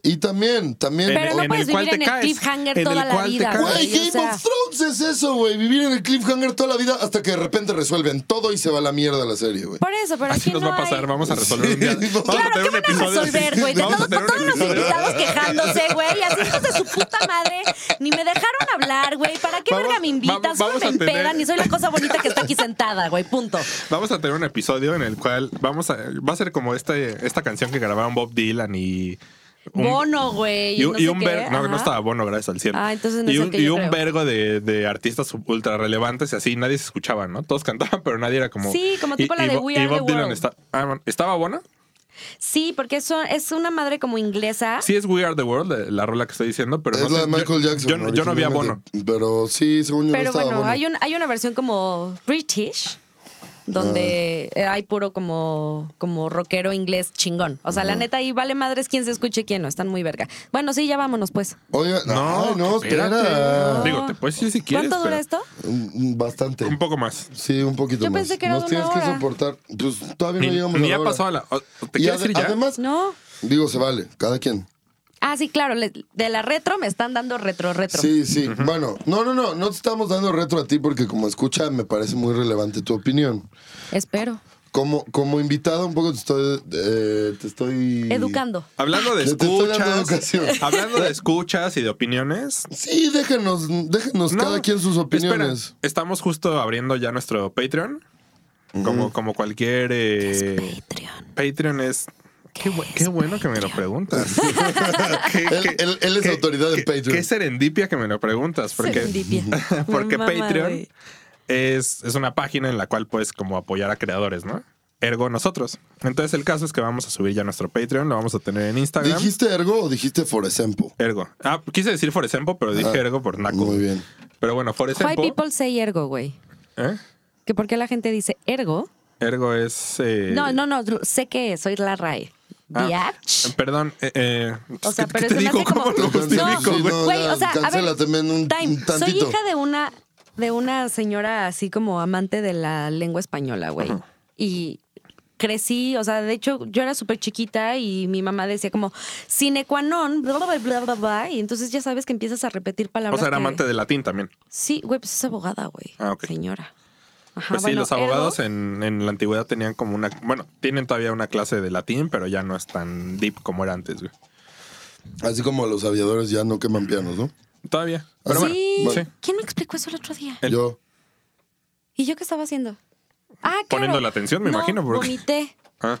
Speaker 2: Y también, también...
Speaker 3: Pero no
Speaker 1: el
Speaker 3: puedes
Speaker 1: cual
Speaker 3: vivir en
Speaker 1: te
Speaker 3: el
Speaker 1: caes,
Speaker 3: cliffhanger
Speaker 1: en
Speaker 3: toda
Speaker 1: el
Speaker 3: la
Speaker 1: cual te
Speaker 3: vida,
Speaker 1: caes.
Speaker 3: güey.
Speaker 2: Güey,
Speaker 3: o
Speaker 2: Game
Speaker 3: sea-
Speaker 2: of Thrones es eso, güey. Vivir en el cliffhanger toda la vida hasta que de repente resuelven todo y se va a la mierda la serie, güey.
Speaker 3: Por eso, pero
Speaker 1: Así
Speaker 3: aquí
Speaker 1: nos
Speaker 3: no
Speaker 1: va a pasar,
Speaker 3: hay-
Speaker 1: vamos a resolver un día.
Speaker 2: Sí,
Speaker 1: Vamos
Speaker 3: Claro,
Speaker 1: a tener
Speaker 3: ¿qué
Speaker 1: un
Speaker 3: van a
Speaker 1: episodio
Speaker 3: resolver, güey? De
Speaker 1: Vamos a
Speaker 3: todos,
Speaker 1: tener un
Speaker 3: con todos los
Speaker 1: episodio de-
Speaker 3: invitados quejándose, güey. Así hijos de su puta madre. Ni me dejaron hablar, güey. ¿Para qué
Speaker 1: Vamos-
Speaker 3: verga me invitan?
Speaker 1: vamos-
Speaker 3: Solo
Speaker 1: vamos
Speaker 3: me
Speaker 1: a tener-
Speaker 3: empedan y soy la cosa bonita que está aquí sentada, güey. Punto.
Speaker 1: Vamos a tener un episodio en el cual vamos a. Va a ser como este, esta canción que grabaron Bob Dylan y.
Speaker 3: Bono, güey.
Speaker 1: Y,
Speaker 3: no
Speaker 1: y
Speaker 3: sé
Speaker 1: un
Speaker 3: qué.
Speaker 1: ver, no,
Speaker 3: Ajá.
Speaker 1: no estaba bueno, gracias al cielo.
Speaker 3: Ah, entonces no
Speaker 1: y
Speaker 3: es el
Speaker 1: un,
Speaker 3: que yo
Speaker 1: y un
Speaker 3: creo.
Speaker 1: vergo de, de artistas ultra relevantes y así, nadie se escuchaba, ¿no? Todos cantaban, pero nadie era como.
Speaker 3: Sí, como
Speaker 1: y-
Speaker 3: tipo la
Speaker 1: y
Speaker 3: de
Speaker 1: Bo-
Speaker 3: We
Speaker 1: y
Speaker 3: Are
Speaker 1: Bob
Speaker 3: the
Speaker 1: Dylan
Speaker 3: World.
Speaker 1: está- ah, bueno, ¿Estaba buena?
Speaker 3: Sí, porque eso es una madre como inglesa.
Speaker 1: Sí, es We Are the World, la, la rola que estoy diciendo, pero.
Speaker 2: es
Speaker 1: no
Speaker 2: la
Speaker 1: sé,
Speaker 2: de Michael
Speaker 1: yo,
Speaker 2: Jackson.
Speaker 1: Yo, no- yo no vi a Bono.
Speaker 2: originalmente, Pero sí, según yo no
Speaker 3: Pero
Speaker 2: estaba
Speaker 3: bueno,
Speaker 2: Bono.
Speaker 3: hay, un- hay una versión como British, donde
Speaker 1: Ah.
Speaker 3: eh, hay puro como, como rockero inglés chingón. O sea, la neta, ahí vale madres quién se escuche y quién no. Están muy verga. Bueno, sí, ya vámonos, pues.
Speaker 2: Oiga, no, no,
Speaker 1: que espérate.
Speaker 2: espera.
Speaker 1: Digo, te puedes ir si quieres.
Speaker 3: ¿Cuánto dura
Speaker 1: pero-
Speaker 3: esto?
Speaker 2: Mm, Bastante.
Speaker 1: Un poco más.
Speaker 2: Sí, un poquito
Speaker 3: Yo
Speaker 2: más.
Speaker 3: pensé que era
Speaker 2: Nos
Speaker 3: de una
Speaker 2: tienes que
Speaker 3: hora.
Speaker 2: soportar. Pues todavía
Speaker 1: Ni,
Speaker 2: no llegamos
Speaker 1: ni
Speaker 2: a la
Speaker 1: ha
Speaker 2: hora.
Speaker 1: pasado la. o- ¿Te
Speaker 2: Y
Speaker 1: quieres
Speaker 2: ade-
Speaker 1: ir ya?
Speaker 2: además,
Speaker 3: No.
Speaker 2: digo, se vale, cada quien.
Speaker 3: Ah, sí, claro, le- de la retro me están dando retro, retro.
Speaker 2: Sí, sí. Bueno, no, no, no, no te estamos dando retro a ti porque como escucha me parece muy relevante tu opinión.
Speaker 3: Espero.
Speaker 2: Como, como invitado un poco te estoy... eh, te estoy...
Speaker 3: Educando.
Speaker 1: Hablando de
Speaker 2: Te estoy dando
Speaker 1: escuchas.
Speaker 2: educación.
Speaker 1: hablando de escuchas y de opiniones,
Speaker 2: Sí, déjenos, déjenos
Speaker 1: No,
Speaker 2: Pues cada quien sus opiniones.
Speaker 1: espera, estamos justo abriendo ya nuestro Patreon. Como, como cualquier eh,
Speaker 3: Patreon.
Speaker 1: Patreon es. Qué, bu- qué bueno que me lo preguntas. Qué-
Speaker 2: Él-
Speaker 1: qué-
Speaker 2: él- él es
Speaker 1: qué-
Speaker 2: autoridad
Speaker 1: qué-
Speaker 2: en Patreon.
Speaker 1: Qué serendipia que me lo preguntas. Porque,
Speaker 3: Serendipia.
Speaker 1: porque
Speaker 3: Me mama,
Speaker 1: Patreon
Speaker 3: güey.
Speaker 1: es, es una página en la cual puedes como apoyar a creadores, ¿no? Ergo nosotros. Entonces el caso es que vamos a subir ya nuestro Patreon, lo vamos a tener en Instagram.
Speaker 2: ¿Dijiste ergo o dijiste foresempo?
Speaker 1: Ergo. Ah, quise decir Foresempo, pero dije
Speaker 2: Ah,
Speaker 1: Ergo por Naco.
Speaker 2: Muy bien.
Speaker 1: Pero bueno,
Speaker 3: Why
Speaker 1: Foresempo.
Speaker 3: people say ergo, güey.
Speaker 1: ¿eh?
Speaker 3: Que por qué la gente dice ergo.
Speaker 1: Ergo es. eh,
Speaker 3: No, no, no, sé que soy la RAE.
Speaker 1: Ah,
Speaker 3: Biatch.
Speaker 1: eh, Perdón, eh, eh,
Speaker 3: O
Speaker 1: pues,
Speaker 3: sea,
Speaker 1: ¿qué-
Speaker 3: pero
Speaker 1: qué
Speaker 3: se
Speaker 1: te
Speaker 3: me
Speaker 1: digo
Speaker 3: hace como...
Speaker 1: cómo lo justifico,
Speaker 2: sí,
Speaker 1: güey?
Speaker 2: no,
Speaker 3: Güey,
Speaker 2: ya,
Speaker 3: o sea, a ver,
Speaker 2: cancélate, men, un-
Speaker 3: time.
Speaker 2: un
Speaker 3: Soy
Speaker 2: tantito.
Speaker 3: hija de una, de una señora así como amante de la lengua española, güey. Y crecí, o sea, de hecho, yo era súper chiquita y mi mamá decía como, sine qua non, bla, bla, bla, bla, bla. Y entonces ya sabes que empiezas a repetir
Speaker 1: O
Speaker 3: palabras
Speaker 1: sea, era
Speaker 3: que-
Speaker 1: amante de latín también.
Speaker 3: Sí, güey, pues es abogada, güey.
Speaker 1: Ah, ok.
Speaker 3: Señora. Ajá,
Speaker 1: Pues sí,
Speaker 3: Ah, bueno,
Speaker 1: los abogados
Speaker 3: ergo-
Speaker 1: en, en la antigüedad tenían como una. Bueno, tienen todavía una clase de latín, pero ya no es tan deep como era antes, güey.
Speaker 2: Así como los aviadores ya no queman pianos, ¿no?
Speaker 1: Todavía. Pero bueno,
Speaker 3: ¿Ah, sí.
Speaker 1: sí.
Speaker 3: ¿Quién me explicó eso el otro día?
Speaker 1: El-
Speaker 2: Yo.
Speaker 3: ¿Y yo qué estaba haciendo? Ah, claro.
Speaker 1: Poniendo la atención, me
Speaker 3: No,
Speaker 1: imagino, porque-
Speaker 3: vomité.
Speaker 1: Ah.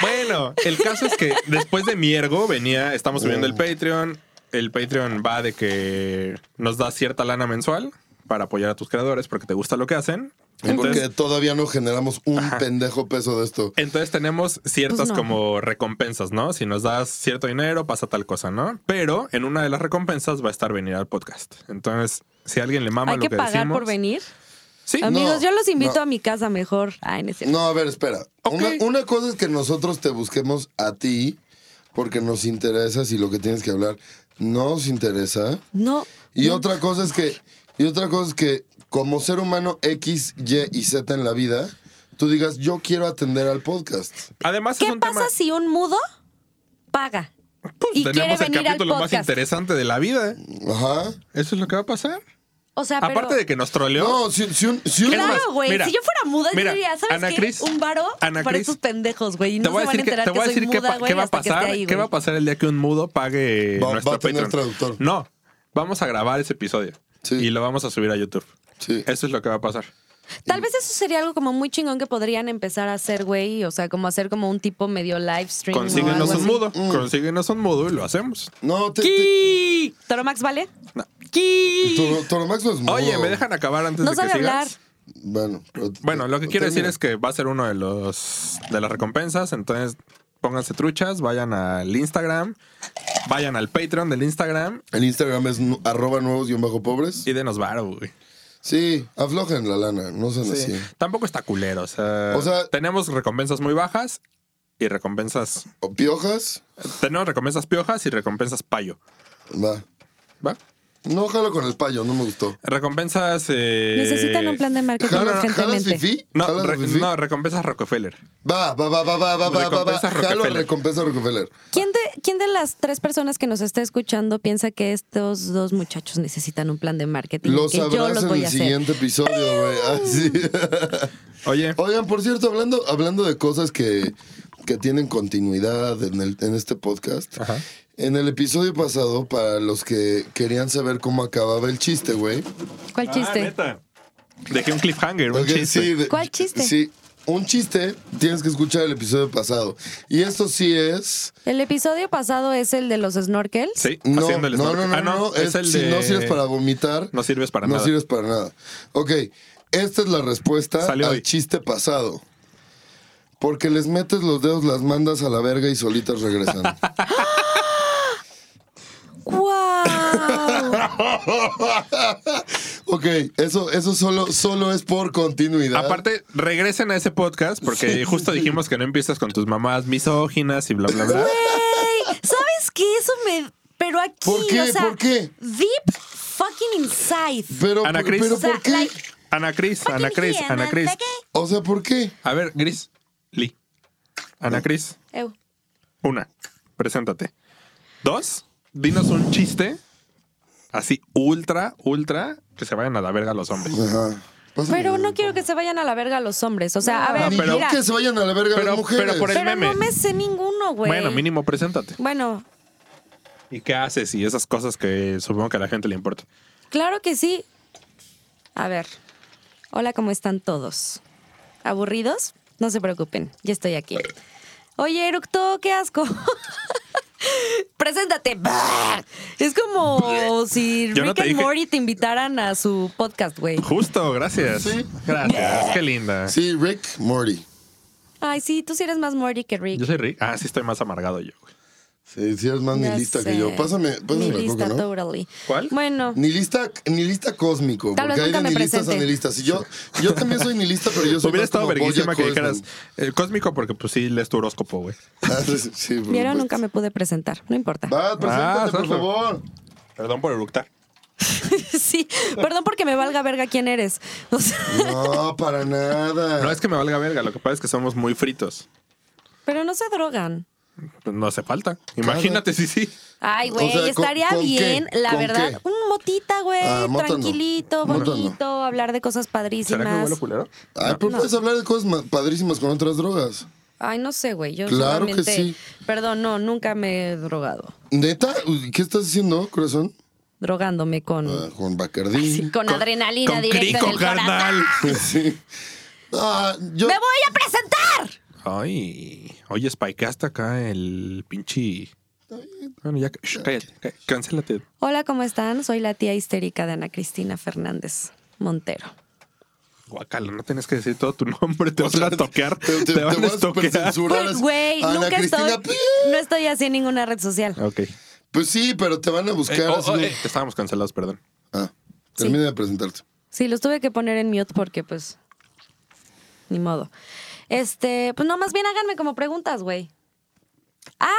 Speaker 1: bueno, el caso es que después de mi ergo venía, estamos subiendo el Patreon. El Patreon va de que nos da cierta lana mensual para apoyar a tus creadores porque te gusta lo que hacen. Entonces-
Speaker 2: Porque todavía no generamos un
Speaker 1: Ajá.
Speaker 2: pendejo peso de esto.
Speaker 1: Entonces tenemos ciertas
Speaker 3: Pues no.
Speaker 1: como recompensas, ¿no? Si nos das cierto dinero, pasa tal cosa, ¿no? Pero en una de las recompensas va a estar venir al podcast. Entonces, si a alguien le mama
Speaker 3: Hay
Speaker 1: lo
Speaker 3: que
Speaker 1: que,
Speaker 3: pagar
Speaker 1: decimos,
Speaker 3: por venir.
Speaker 1: Sí,
Speaker 2: Ah,
Speaker 3: Amigos,
Speaker 2: no,
Speaker 3: yo los invito
Speaker 2: no.
Speaker 3: a mi casa mejor. Ay, no es cierto.
Speaker 2: No, a ver, espera.
Speaker 1: Eh. Ok.
Speaker 2: Una, una cosa es que nosotros te busquemos a ti porque nos interesa si lo que tienes que hablar nos interesa.
Speaker 3: No.
Speaker 2: Y
Speaker 3: no.
Speaker 2: otra cosa es que, y otra cosa es que como ser humano X, Y y Z en la vida, tú digas, yo quiero atender al podcast.
Speaker 1: además es
Speaker 3: ¿Qué
Speaker 1: un
Speaker 3: pasa
Speaker 1: tema. Pues,
Speaker 3: si un mudo paga? y quiere
Speaker 1: tenemos el
Speaker 3: venir al
Speaker 1: capítulo más
Speaker 3: podcast?
Speaker 1: interesante de la vida. ¿eh?
Speaker 2: Ajá.
Speaker 1: Eso es lo que va a pasar.
Speaker 3: O sea,
Speaker 1: Aparte
Speaker 3: Ah, pero...
Speaker 1: de que nos troleó.
Speaker 2: No, si, si un... si un-
Speaker 1: Es más,
Speaker 3: Claro, güey.
Speaker 1: mira,
Speaker 3: Si yo fuera muda,
Speaker 1: mira,
Speaker 3: yo diría, ¿sabes
Speaker 1: Ana
Speaker 3: qué?
Speaker 1: Cris,
Speaker 3: un varo
Speaker 1: Ana
Speaker 3: para
Speaker 1: Cris,
Speaker 3: estos pendejos, güey. Y
Speaker 1: te
Speaker 3: no
Speaker 1: voy a
Speaker 3: se van a
Speaker 1: decir, que,
Speaker 3: enterar
Speaker 1: te voy a
Speaker 3: que soy
Speaker 1: decir qué,
Speaker 3: muda,
Speaker 1: pa-
Speaker 3: güey,
Speaker 1: qué va a
Speaker 3: hasta que
Speaker 1: pasar,
Speaker 3: esté ahí,
Speaker 1: qué va
Speaker 3: güey.
Speaker 1: a pasar el día que un mudo pague
Speaker 2: Va-
Speaker 1: nuestro
Speaker 2: va a tener
Speaker 1: Patreon.
Speaker 2: traductor.
Speaker 1: No, vamos a grabar ese episodio
Speaker 2: Sí.
Speaker 1: y lo vamos a subir a YouTube.
Speaker 2: Sí.
Speaker 1: Eso es lo que va a pasar.
Speaker 3: Tal vez eso sería algo como muy chingón que podrían empezar a hacer, güey. O sea, como hacer como un tipo medio live stream. o
Speaker 1: Consíguenos
Speaker 3: algo
Speaker 1: un
Speaker 3: así. Mm.
Speaker 1: mudo, consíguenos un mudo y lo hacemos.
Speaker 2: No, te, te-
Speaker 3: ¿Qui? ¿Toro Max vale?
Speaker 1: No.
Speaker 3: ¿Qui?
Speaker 2: Toro- Toromax no es mudo.
Speaker 1: Oye, me dejan acabar antes
Speaker 3: No
Speaker 1: de
Speaker 3: sabe
Speaker 1: que sigas.
Speaker 3: hablar.
Speaker 2: Bueno, pero-
Speaker 1: Bueno, lo que quiero decir
Speaker 2: termina.
Speaker 1: es que va a ser uno de los de las recompensas, entonces pónganse truchas, vayan al Instagram, vayan al Patreon del Instagram
Speaker 2: El Instagram es nu- arroba nuevos y un bajo pobres.
Speaker 1: y denos varo, güey.
Speaker 2: Sí, aflojen la lana, no sean
Speaker 1: Sí.
Speaker 2: así.
Speaker 1: Tampoco está culero, o sea,
Speaker 2: O sea-
Speaker 1: tenemos recompensas muy bajas y recompensas
Speaker 2: O piojas,
Speaker 1: tenemos recompensas piojas y recompensas payo,
Speaker 2: va.
Speaker 1: ¿va?
Speaker 2: No, jalo con el payo, no me gustó.
Speaker 1: Recompensas eh,
Speaker 3: Necesitan un plan de marketing
Speaker 2: Jala- ¿Jalas
Speaker 3: urgentemente.
Speaker 2: fifí?
Speaker 1: No,
Speaker 2: ¿Jalas
Speaker 1: re-
Speaker 2: fifí?
Speaker 1: no, recompensas Rockefeller.
Speaker 2: Va, va, va, va, va, va, va, va, va.
Speaker 1: Recompensa
Speaker 2: Jalo
Speaker 1: Rockefeller.
Speaker 2: recompensa Rockefeller.
Speaker 3: ¿Quién de, ¿Quién de las tres personas que nos está escuchando piensa que estos dos muchachos necesitan un plan de marketing?
Speaker 2: Lo
Speaker 3: que yo
Speaker 2: sabrás
Speaker 3: los
Speaker 2: en
Speaker 3: voy
Speaker 2: el
Speaker 3: a hacer.
Speaker 2: siguiente episodio, güey. Ah, sí.
Speaker 1: Oye,
Speaker 2: Oigan, por cierto, hablando, hablando de cosas que, que tienen continuidad en, el- en este podcast,
Speaker 1: Ajá.
Speaker 2: en el episodio pasado, para los que querían saber cómo acababa el chiste, güey.
Speaker 3: ¿Cuál
Speaker 1: Ah,
Speaker 3: chiste?
Speaker 1: neta. Dejé un cliffhanger, un
Speaker 2: Ok,
Speaker 1: chiste.
Speaker 2: sí, de-
Speaker 3: ¿Cuál chiste?
Speaker 2: Sí, un chiste tienes que escuchar el episodio pasado. Y esto sí es.
Speaker 3: El episodio pasado es el de los snorkels.
Speaker 1: Sí,
Speaker 2: No,
Speaker 1: haciendo el
Speaker 2: no, no,
Speaker 1: snorkel.
Speaker 2: no,
Speaker 1: Ah,
Speaker 2: no, no,
Speaker 1: es,
Speaker 2: es
Speaker 1: el
Speaker 2: si
Speaker 1: de...
Speaker 2: no sirves para vomitar.
Speaker 1: No sirves para nada.
Speaker 2: No sirves para nada. Ok, esta es la respuesta
Speaker 1: Salió
Speaker 2: al
Speaker 1: hoy.
Speaker 2: chiste pasado. Porque les metes los dedos, las mandas a la verga y solitas regresan.
Speaker 3: ¡Guau!
Speaker 2: ok, eso, eso solo, solo es por continuidad.
Speaker 1: Aparte, regresen a ese podcast porque justo dijimos que no empiezas con tus mamás misóginas y bla, bla, bla.
Speaker 3: Güey, ¿Sabes qué? Eso me. Pero aquí.
Speaker 2: ¿Por qué?
Speaker 3: O sea,
Speaker 2: ¿Por qué?
Speaker 3: Deep fucking inside.
Speaker 2: pero,
Speaker 1: Ana Cris.
Speaker 2: pero
Speaker 1: O
Speaker 3: sea,
Speaker 2: ¿por qué?
Speaker 3: like-
Speaker 1: Ana Cris, Ana Cris,
Speaker 3: Fucking
Speaker 1: Ana
Speaker 3: here,
Speaker 1: Cris.
Speaker 3: ¿de qué?
Speaker 2: O sea, ¿por qué?
Speaker 1: A ver, Gris, Lee.
Speaker 2: Ah.
Speaker 1: Ana Cris,
Speaker 3: Eu.
Speaker 1: una, preséntate. Dos, dinos un chiste así ultra, ultra, que se vayan a la verga los hombres.
Speaker 2: Ajá. Pásame.
Speaker 3: Pero no quiero que se vayan a la verga los hombres. O sea, a ver,
Speaker 2: Ni
Speaker 1: pero-
Speaker 3: mira.
Speaker 2: que se vayan a la verga
Speaker 1: Pero-
Speaker 2: las mujeres.
Speaker 1: pero por el-
Speaker 3: Pero no
Speaker 1: meme.
Speaker 3: me sé ninguno, güey.
Speaker 1: Bueno, mínimo, preséntate.
Speaker 3: Bueno,
Speaker 1: ¿Y qué haces? Y esas cosas que supongo que a la gente le importa.
Speaker 3: claro que sí. A ver. Hola, ¿cómo están todos? ¿Aburridos? No se preocupen, ya estoy aquí. Oye, Eructo, qué asco. Preséntate. Bah. Es como si
Speaker 1: Yo no
Speaker 3: Rick
Speaker 1: te
Speaker 3: and
Speaker 1: dije-
Speaker 3: Morty te invitaran a su podcast, güey.
Speaker 1: Justo, gracias.
Speaker 2: Sí.
Speaker 1: Gracias, qué linda.
Speaker 2: Sí, Rick Morty.
Speaker 3: Ay, sí, tú sí eres más Morty que Rick.
Speaker 1: Yo soy Rick. Ah, sí, estoy más amargado yo. güey.
Speaker 2: Sí, sí eres más
Speaker 3: Ya
Speaker 2: nihilista
Speaker 3: sé.
Speaker 2: que yo. Pásame, pásame la
Speaker 3: Nihilista,
Speaker 2: coca, ¿no?
Speaker 3: totally.
Speaker 1: ¿Cuál?
Speaker 3: Bueno,
Speaker 2: Nihilista, nihilista cósmico,
Speaker 3: Tal vez
Speaker 2: porque hay
Speaker 3: nunca
Speaker 2: de
Speaker 3: me
Speaker 2: nihilistas a
Speaker 3: presente.
Speaker 2: nihilistas. Y yo, yo también soy nihilista, pero yo soy
Speaker 1: Hubiera
Speaker 2: más
Speaker 1: estado
Speaker 2: como Bojack
Speaker 1: verguísima que
Speaker 2: Horseman.
Speaker 1: dijeras eh, cósmico porque pues sí lees tu horóscopo, güey.
Speaker 2: Ah, sí, sí, por
Speaker 3: vieron,
Speaker 2: supuesto.
Speaker 3: nunca me pude presentar. No importa.
Speaker 2: Va, preséntate,
Speaker 1: Ah,
Speaker 2: por
Speaker 1: Sasha.
Speaker 2: favor.
Speaker 1: Perdón por eructar.
Speaker 3: sí, perdón porque me valga verga quién eres. O sea,
Speaker 2: No, para nada.
Speaker 1: No es que me valga verga, lo que pasa es que somos muy fritos.
Speaker 3: pero no se drogan.
Speaker 1: No hace falta. Imagínate, sí, sí.
Speaker 3: Ay, güey,
Speaker 2: O sea, ¿con-
Speaker 3: estaría
Speaker 2: con qué?
Speaker 3: bien, la
Speaker 2: ¿Con
Speaker 3: verdad.
Speaker 2: qué?
Speaker 3: Un motita, güey,
Speaker 2: Ah, mota no.
Speaker 3: tranquilito,
Speaker 2: Mota no.
Speaker 3: bonito, hablar de cosas
Speaker 1: ¿Será que
Speaker 3: padrísimas.
Speaker 1: huele culero?
Speaker 2: Ay, pero puedes hablar de cosas ma- padrísimas con otras drogas.
Speaker 3: Ay, no sé, güey, yo
Speaker 2: Claro que
Speaker 3: solamente-
Speaker 2: sí.
Speaker 3: Perdón, no, nunca me he drogado.
Speaker 2: ¿Neta? Uy, ¿Qué estás haciendo, corazón?
Speaker 3: Drogándome con,
Speaker 2: Ah, con Bacardí.
Speaker 3: sí, con, adrenalina
Speaker 1: Con
Speaker 3: directa
Speaker 1: crico,
Speaker 3: del corazón.
Speaker 1: carnal.
Speaker 2: Sí. Ah, yo...
Speaker 3: ¡Me voy a presentar!
Speaker 1: Ay, oye, Spike, hasta acá el pinche. Bueno, ya, shh, cállate, cá- cancélate.
Speaker 3: Hola, ¿cómo están? Soy la tía histérica de Ana Cristina Fernández Montero.
Speaker 1: Guacala, no tienes que decir todo tu nombre, te
Speaker 2: O
Speaker 1: vas
Speaker 2: sea,
Speaker 1: a toquear.
Speaker 2: te-
Speaker 1: Te,
Speaker 2: te- te
Speaker 1: van
Speaker 2: voy
Speaker 1: a
Speaker 2: a
Speaker 1: estoquear.
Speaker 2: supercensurar.
Speaker 3: Pues, güey,
Speaker 2: Ana
Speaker 3: nunca
Speaker 2: Cristina
Speaker 3: estoy.
Speaker 2: Pi-
Speaker 3: No estoy así en ninguna red social.
Speaker 1: Ok. Eh,
Speaker 2: Pues sí, pero te van a buscar.
Speaker 1: oh,
Speaker 2: así
Speaker 1: oh,
Speaker 2: como-
Speaker 1: eh, estábamos cancelados, perdón.
Speaker 2: Ah, termina de presentarte.
Speaker 3: Sí, los tuve que poner en mute porque, pues. Ni modo. Este, pues no, más bien háganme como preguntas, güey. Ah,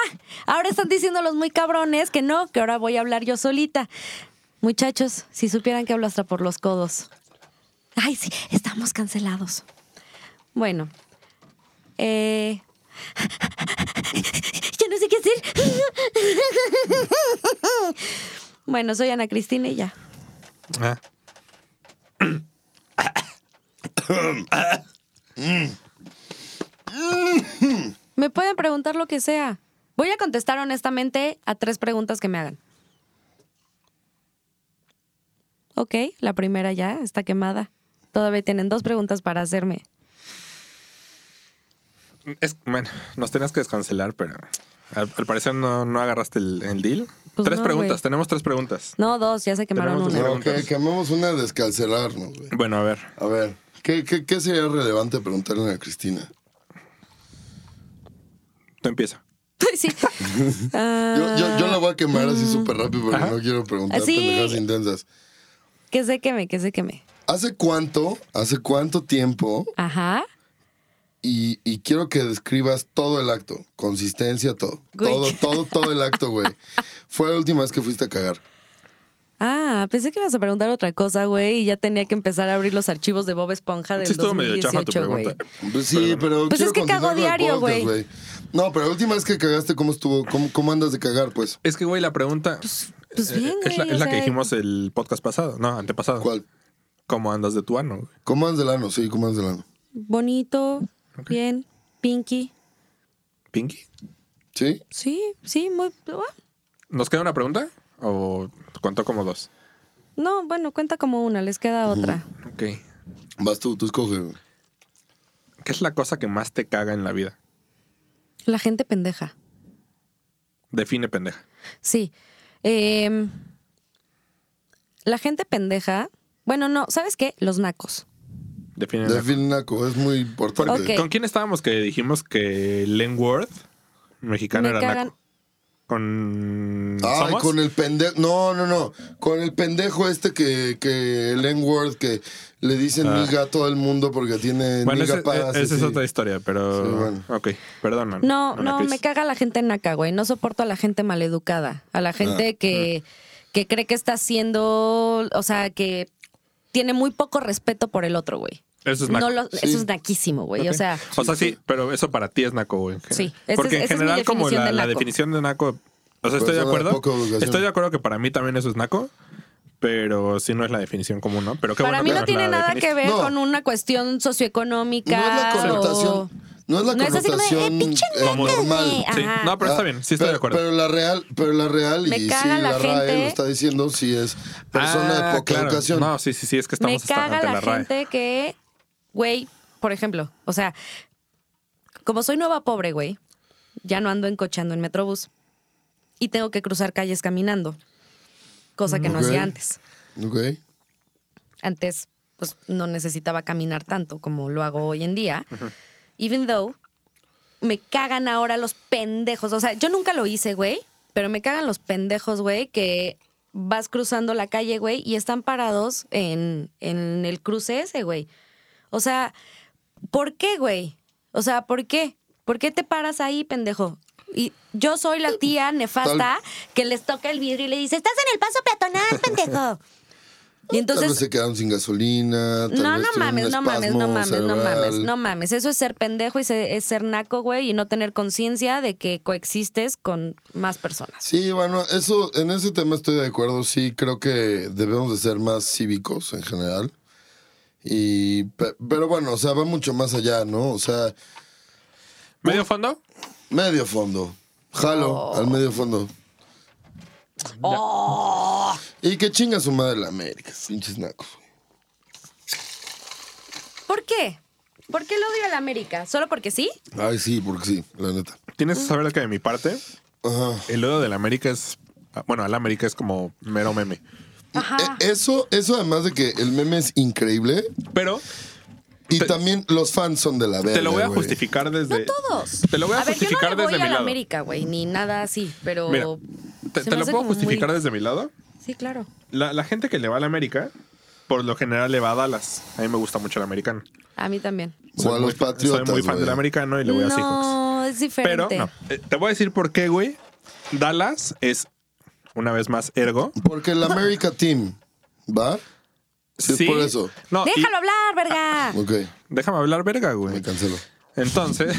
Speaker 3: ahora están diciendo los muy cabrones que no, que ahora voy a hablar yo solita. Muchachos, si supieran que hablo hasta por los codos. Ay, sí, estamos cancelados. Bueno. Eh. Ya no sé qué hacer. Bueno, soy Ana Cristina y ya.
Speaker 1: Ah,
Speaker 3: Me pueden preguntar lo que sea. Voy a contestar honestamente a tres preguntas que me hagan. Ok, la primera ya está quemada. Todavía tienen dos preguntas para hacerme.
Speaker 1: es, bueno, nos tenías que descancelar, pero al, al parecer no, no agarraste el, el deal.
Speaker 3: Pues
Speaker 1: tres
Speaker 3: no,
Speaker 1: preguntas,
Speaker 3: güey.
Speaker 1: tenemos tres preguntas.
Speaker 3: No, dos, ya se quemaron
Speaker 1: Tenemos
Speaker 3: una.
Speaker 1: dos.
Speaker 2: No, que quemamos una descalcelarnos, güey.
Speaker 1: Bueno, a ver.
Speaker 2: A ver, ¿qué, qué, qué sería relevante preguntarle a Cristina?
Speaker 1: Tú empieza.
Speaker 3: Ay, Sí. Ah,
Speaker 2: Yo, yo, yo la voy a quemar así súper rápido porque no quiero preguntar
Speaker 3: Así.
Speaker 2: pendejadas intensas.
Speaker 3: que se queme, que se queme.
Speaker 2: ¿Hace cuánto, hace cuánto tiempo,
Speaker 3: Ajá.
Speaker 2: y, y quiero que describas todo el acto, consistencia, todo,
Speaker 3: Güey.
Speaker 2: todo, todo, todo el acto, güey. Fue la última vez que fuiste a cagar.
Speaker 3: Ah, pensé que ibas a preguntar otra cosa, güey, y ya tenía que empezar a abrir los archivos de Bob Esponja del
Speaker 1: Sí, estuvo medio chafa tu
Speaker 3: 2018, güey.
Speaker 1: pregunta.
Speaker 2: Pues sí, pero
Speaker 3: Pues
Speaker 2: quiero
Speaker 3: es que cago
Speaker 2: continuar con el
Speaker 3: diario,
Speaker 2: podcast,
Speaker 3: güey.
Speaker 2: No, pero la última vez que cagaste, ¿cómo estuvo? ¿Cómo, cómo andas de cagar, pues?
Speaker 1: Es que, güey, la pregunta
Speaker 3: Pues
Speaker 1: eh,
Speaker 3: bien, güey.
Speaker 1: es la,
Speaker 3: o
Speaker 1: es la que
Speaker 3: sea, eh,
Speaker 1: dijimos el podcast pasado, no, antepasado.
Speaker 2: ¿Cuál?
Speaker 1: ¿Cómo andas de tu ano? güey?
Speaker 2: ¿Cómo andas del ano? Sí, ¿cómo andas del ano?
Speaker 3: Bonito, bien, pinky.
Speaker 1: ¿Pinky?
Speaker 2: ¿Sí?
Speaker 3: Sí, sí, muy. ah,
Speaker 1: ¿Nos queda una pregunta? ¿O contó como dos?
Speaker 3: No, bueno, cuenta como una, les queda otra.
Speaker 1: Ok. ¿Qué
Speaker 2: Vas tú, tú escoges, güey.
Speaker 1: es la cosa que más te caga en la vida?
Speaker 3: La gente pendeja.
Speaker 1: Define pendeja.
Speaker 3: Sí. Em, la gente pendeja. Bueno, no, ¿sabes qué? Los nacos.
Speaker 1: Define.
Speaker 2: Define naco, es muy importante.
Speaker 3: Ok.
Speaker 1: ¿Con quién estábamos que dijimos que Len Worth, mexicano,
Speaker 3: Me
Speaker 1: era
Speaker 3: cagan.
Speaker 1: naco? Con.
Speaker 2: Ay,
Speaker 1: ¿Somos?
Speaker 2: con el pendejo. No, no, no. Con el pendejo este que, que el N-word que le dicen
Speaker 1: Ah.
Speaker 2: miga a todo el mundo porque tiene
Speaker 1: Bueno,
Speaker 2: miga
Speaker 1: ese-
Speaker 2: paz.
Speaker 1: esa es
Speaker 2: así.
Speaker 1: otra historia, pero.
Speaker 2: Sí, bueno.
Speaker 1: Ok, perdóname.
Speaker 3: No,
Speaker 1: Ana
Speaker 3: no,
Speaker 1: Cris.
Speaker 3: me caga la gente naca, güey. No soporto a la gente maleducada. A
Speaker 1: Ah,
Speaker 3: la gente que, que cree que está haciendo. O sea, que tiene muy poco respeto por el otro, güey.
Speaker 1: Eso es naco.
Speaker 3: No lo-
Speaker 2: Sí.
Speaker 3: Eso es naquísimo, güey.
Speaker 1: Ok.
Speaker 3: O sea.
Speaker 1: O sea, sí, pero eso para ti es naco, güey.
Speaker 3: Sí, esa es-
Speaker 1: Porque en
Speaker 3: esa es mi
Speaker 1: general, como
Speaker 3: definición
Speaker 1: la,
Speaker 3: de
Speaker 1: la
Speaker 3: naco.
Speaker 1: definición de naco. O sea, estoy de
Speaker 2: Persona de
Speaker 1: acuerdo.
Speaker 2: Pues, poca educación.
Speaker 1: Estoy de acuerdo que para mí también eso es naco. Pero sí no es la definición común, ¿no? Pero qué
Speaker 3: Para
Speaker 1: bueno
Speaker 3: mí
Speaker 1: que
Speaker 3: no
Speaker 1: nos
Speaker 3: tiene
Speaker 1: la
Speaker 3: nada que
Speaker 1: definiste.
Speaker 3: ver
Speaker 2: No.
Speaker 3: con una cuestión
Speaker 2: No
Speaker 3: socioeconómica.
Speaker 2: es la
Speaker 3: o-
Speaker 2: connotación. No es la
Speaker 3: No es así como de, eh, Ah.
Speaker 2: connotación
Speaker 3: pinche
Speaker 2: eh,
Speaker 1: naco, güey.
Speaker 2: normal.
Speaker 1: Sí,
Speaker 3: Ajá.
Speaker 1: no, pero está bien, sí estoy
Speaker 2: pero,
Speaker 1: de acuerdo.
Speaker 2: Pero la real, pero la real,
Speaker 3: Me
Speaker 2: y sí,
Speaker 3: caga la
Speaker 2: la, RAE
Speaker 3: gente.
Speaker 2: lo está diciendo, sí es persona
Speaker 1: Ah,
Speaker 2: de poca
Speaker 1: claro.
Speaker 2: educación.
Speaker 1: No, sí, sí, sí, es que
Speaker 3: Me
Speaker 1: estamos hasta
Speaker 3: caga
Speaker 1: ante
Speaker 3: la,
Speaker 1: la, RAE.
Speaker 3: gente que, güey, por ejemplo, o sea, como soy nueva pobre, güey, ya no ando encochando en Metrobús y tengo que cruzar calles caminando, cosa que no
Speaker 2: Ok.
Speaker 3: hacía antes.
Speaker 2: Ok.
Speaker 3: Antes, pues, no necesitaba caminar tanto como lo hago hoy en día, even though me cagan ahora los pendejos. O sea, yo nunca lo hice, güey, pero me cagan los pendejos, güey, que vas cruzando la calle, güey, y están parados en, en el cruce ese, güey. O sea, ¿por qué, güey? O sea, ¿por qué? ¿Por qué te paras ahí, pendejo? Y yo soy la tía nefasta que les toca el vidrio y le dice, estás en el paso peatonal, pendejo. Y
Speaker 2: tal vez
Speaker 3: entonces
Speaker 2: se quedaron sin gasolina. Tal
Speaker 3: no,
Speaker 2: vez
Speaker 3: no
Speaker 2: tuvieron
Speaker 3: mames,
Speaker 2: un
Speaker 3: no mames,
Speaker 2: espasmo
Speaker 3: no mames, no
Speaker 2: cerebral.
Speaker 3: mames, no mames. Eso es ser pendejo y se- es ser naco, güey, y no tener conciencia de que coexistes con más personas.
Speaker 2: Sí, bueno, eso, en ese tema estoy de acuerdo. Sí, creo que debemos de ser más cívicos en general. Y, pe- pero bueno, o sea, va mucho más allá, ¿no? O sea,
Speaker 1: ¿Medio fondo?
Speaker 2: medio fondo. Jalo al medio fondo. Y que chinga su madre la América, pinches nacos.
Speaker 3: ¿Por qué? ¿Por qué lo odio a la América? ¿Solo porque sí?
Speaker 2: Ay, sí, porque sí, la neta.
Speaker 1: Tienes
Speaker 3: Mm.
Speaker 1: que saber que de mi parte,
Speaker 2: Ajá.
Speaker 1: el odio del América es. Bueno, al América es como mero meme.
Speaker 3: Ajá.
Speaker 2: E- Eso, eso además de que el meme es increíble,
Speaker 1: Pero
Speaker 2: Y
Speaker 1: Te-
Speaker 2: también los fans son de la verga.
Speaker 1: Te lo voy a
Speaker 2: güey.
Speaker 1: justificar desde.
Speaker 3: Todos.
Speaker 1: Te lo voy a justificar
Speaker 3: yo no le
Speaker 1: desde
Speaker 3: voy
Speaker 1: mi
Speaker 3: a la
Speaker 1: lado.
Speaker 3: América, güey, ni nada así, pero.
Speaker 1: Mira, te,
Speaker 3: se
Speaker 1: te
Speaker 3: me
Speaker 1: lo
Speaker 3: hace
Speaker 1: puedo
Speaker 3: como muy-
Speaker 1: justificar desde mi lado.
Speaker 3: Sí, claro.
Speaker 1: La, la gente que le va a la América, por lo general le va a Dallas. A mí me gusta mucho el americano.
Speaker 3: A mí también.
Speaker 2: O a los patriotas.
Speaker 1: Soy muy fan
Speaker 2: güey.
Speaker 1: del americano y le voy a Seahawks.
Speaker 3: no, es diferente.
Speaker 1: Pero no. Eh, Te voy a decir por qué, güey. Dallas es, una vez más, ergo.
Speaker 2: Porque el America Team, ¿va? Sí, es por eso.
Speaker 1: No, y- Ah,
Speaker 3: Déjalo hablar, verga.
Speaker 2: Ok,
Speaker 1: déjame hablar, verga,
Speaker 2: me
Speaker 1: güey.
Speaker 2: cancelo.
Speaker 1: Entonces,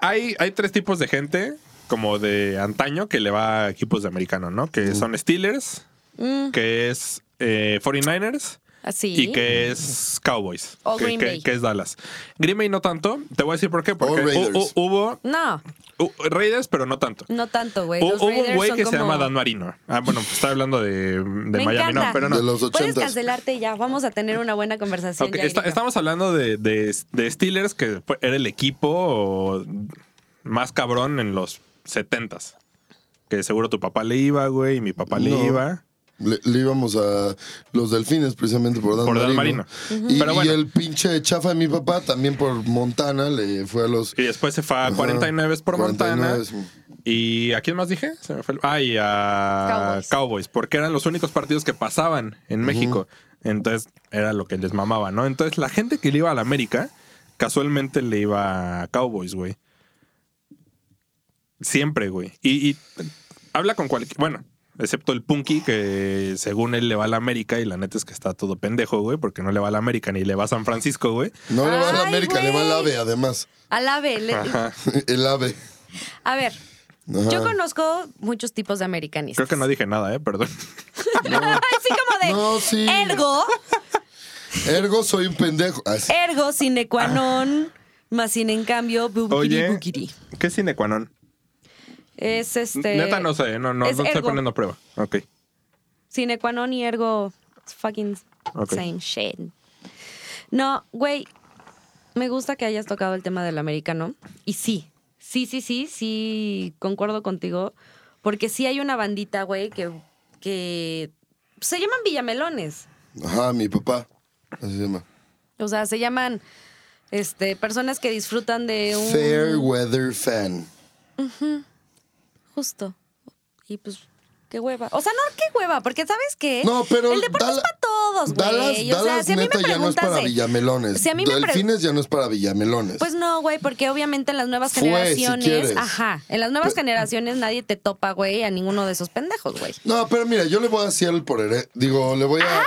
Speaker 1: hay, hay tres tipos de gente, como de antaño, que le va a equipos de americano, ¿no? Que son Steelers,
Speaker 3: Mm,
Speaker 1: que es eh, 49ers
Speaker 3: así.
Speaker 1: y que es Cowboys,
Speaker 3: O
Speaker 1: que,
Speaker 3: Green
Speaker 1: que-
Speaker 3: Bay.
Speaker 1: que es Dallas. Green Bay no tanto, te voy a decir por qué, porque
Speaker 2: O Raiders.
Speaker 1: hu- hu- hubo
Speaker 3: No,
Speaker 1: hu- Raiders, pero no tanto.
Speaker 3: no tanto, güey.
Speaker 1: Hu-
Speaker 3: Los
Speaker 1: hubo un
Speaker 3: Raiders
Speaker 1: güey
Speaker 3: son
Speaker 1: que se
Speaker 3: como-
Speaker 1: llama Dan Marino. Ah, bueno, pues estaba hablando de, de
Speaker 3: Me
Speaker 1: Miami, no,
Speaker 3: encanta.
Speaker 1: pero
Speaker 2: De
Speaker 1: no.
Speaker 2: los
Speaker 3: Puedes
Speaker 2: 80s.
Speaker 3: cancelarte ya. Vamos a tener una buena conversación.
Speaker 1: Ok,
Speaker 3: ya,
Speaker 1: está-
Speaker 3: Grito.
Speaker 1: estamos hablando de, de- de Steelers, que fue- era el equipo más cabrón en los 70s. Que seguro tu papá le iba, güey, y mi papá
Speaker 2: No.
Speaker 1: le iba.
Speaker 2: Le, le íbamos a los delfines precisamente por Dan
Speaker 1: Por Dan
Speaker 2: Marino.
Speaker 1: Marino.
Speaker 2: Y,
Speaker 1: Pero bueno.
Speaker 2: y el pinche chafa de mi papá también por Montana le fue a los...
Speaker 1: Y después se fue a
Speaker 2: Ajá,
Speaker 1: 49 por
Speaker 2: 49s.
Speaker 1: Montana. ¿Y a quién más dije? Se me fue el- Ah, y a
Speaker 3: Cowboys.
Speaker 1: Cowboys. porque eran los únicos partidos que pasaban en México. Entonces era lo que les mamaba, ¿no? Entonces la gente que le iba a la América, casualmente le iba a Cowboys, güey. Siempre, güey. Y, y habla con cualquier. Bueno, excepto el Punky, que según él le va a la América, y la neta es que está todo pendejo, güey, porque no le va a la América ni le va a San Francisco, güey.
Speaker 2: No le va a la
Speaker 3: Ay,
Speaker 2: América, le va al
Speaker 3: güey.
Speaker 2: AVE además.
Speaker 3: Al ave. le-
Speaker 1: Ajá.
Speaker 2: el AVE.
Speaker 3: A ver,
Speaker 2: Ajá.
Speaker 3: yo conozco muchos tipos de americanistas.
Speaker 1: Creo que no dije nada, ¿eh? Perdón.
Speaker 3: Así como de.
Speaker 2: No, sí.
Speaker 3: Ergo,
Speaker 2: Ergo soy un pendejo. Ah, sí.
Speaker 3: ergo, sine qua non, más sin en cambio, buquiri,
Speaker 1: Oye.
Speaker 3: buquiri.
Speaker 1: ¿Qué es sine qua non?
Speaker 3: Es este.
Speaker 1: Neta no sé, no, no,
Speaker 3: es
Speaker 1: no estoy
Speaker 3: ergo.
Speaker 1: poniendo a prueba. Ok.
Speaker 3: Sine qua non y ergo, it's fucking
Speaker 1: Ok.
Speaker 3: same shit. No, güey, me gusta que hayas tocado el tema del americano. Y sí, sí, sí, sí, sí, concuerdo contigo. Porque sí hay una bandita, güey, que, que se llaman villamelones.
Speaker 2: Ajá, mi papá. Así se llama.
Speaker 3: O sea, se llaman este, personas que disfrutan de un...
Speaker 2: Fair Weather Fan.
Speaker 3: Justo. Y pues, qué hueva. O sea, no, qué hueva, porque ¿sabes qué?
Speaker 2: No, pero
Speaker 3: Eh, El deporte
Speaker 2: Dala-
Speaker 3: es para todos,
Speaker 2: Dallas,
Speaker 3: güey. O sea,
Speaker 2: Dallas
Speaker 3: si a mí me
Speaker 2: neta ya no es
Speaker 3: preguntas
Speaker 2: para
Speaker 3: de-
Speaker 2: villamelones.
Speaker 3: si a mí me pre-
Speaker 2: Delfines ya no es para villamelones.
Speaker 3: Pues no, güey, porque obviamente en las nuevas
Speaker 2: Fue, si
Speaker 3: generaciones...
Speaker 2: quieres.
Speaker 3: ajá, en las nuevas
Speaker 2: Pe-
Speaker 3: generaciones nadie te topa, güey, a ninguno de esos pendejos, güey.
Speaker 2: no, pero mira, yo le voy a Seattle por herencia. Digo, le voy a.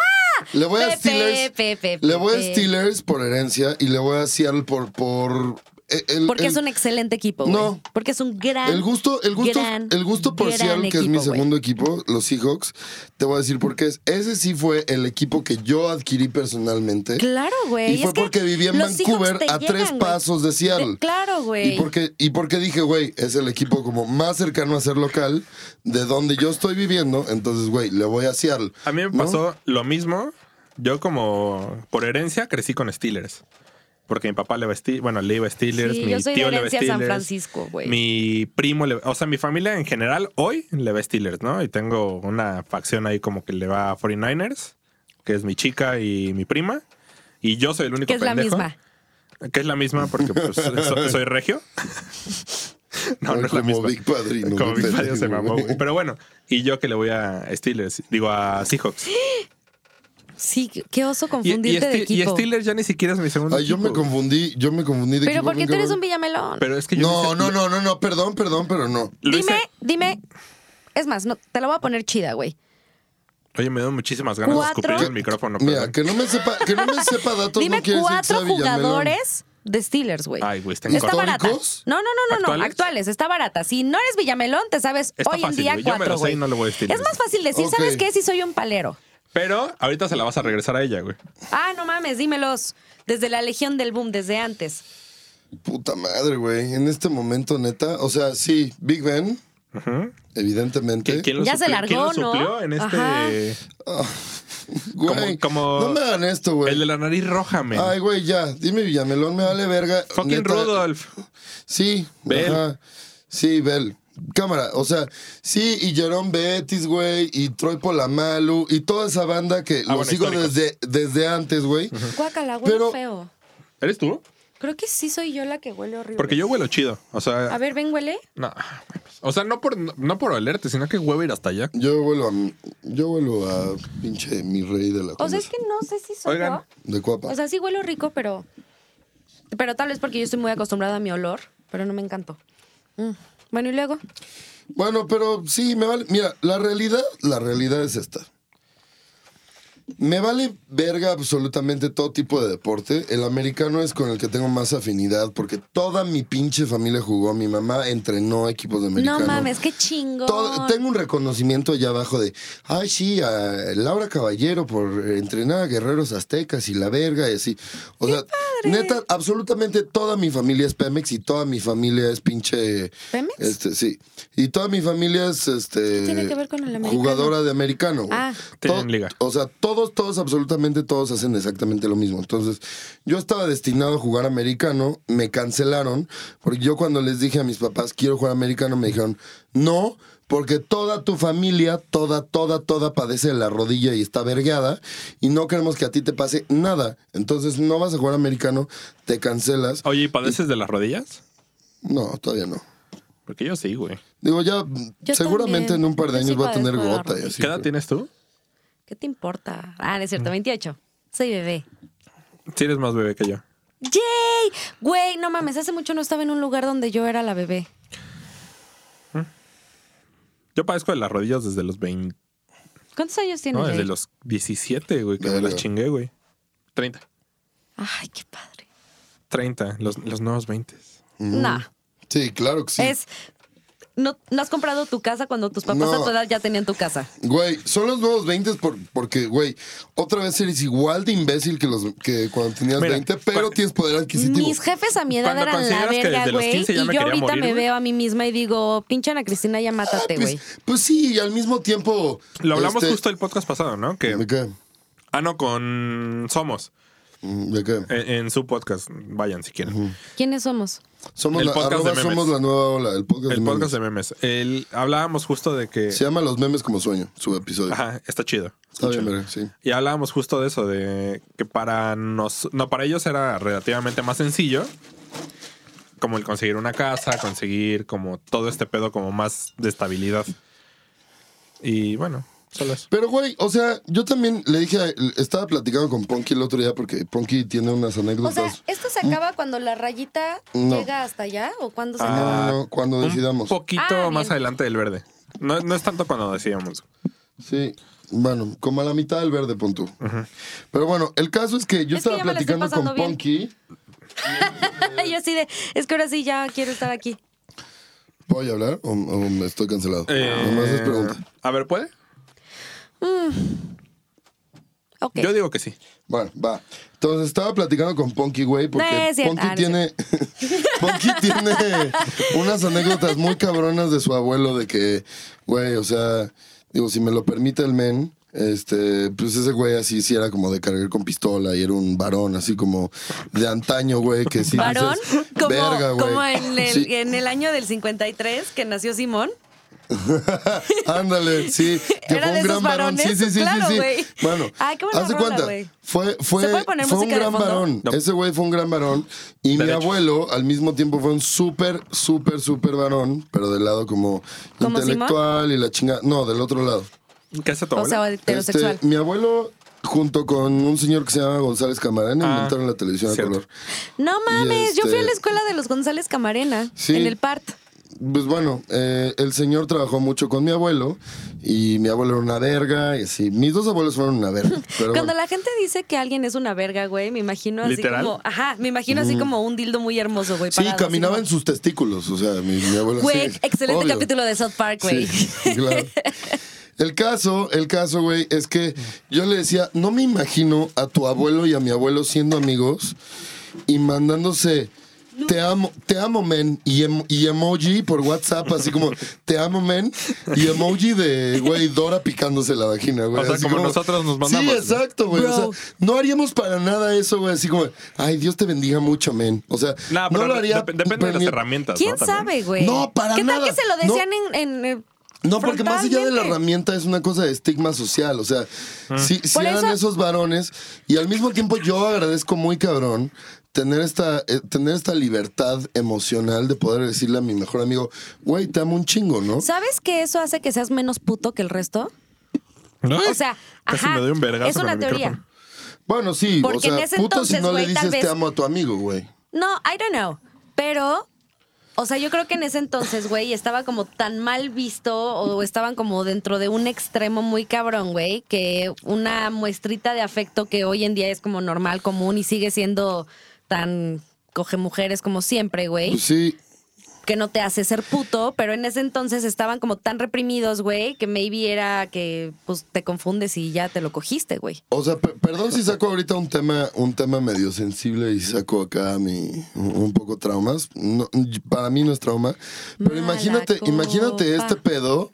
Speaker 2: Le voy a
Speaker 3: ¡Ah! Pepe,
Speaker 2: Steelers.
Speaker 3: Pepe,
Speaker 2: le voy a
Speaker 3: Pepe.
Speaker 2: Steelers por herencia y le voy a Seattle por. por eh, el,
Speaker 3: Porque
Speaker 2: el-
Speaker 3: es un excelente equipo, güey.
Speaker 2: No.
Speaker 3: Porque es un gran...
Speaker 2: El gusto, el gusto,
Speaker 3: gran,
Speaker 2: el gusto por
Speaker 3: gran
Speaker 2: Seattle, que es mi
Speaker 3: equipo, güey.
Speaker 2: segundo equipo, los Seahawks, te voy a decir por qué es. Ese sí fue el equipo que yo adquirí personalmente.
Speaker 3: Claro, güey.
Speaker 2: ¿eh? Y fue
Speaker 3: es que
Speaker 2: porque viví en
Speaker 3: los Seahawks
Speaker 2: Vancouver
Speaker 3: te
Speaker 2: a tres
Speaker 3: llegan, güey.
Speaker 2: pasos de Seattle.
Speaker 3: Te- claro, güey.
Speaker 2: Y porque, y porque dije, güey, es el equipo como más cercano a ser local de donde yo estoy viviendo. Entonces, güey, le voy a Seattle.
Speaker 1: A mí me
Speaker 2: ¿no?
Speaker 1: pasó lo mismo. Yo como por herencia crecí con Steelers. Porque mi papá le va a Steelers, bueno, le iba a Steelers,
Speaker 3: Sí,
Speaker 1: mi
Speaker 3: yo soy de
Speaker 1: tío le va a
Speaker 3: herencia San
Speaker 1: Steelers.
Speaker 3: Francisco, güey.
Speaker 1: Mi primo le, o sea, mi familia en general hoy le va a Steelers, ¿no? Y tengo una facción ahí como que le va a 49ers, que es mi chica y mi prima, y yo soy el único
Speaker 3: Que es la
Speaker 1: pendejo.
Speaker 3: misma.
Speaker 1: Que es la misma porque pues, so- soy regio. No, no
Speaker 2: Ay,
Speaker 1: es la
Speaker 2: como
Speaker 1: misma.
Speaker 2: Big Padrino,
Speaker 1: Como
Speaker 2: güey,
Speaker 1: Big
Speaker 2: te
Speaker 1: Padrino se
Speaker 2: digo,
Speaker 1: mamó,
Speaker 2: güey.
Speaker 1: güey. Pero bueno, y yo que le voy a Steelers, digo a Seahawks.
Speaker 3: Sí, qué oso
Speaker 1: Y, y,
Speaker 3: confundirte de
Speaker 1: Ste- y
Speaker 3: equipo.
Speaker 1: Steelers ya ni siquiera es mi segundo
Speaker 2: Ay, yo me
Speaker 1: equipo.
Speaker 2: confundí, yo me confundí de
Speaker 3: Pero
Speaker 2: equipo,
Speaker 3: porque
Speaker 2: bien
Speaker 3: tú eres
Speaker 2: cabrón.
Speaker 3: un villamelón.
Speaker 1: Pero es que yo
Speaker 2: No,
Speaker 1: hice-
Speaker 2: no, no, no, no, perdón, perdón, pero no.
Speaker 1: lo
Speaker 3: dime,
Speaker 1: hice-
Speaker 3: dime. Es más, no, te la voy a poner chida, güey.
Speaker 1: Oye, me dan muchísimas ganas
Speaker 3: Cuatro-
Speaker 1: de escupir el micrófono.
Speaker 2: Mira,
Speaker 1: perdón.
Speaker 2: que no me sepa, que no me sepa datos
Speaker 3: Dime
Speaker 2: no quiere decir que sea
Speaker 3: cuatro
Speaker 2: Villamelón.
Speaker 3: jugadores de Steelers, güey.
Speaker 1: Ay, güey, está en
Speaker 3: Está
Speaker 1: corto.
Speaker 3: barata.
Speaker 2: ¿Históricos?
Speaker 3: No, no, no, no, no.
Speaker 1: ¿Actuales?
Speaker 3: ¿Actuales? está barata. Si no eres Villamelón, te sabes
Speaker 1: Está
Speaker 3: hoy en
Speaker 1: fácil,
Speaker 3: día
Speaker 1: güey. Yo me
Speaker 3: cuatro,
Speaker 1: lo sé
Speaker 3: güey.
Speaker 1: y no le voy a Steelers.
Speaker 3: Es más fácil decir,
Speaker 2: Ok.
Speaker 3: ¿sabes qué? Si soy un palero.
Speaker 1: Pero ahorita se la vas a regresar a ella, güey.
Speaker 3: Ah, no mames, dímelos. Desde la Legión del Boom, desde antes.
Speaker 2: Puta madre, güey. En este momento, neta. O sea, sí, Big Ben, evidentemente.
Speaker 1: ¿Qui- ¿Quién lo
Speaker 3: Ya se
Speaker 1: suplió-
Speaker 3: largó,
Speaker 1: ¿Quién lo
Speaker 3: ¿no?
Speaker 1: suplió en este?
Speaker 3: Ajá.
Speaker 2: Güey,
Speaker 1: como-
Speaker 2: No me hagan esto, güey.
Speaker 1: El de la nariz roja, men.
Speaker 2: Pues, Ay, güey, ya. Dime Villamelón, me vale verga.
Speaker 1: Fucking
Speaker 2: neta.
Speaker 1: Rudolph.
Speaker 2: Sí,
Speaker 1: Bell.
Speaker 2: ajá. Sí, Bell. cámara, o sea, sí, y Jerome Betis, güey, y Troy Polamalu, y toda esa banda que
Speaker 1: Ah,
Speaker 2: lo
Speaker 1: bueno,
Speaker 2: sigo
Speaker 1: históricos.
Speaker 2: desde, desde antes, güey.
Speaker 3: Guácala, huele
Speaker 2: Pero-
Speaker 3: feo.
Speaker 1: ¿Eres tú?
Speaker 3: Creo que sí soy yo la que huele horrible.
Speaker 1: Porque yo huelo chido. O sea,
Speaker 3: A ver, ven, huele.
Speaker 1: no. O sea, no por, no por olerte, sino que huevo ir hasta allá.
Speaker 2: Yo vuelvo a, yo vuelvo a pinche mi rey de la
Speaker 3: O sea, es
Speaker 2: comedia,
Speaker 3: que no sé si soy
Speaker 1: Oigan.
Speaker 3: yo.
Speaker 2: de Cuapa.
Speaker 3: O sea, sí huelo rico, pero. Pero tal vez porque yo estoy muy acostumbrada a mi olor, pero no me encantó. Mm. Bueno, y luego.
Speaker 2: Bueno, pero sí, me vale. Mira, la realidad, la realidad es esta. Me vale verga absolutamente todo tipo de deporte. El americano es con el que tengo más afinidad porque toda mi pinche familia jugó. Mi mamá entrenó equipos de americano.
Speaker 3: No mames, qué chingo.
Speaker 2: Todo- tengo un reconocimiento allá abajo de, ay, sí, a Laura Caballero por entrenar a guerreros aztecas y la verga y así. O sea, neta, absolutamente toda mi familia es Pemex y toda mi familia es pinche.
Speaker 3: ¿Pemex?
Speaker 2: Este, sí. Y toda mi familia es este.
Speaker 3: tiene que ver con el americano?
Speaker 2: Jugadora de americano. güey.
Speaker 3: Ah.
Speaker 1: Tienen
Speaker 2: To-
Speaker 1: liga.
Speaker 2: O sea, todos, todos, absolutamente todos hacen exactamente lo mismo. Entonces, yo estaba destinado a jugar americano, me cancelaron, porque yo cuando les dije a mis papás, quiero jugar americano, me dijeron, no, porque toda tu familia, toda, toda, toda padece de la rodilla y está vergueada, y no queremos que a ti te pase nada. Entonces, no vas a jugar americano, te cancelas.
Speaker 1: Oye, ¿y padeces de las rodillas?
Speaker 2: No, todavía no.
Speaker 1: Porque yo sí, güey.
Speaker 2: Digo, ya
Speaker 3: Yo
Speaker 2: seguramente
Speaker 3: también.
Speaker 2: en un par de
Speaker 3: Yo sí
Speaker 2: años va a
Speaker 3: padezco
Speaker 2: tener
Speaker 3: de la
Speaker 2: gota y
Speaker 3: rodilla.
Speaker 2: así.
Speaker 1: ¿Qué edad tienes tú?
Speaker 3: ¿Qué te importa? Ah, no es cierto, 28. Soy bebé.
Speaker 1: Sí, eres más bebé que yo.
Speaker 3: ¡Yay! Güey, no mames, hace mucho no estaba en un lugar donde yo era la bebé.
Speaker 1: Yo padezco de las rodillas desde los 20.
Speaker 3: ¿Cuántos años tienes?
Speaker 1: No, desde
Speaker 3: Jay?
Speaker 1: los 17, güey, que me las
Speaker 2: Verga.
Speaker 1: chingué, güey. 30.
Speaker 3: Ay, qué padre.
Speaker 1: 30, los, los nuevos 20.
Speaker 3: No,
Speaker 2: Sí, claro que sí.
Speaker 3: es... No, no has comprado tu casa cuando tus papás
Speaker 2: No.
Speaker 3: a tu edad ya tenían tu casa.
Speaker 2: Güey, son los nuevos 20 por- porque, güey, otra vez eres igual de imbécil que, los, que cuando tenías
Speaker 1: Mira,
Speaker 2: 20, pero
Speaker 1: cua-
Speaker 2: tienes poder adquisitivo.
Speaker 3: Mis jefes a mi edad
Speaker 1: Cuando
Speaker 3: eran la
Speaker 1: consideras que
Speaker 3: verga,
Speaker 1: desde los
Speaker 3: güey.
Speaker 1: 15 ya
Speaker 3: Y
Speaker 1: me
Speaker 3: yo
Speaker 1: quería
Speaker 3: ahorita
Speaker 1: morir,
Speaker 3: me
Speaker 1: güey.
Speaker 3: veo a mí misma y digo, pinche Ana Cristina, ya mátate, güey.
Speaker 2: pues, pues sí, y al mismo tiempo.
Speaker 1: Lo hablamos
Speaker 2: este,
Speaker 1: justo el podcast pasado, ¿no? Que,
Speaker 2: ¿De qué? Mm,
Speaker 1: ah, no, con Somos.
Speaker 2: ¿De qué?
Speaker 1: En, en su podcast. Vayan si quieren.
Speaker 3: ¿Quiénes somos?
Speaker 2: Somos
Speaker 1: el
Speaker 2: la,
Speaker 1: podcast de
Speaker 2: arroba
Speaker 1: memes.
Speaker 2: somos la nueva ola, el podcast,
Speaker 1: El
Speaker 2: de
Speaker 1: podcast
Speaker 2: memes.
Speaker 1: de memes. El, hablábamos justo de que.
Speaker 2: Se llama Los memes como sueño, su episodio.
Speaker 1: Ajá, está chido.
Speaker 2: Está bien, verga, sí.
Speaker 1: Y hablábamos justo de eso, de que para nos, no, para ellos era relativamente más sencillo, como el conseguir una casa, conseguir como todo este pedo como más de estabilidad. Y bueno, solo eso.
Speaker 2: Pero, güey, o sea, yo también le dije, a- estaba platicando con Ponky el otro día porque Ponky tiene unas
Speaker 3: O
Speaker 2: anécdotas.
Speaker 3: sea, ¿esto se acaba cuando la rayita
Speaker 2: No. Ah.
Speaker 3: llega hasta allá o cuando se
Speaker 2: No,
Speaker 3: acaba?
Speaker 2: no, no, cuando
Speaker 1: Ah, Un
Speaker 2: decidamos.
Speaker 1: poquito
Speaker 3: Ah, bien.
Speaker 1: más adelante del verde. No, no es tanto cuando decíamos.
Speaker 2: Sí, bueno, como a la mitad del verde, pon tú. Pero bueno, el caso es que yo
Speaker 3: Es que
Speaker 2: estaba
Speaker 3: ya me la estoy
Speaker 2: platicando con
Speaker 3: pasando bien.
Speaker 2: Ponky.
Speaker 3: Yo así de, es que ahora sí ya quiero estar aquí.
Speaker 2: ¿Voy a hablar o, o me estoy cancelado? Nomás es pregunta.
Speaker 1: eh, a ver, ¿puede?
Speaker 3: Ok.
Speaker 1: Yo digo que sí.
Speaker 2: Bueno, va. Entonces estaba platicando con Ponky, güey, porque
Speaker 3: No es cierto.
Speaker 2: Ponky
Speaker 3: Ah, no
Speaker 2: tiene. Ponky tiene unas anécdotas muy cabronas de su abuelo de que, güey, o sea, digo, si me lo permite el men. Este, pues ese güey así sí era como de cargar con pistola y era un varón así como de antaño, güey, que sí
Speaker 3: varón,
Speaker 2: dices,
Speaker 3: como,
Speaker 2: "Verga, güey".
Speaker 3: como en, el,
Speaker 2: Sí.
Speaker 3: en el año del 53 que nació Simón.
Speaker 2: Ándale, sí. Que
Speaker 3: Era
Speaker 2: fue
Speaker 3: de
Speaker 2: un
Speaker 3: esos
Speaker 2: gran varón. Sí,
Speaker 3: varones,
Speaker 2: sí, sí,
Speaker 3: claro,
Speaker 2: sí, sí.
Speaker 3: güey.
Speaker 2: Bueno,
Speaker 3: Ay, qué buena
Speaker 2: haz de
Speaker 3: rola,
Speaker 2: cuenta.
Speaker 3: güey.
Speaker 2: Fue,
Speaker 3: ¿Se puede
Speaker 2: fue,
Speaker 3: poner
Speaker 2: fue un
Speaker 3: música de
Speaker 2: gran
Speaker 3: fondo?
Speaker 2: varón.
Speaker 1: No.
Speaker 2: Ese güey fue un gran varón. Y mi
Speaker 1: Derecho.
Speaker 2: abuelo, al mismo tiempo, fue un súper, súper, súper varón, pero del lado como
Speaker 3: ¿Como
Speaker 2: intelectual y la chingada. No, del otro lado.
Speaker 1: ¿Qué hace tu
Speaker 3: O sea,
Speaker 1: abuela?
Speaker 3: Ah, heterosexual.
Speaker 2: Este, mi abuelo, junto con un señor que se llama González Camarena,
Speaker 1: Ah,
Speaker 2: inventaron la televisión
Speaker 1: cierto.
Speaker 2: a color.
Speaker 3: no mames, yo fui a
Speaker 2: este-
Speaker 3: la escuela de los González Camarena
Speaker 2: Sí.
Speaker 3: en el PART.
Speaker 2: Pues bueno, eh, el señor trabajó mucho con mi abuelo y mi abuelo era una verga y así. Mis dos abuelos fueron una verga. Pero
Speaker 3: Cuando
Speaker 2: bueno.
Speaker 3: la gente dice que alguien es una verga, güey, me imagino así
Speaker 1: ¿Literal?
Speaker 3: como, ajá, me imagino así como un dildo muy hermoso, güey.
Speaker 2: Sí,
Speaker 3: parado, así
Speaker 2: caminaba
Speaker 3: como-
Speaker 2: en sus testículos, o sea, mi, mi abuelo
Speaker 3: Güey,
Speaker 2: sí,
Speaker 3: excelente
Speaker 2: obvio.
Speaker 3: capítulo de South Park, güey.
Speaker 2: Sí, claro. El caso, el caso, güey, es que yo le decía, no me imagino a tu abuelo y a mi abuelo siendo amigos y mandándose te amo, te amo, men. Y, em- y emoji por WhatsApp, así como, te amo, men. Y emoji de, güey, Dora picándose la vagina, güey.
Speaker 1: O sea,
Speaker 2: así
Speaker 1: como nosotros nos mandamos,
Speaker 2: Sí,
Speaker 1: ¿no?
Speaker 2: exacto, güey. O sea,
Speaker 3: Bro.
Speaker 2: no haríamos para nada eso, güey. Así como, ay, Dios te bendiga mucho, men. O sea,
Speaker 1: Nah, pero
Speaker 2: no lo haría.
Speaker 1: dep- depende de las
Speaker 2: ni-
Speaker 1: herramientas.
Speaker 3: ¿Quién
Speaker 1: ¿no? También.
Speaker 3: sabe, güey?
Speaker 2: No, para
Speaker 3: ¿Qué
Speaker 2: nada.
Speaker 3: tal que se lo
Speaker 2: No.
Speaker 3: decían en, en, eh,
Speaker 2: No, porque más allá de la
Speaker 3: frontalmente?
Speaker 2: herramienta es una cosa de estigma social. O sea, si, si
Speaker 3: Por
Speaker 2: eran
Speaker 3: eso-
Speaker 2: esos varones, y al mismo tiempo yo agradezco muy cabrón tener esta, eh, tener esta libertad emocional de poder decirle a mi mejor amigo, güey, te amo un chingo, ¿no?
Speaker 3: ¿Sabes que eso hace que seas menos puto que el resto?
Speaker 1: ¿No?
Speaker 3: O sea,
Speaker 1: Casi
Speaker 3: ajá,
Speaker 1: me doy un vergazo
Speaker 3: es
Speaker 1: con
Speaker 3: una
Speaker 1: el
Speaker 3: teoría.
Speaker 1: micrófono.
Speaker 2: Bueno, sí,
Speaker 3: Porque
Speaker 2: o sea,
Speaker 3: en ese
Speaker 2: puto si
Speaker 3: entonces,
Speaker 2: no le
Speaker 3: güey, tal
Speaker 2: dices te
Speaker 3: vez-
Speaker 2: amo a tu amigo, güey.
Speaker 3: No, I don't know. Pero, o sea, yo creo que en ese entonces, güey, estaba como tan mal visto o estaban como dentro de un extremo muy cabrón, güey, que una muestrita de afecto que hoy en día es como normal, común y sigue siendo tan coge mujeres como siempre, güey,
Speaker 2: Pues sí,
Speaker 3: que no te hace ser puto, pero en ese entonces estaban como tan reprimidos, güey, que maybe era que pues te confundes y ya te lo cogiste, güey.
Speaker 2: O sea, per- perdón si saco ahorita un tema, un tema medio sensible y saco acá mi un un poco traumas. No, para mí no es trauma. Pero
Speaker 3: Mala
Speaker 2: imagínate,
Speaker 3: copa.
Speaker 2: imagínate este pedo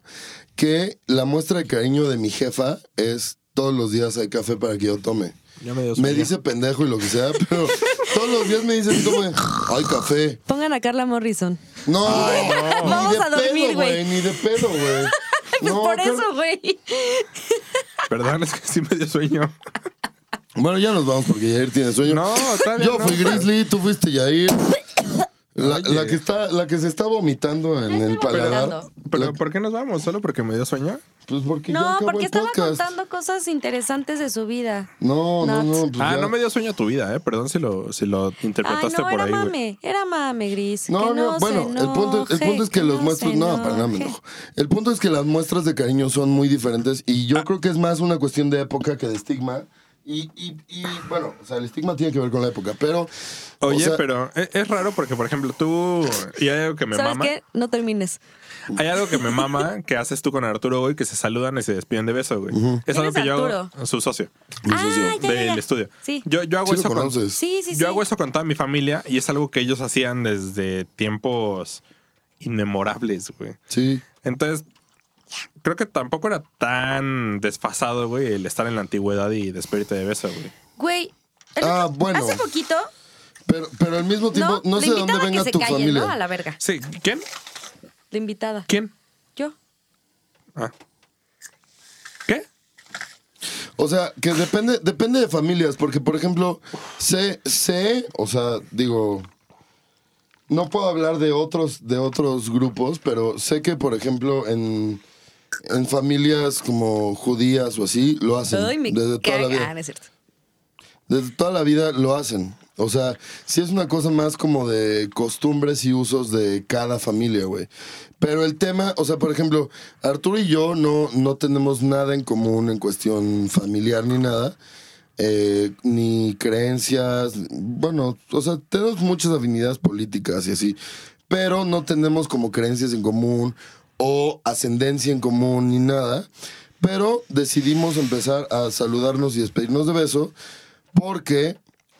Speaker 2: que la muestra de cariño de mi jefa es todos los días hay café para que yo tome.
Speaker 1: Ya me dio
Speaker 2: Me
Speaker 1: sueño.
Speaker 2: dice pendejo y lo que sea, pero todos los días me dicen como, hay café.
Speaker 3: Pongan a Carla Morrison.
Speaker 2: No,
Speaker 1: no.
Speaker 2: ni
Speaker 3: Vamos
Speaker 2: de
Speaker 3: a dormir,
Speaker 2: pedo,
Speaker 3: güey.
Speaker 2: Ni de pedo, güey.
Speaker 3: Pues
Speaker 2: No,
Speaker 3: por
Speaker 2: claro-
Speaker 3: eso, güey.
Speaker 1: Perdón, es que sí me dio sueño.
Speaker 2: Bueno, ya nos vamos porque Yair tiene sueño.
Speaker 1: No, está bien,
Speaker 2: Yo
Speaker 1: no.
Speaker 2: fui Grizzly, tú fuiste Yair. La,
Speaker 1: Oye.
Speaker 2: la que está, la que se está vomitando en el
Speaker 3: estoy
Speaker 2: paladar.
Speaker 3: vomitando.
Speaker 1: ¿Pero
Speaker 2: La-
Speaker 1: por qué nos vamos? ¿Solo porque me dio sueño?
Speaker 2: pues porque ya
Speaker 3: No,
Speaker 2: acabó
Speaker 3: porque
Speaker 2: el
Speaker 3: estaba
Speaker 2: podcast.
Speaker 3: contando cosas interesantes de su vida.
Speaker 2: No, no, no.
Speaker 3: Not.
Speaker 2: pues
Speaker 1: ah,
Speaker 2: ya.
Speaker 1: no me dio sueño tu vida, ¿eh? Perdón si lo, si lo
Speaker 3: Ay,
Speaker 1: interpretaste
Speaker 3: no,
Speaker 1: por
Speaker 3: era
Speaker 1: ahí. güey.
Speaker 3: mame, era mame, Gris.
Speaker 2: No,
Speaker 3: que
Speaker 2: no,
Speaker 3: se
Speaker 2: bueno, el, punto, el
Speaker 3: enoje,
Speaker 2: punto es que, los
Speaker 3: no
Speaker 2: muestras.
Speaker 3: se
Speaker 2: No, para nada me
Speaker 3: enoje.
Speaker 2: enojo. El punto es que las muestras de cariño son muy diferentes y
Speaker 3: Ah.
Speaker 2: yo creo que es más una cuestión de época que de estigma. Y, y, y bueno, o sea, el estigma tiene que ver con la época, pero. o
Speaker 1: Oye,
Speaker 2: sea,
Speaker 1: pero e, es, es raro porque, por ejemplo, tú. Y hay algo que me
Speaker 3: ¿Sabes
Speaker 1: mama.
Speaker 3: qué? No termines.
Speaker 1: Hay algo que me mama que haces tú con Arturo, güey, que se saludan y se despiden de beso, güey. Es
Speaker 3: ¿Quién
Speaker 1: algo
Speaker 3: es
Speaker 1: que yo hago.
Speaker 3: Arturo?
Speaker 1: Su socio.
Speaker 3: Ah, ya, ya,
Speaker 1: del
Speaker 3: ya.
Speaker 1: estudio.
Speaker 3: Sí.
Speaker 1: Yo, yo hago
Speaker 2: Sí lo
Speaker 1: eso con.
Speaker 2: conoces.
Speaker 3: Sí, sí, sí.
Speaker 1: Yo hago eso con toda mi familia y es algo que ellos hacían desde tiempos inmemorables, güey.
Speaker 2: Sí.
Speaker 1: Entonces, creo que tampoco era tan desfasado, güey, el estar en la antigüedad y despedirte de beso, güey.
Speaker 3: Güey, el
Speaker 2: Ah,
Speaker 3: otro-
Speaker 2: bueno.
Speaker 3: hace poquito,
Speaker 2: Pero, pero al mismo tiempo,
Speaker 3: ¿no?
Speaker 2: no,
Speaker 3: la
Speaker 2: sé de dónde
Speaker 3: invitada
Speaker 2: venga
Speaker 3: que se
Speaker 2: tu
Speaker 3: calle,
Speaker 2: familia.
Speaker 3: ¿no? A la verga.
Speaker 1: Sí, ¿quién?
Speaker 3: La invitada.
Speaker 1: ¿Quién?
Speaker 3: Yo.
Speaker 1: Ah. ¿Qué?
Speaker 2: O sea, que depende, depende de familias, porque por ejemplo, sé, sé, o sea, digo, no puedo hablar de otros, de otros grupos, pero sé que por ejemplo en, en familias como judías o así, lo hacen.
Speaker 3: Ay, me
Speaker 2: desde toda la
Speaker 3: caga.
Speaker 2: vida.
Speaker 3: Ah, no es cierto.
Speaker 2: Desde toda la vida lo hacen. O sea, sí es una cosa más como de costumbres y usos de cada familia, güey. Pero el tema, o sea, por ejemplo, Arturo y yo no, no tenemos nada en común en cuestión familiar ni nada. eh, ni creencias. Bueno, o sea, tenemos muchas afinidades políticas y así. Pero no tenemos como creencias en común o ascendencia en común ni nada. Pero decidimos empezar a saludarnos y despedirnos de beso porque,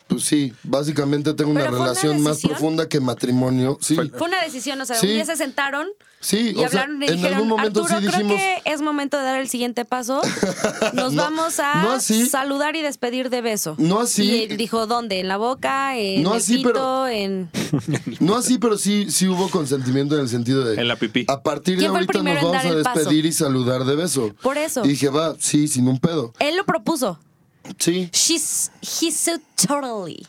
Speaker 2: pues sí, básicamente tengo una
Speaker 3: ¿Pero fue una
Speaker 2: relación más
Speaker 3: decisión?
Speaker 2: profunda que matrimonio. Sí,
Speaker 3: Fue una decisión, o sea,
Speaker 2: Sí.
Speaker 3: un día se sentaron
Speaker 2: sí, o
Speaker 3: y
Speaker 2: sea,
Speaker 3: hablaron y
Speaker 2: en
Speaker 3: dijeron,
Speaker 2: algún momento
Speaker 3: Arturo,
Speaker 2: sí dijimos,
Speaker 3: creo que es momento de dar el siguiente paso. Nos
Speaker 2: No,
Speaker 3: vamos a
Speaker 2: no así.
Speaker 3: saludar y despedir de beso.
Speaker 2: No así.
Speaker 3: Y él dijo, ¿dónde? ¿En la boca? ¿En
Speaker 2: No
Speaker 3: el
Speaker 2: así,
Speaker 3: pito?
Speaker 2: pero-
Speaker 3: ¿En
Speaker 2: no así, pero sí, sí hubo consentimiento en el sentido de...
Speaker 1: En la pipí.
Speaker 2: A partir de
Speaker 3: ¿Quién fue el
Speaker 2: ahorita
Speaker 3: primero
Speaker 2: nos
Speaker 3: en
Speaker 2: vamos
Speaker 3: dar
Speaker 2: a
Speaker 3: el paso?
Speaker 2: despedir y saludar de beso.
Speaker 3: Por eso.
Speaker 2: Y dije, va, sí, sin un pedo.
Speaker 3: Él lo propuso.
Speaker 2: Sí.
Speaker 3: She's, he's so totally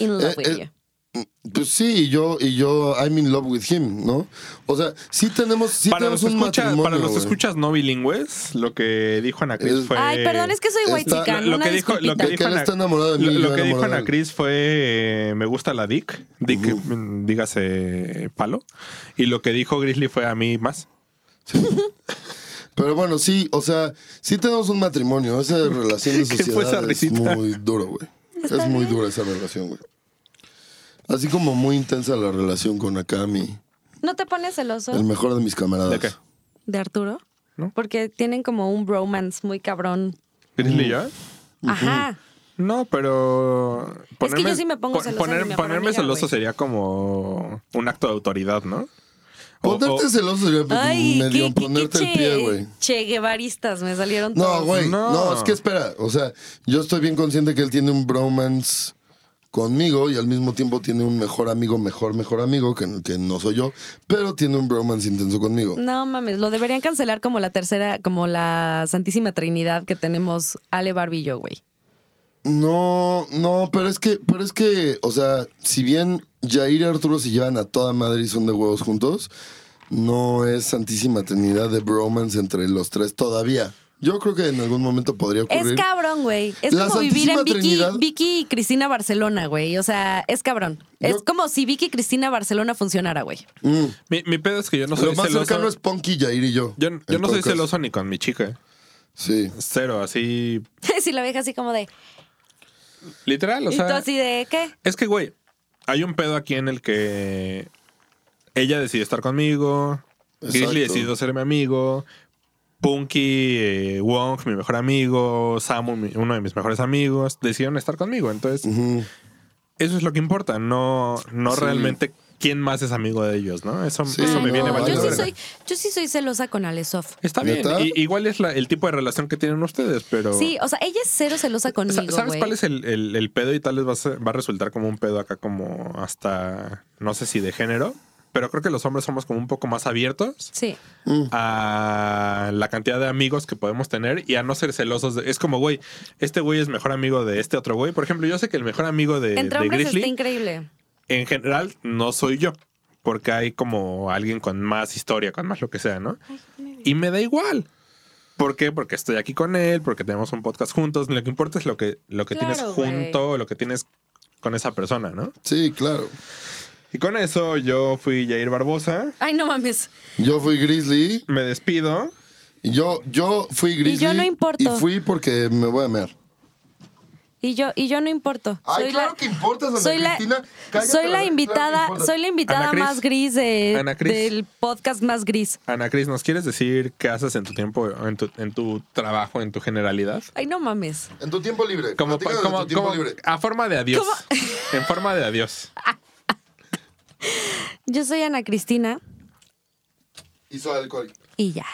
Speaker 3: in love
Speaker 2: Eh,
Speaker 3: with
Speaker 2: eh,
Speaker 3: you.
Speaker 2: Pues sí, y yo, y yo, I'm in love with him, ¿no? O sea, sí tenemos, sí
Speaker 1: para, los
Speaker 2: tenemos un
Speaker 1: escuchas,
Speaker 2: matrimonio.
Speaker 1: para los
Speaker 2: güey.
Speaker 1: escuchas no bilingües, lo que dijo Ana Cris
Speaker 2: Es-
Speaker 1: fue.
Speaker 3: Ay, perdón, es que soy
Speaker 2: Está-
Speaker 3: white chica.
Speaker 1: pues, Lo, lo que dijo, lo que
Speaker 2: De que
Speaker 1: dijo
Speaker 2: él
Speaker 1: Ana,
Speaker 2: está enamorado de mí,
Speaker 1: lo-
Speaker 2: yo
Speaker 1: lo que
Speaker 2: enamorado
Speaker 1: dijo
Speaker 2: de
Speaker 1: Ana
Speaker 2: él.
Speaker 1: Cris fue eh, me gusta la Dick, Dick mm, dígase palo, y lo que dijo Grizzly fue a mí más.
Speaker 2: Pero bueno, sí, o sea, sí tenemos un matrimonio. Esa relación de
Speaker 1: ¿Qué fue esa
Speaker 2: sociedad es
Speaker 1: risita?
Speaker 2: muy duro, güey. Es muy dura esa relación, güey. Así como muy intensa la relación con Akami,
Speaker 3: ¿No te pones celoso
Speaker 2: el mejor de mis camaradas.
Speaker 1: ¿De qué?
Speaker 3: de Arturo?
Speaker 1: ¿No?
Speaker 3: Porque tienen como un bromance muy cabrón.
Speaker 1: Grizzly y yo.
Speaker 3: Ajá.
Speaker 1: No, pero.
Speaker 3: que yo sí me pongo celosa de mi mejor
Speaker 1: Ponerme
Speaker 3: amiga,
Speaker 1: celoso
Speaker 3: güey.
Speaker 1: sería como un acto de autoridad, ¿no? O-
Speaker 2: Ponerte
Speaker 1: o-
Speaker 2: celoso sería pues,
Speaker 3: Ay,
Speaker 2: medio
Speaker 3: qué, qué-
Speaker 2: ponerte
Speaker 3: qué
Speaker 2: el pie,
Speaker 3: che-
Speaker 2: güey.
Speaker 3: Che Guevaristas me salieron
Speaker 2: No,
Speaker 3: todos.
Speaker 2: güey. No.
Speaker 1: No.
Speaker 2: es que espera. O sea, yo estoy bien consciente que él tiene un bromance conmigo y al mismo tiempo tiene un mejor amigo, mejor, mejor amigo, que, que no soy yo, pero tiene un bromance intenso conmigo.
Speaker 3: No mames, lo deberían cancelar como la tercera, como la Santísima Trinidad que tenemos Ale Barbillo, güey.
Speaker 2: No, no, pero es que, pero es que, o sea, si bien Jair y Arturo se llevan a toda madre y son de huevos juntos, no es santísima trinidad de bromance entre los tres todavía. Yo creo que en algún momento podría ocurrir.
Speaker 3: Es cabrón, güey. Es
Speaker 2: La
Speaker 3: como vivir
Speaker 2: Santísima
Speaker 3: en Vicky,
Speaker 2: Trinidad.
Speaker 3: Vicky y Cristina Barcelona, güey. O sea, es cabrón. Es
Speaker 2: Yo-
Speaker 3: como si Vicky y Cristina Barcelona funcionara, güey.
Speaker 2: Mm.
Speaker 1: mi, mi pedo es que yo no soy
Speaker 2: Lo más
Speaker 1: celoso.
Speaker 2: cercano es Ponky, Jair y yo.
Speaker 1: Yo,
Speaker 2: en
Speaker 1: yo no soy
Speaker 2: todo caso.
Speaker 1: celoso ni con mi chica. ¿eh?
Speaker 2: Sí.
Speaker 1: Cero, así.
Speaker 3: si la vieja así como de.
Speaker 1: Literal, o
Speaker 3: y tú
Speaker 1: sea.
Speaker 3: así de qué?
Speaker 1: Es que, güey, hay un pedo aquí en el que ella decidió estar conmigo,
Speaker 2: Exacto.
Speaker 1: Grizzly decidió ser mi amigo, Punky, eh, Wong, mi mejor amigo, Samu, mi- uno de mis mejores amigos, decidieron estar conmigo. Entonces,
Speaker 2: Ujú.
Speaker 1: eso es lo que importa, no, no
Speaker 2: Sí.
Speaker 1: realmente quién más es amigo de ellos, ¿no? Eso,
Speaker 2: Sí,
Speaker 1: eso
Speaker 3: Ay,
Speaker 1: me
Speaker 3: no,
Speaker 1: viene
Speaker 2: valiendo
Speaker 3: yo, sí
Speaker 1: verga.
Speaker 3: soy, yo sí soy celosa con Alesov.
Speaker 1: Está bien,
Speaker 2: ¿Neta?
Speaker 1: i- igual es la- el tipo de relación que tienen ustedes, pero...
Speaker 3: Sí, o sea, ella es cero celosa
Speaker 1: Sa-
Speaker 3: conmigo.
Speaker 1: ¿Sabes
Speaker 3: güey.
Speaker 1: cuál es el, el- el pedo? Y tal vez va a, ser- va a resultar como un pedo acá como hasta, no sé si de género, pero creo que los hombres somos como un poco más abiertos
Speaker 3: Sí.
Speaker 2: Mm.
Speaker 1: a la cantidad de amigos que podemos tener y a no ser celosos. de- es como, güey, este güey es mejor amigo de este otro güey. Por ejemplo, yo sé que el mejor amigo de,
Speaker 3: Entre
Speaker 1: de
Speaker 3: hombres está
Speaker 1: Grizzly
Speaker 3: increíble.
Speaker 1: en general no soy yo, porque hay como alguien con más historia, con más lo que sea, ¿no? Y me da igual. ¿Por qué? Porque estoy aquí con él, porque tenemos un podcast juntos. Lo que importa es lo que, lo que
Speaker 3: Claro,
Speaker 1: tienes
Speaker 3: güey.
Speaker 1: junto, lo que tienes con esa persona, ¿no?
Speaker 2: Sí, claro.
Speaker 1: Y con eso yo fui Jair Barbosa,
Speaker 3: Ay, no mames.
Speaker 2: Yo fui Grizzly.
Speaker 1: me despido.
Speaker 2: y Yo, yo fui Grizzly.
Speaker 3: yo no importo.
Speaker 2: Y fui porque me voy a mear.
Speaker 3: Y yo, y yo no importo.
Speaker 2: Ay,
Speaker 3: Soy
Speaker 2: claro
Speaker 3: la-
Speaker 2: que importas, Ana
Speaker 3: soy la,
Speaker 2: Cristina. Cállate,
Speaker 3: soy
Speaker 2: Ana,
Speaker 3: la
Speaker 2: claro
Speaker 3: invitada,
Speaker 2: que importas.
Speaker 3: soy la invitada
Speaker 1: Ana Cris.
Speaker 3: más gris de-
Speaker 1: Ana Cris.
Speaker 3: del podcast más gris.
Speaker 1: Ana Cris, ¿nos quieres decir qué haces en tu tiempo, en tu, en tu trabajo, en tu generalidad?
Speaker 3: Ay, no mames.
Speaker 2: En tu tiempo libre.
Speaker 1: Como,
Speaker 2: platícanos de
Speaker 1: como,
Speaker 2: tu tiempo
Speaker 1: como-
Speaker 2: libre.
Speaker 1: a forma de adiós. En forma de adiós.
Speaker 3: Yo soy Ana Cristina
Speaker 2: Hizo alcohol.
Speaker 3: y ya.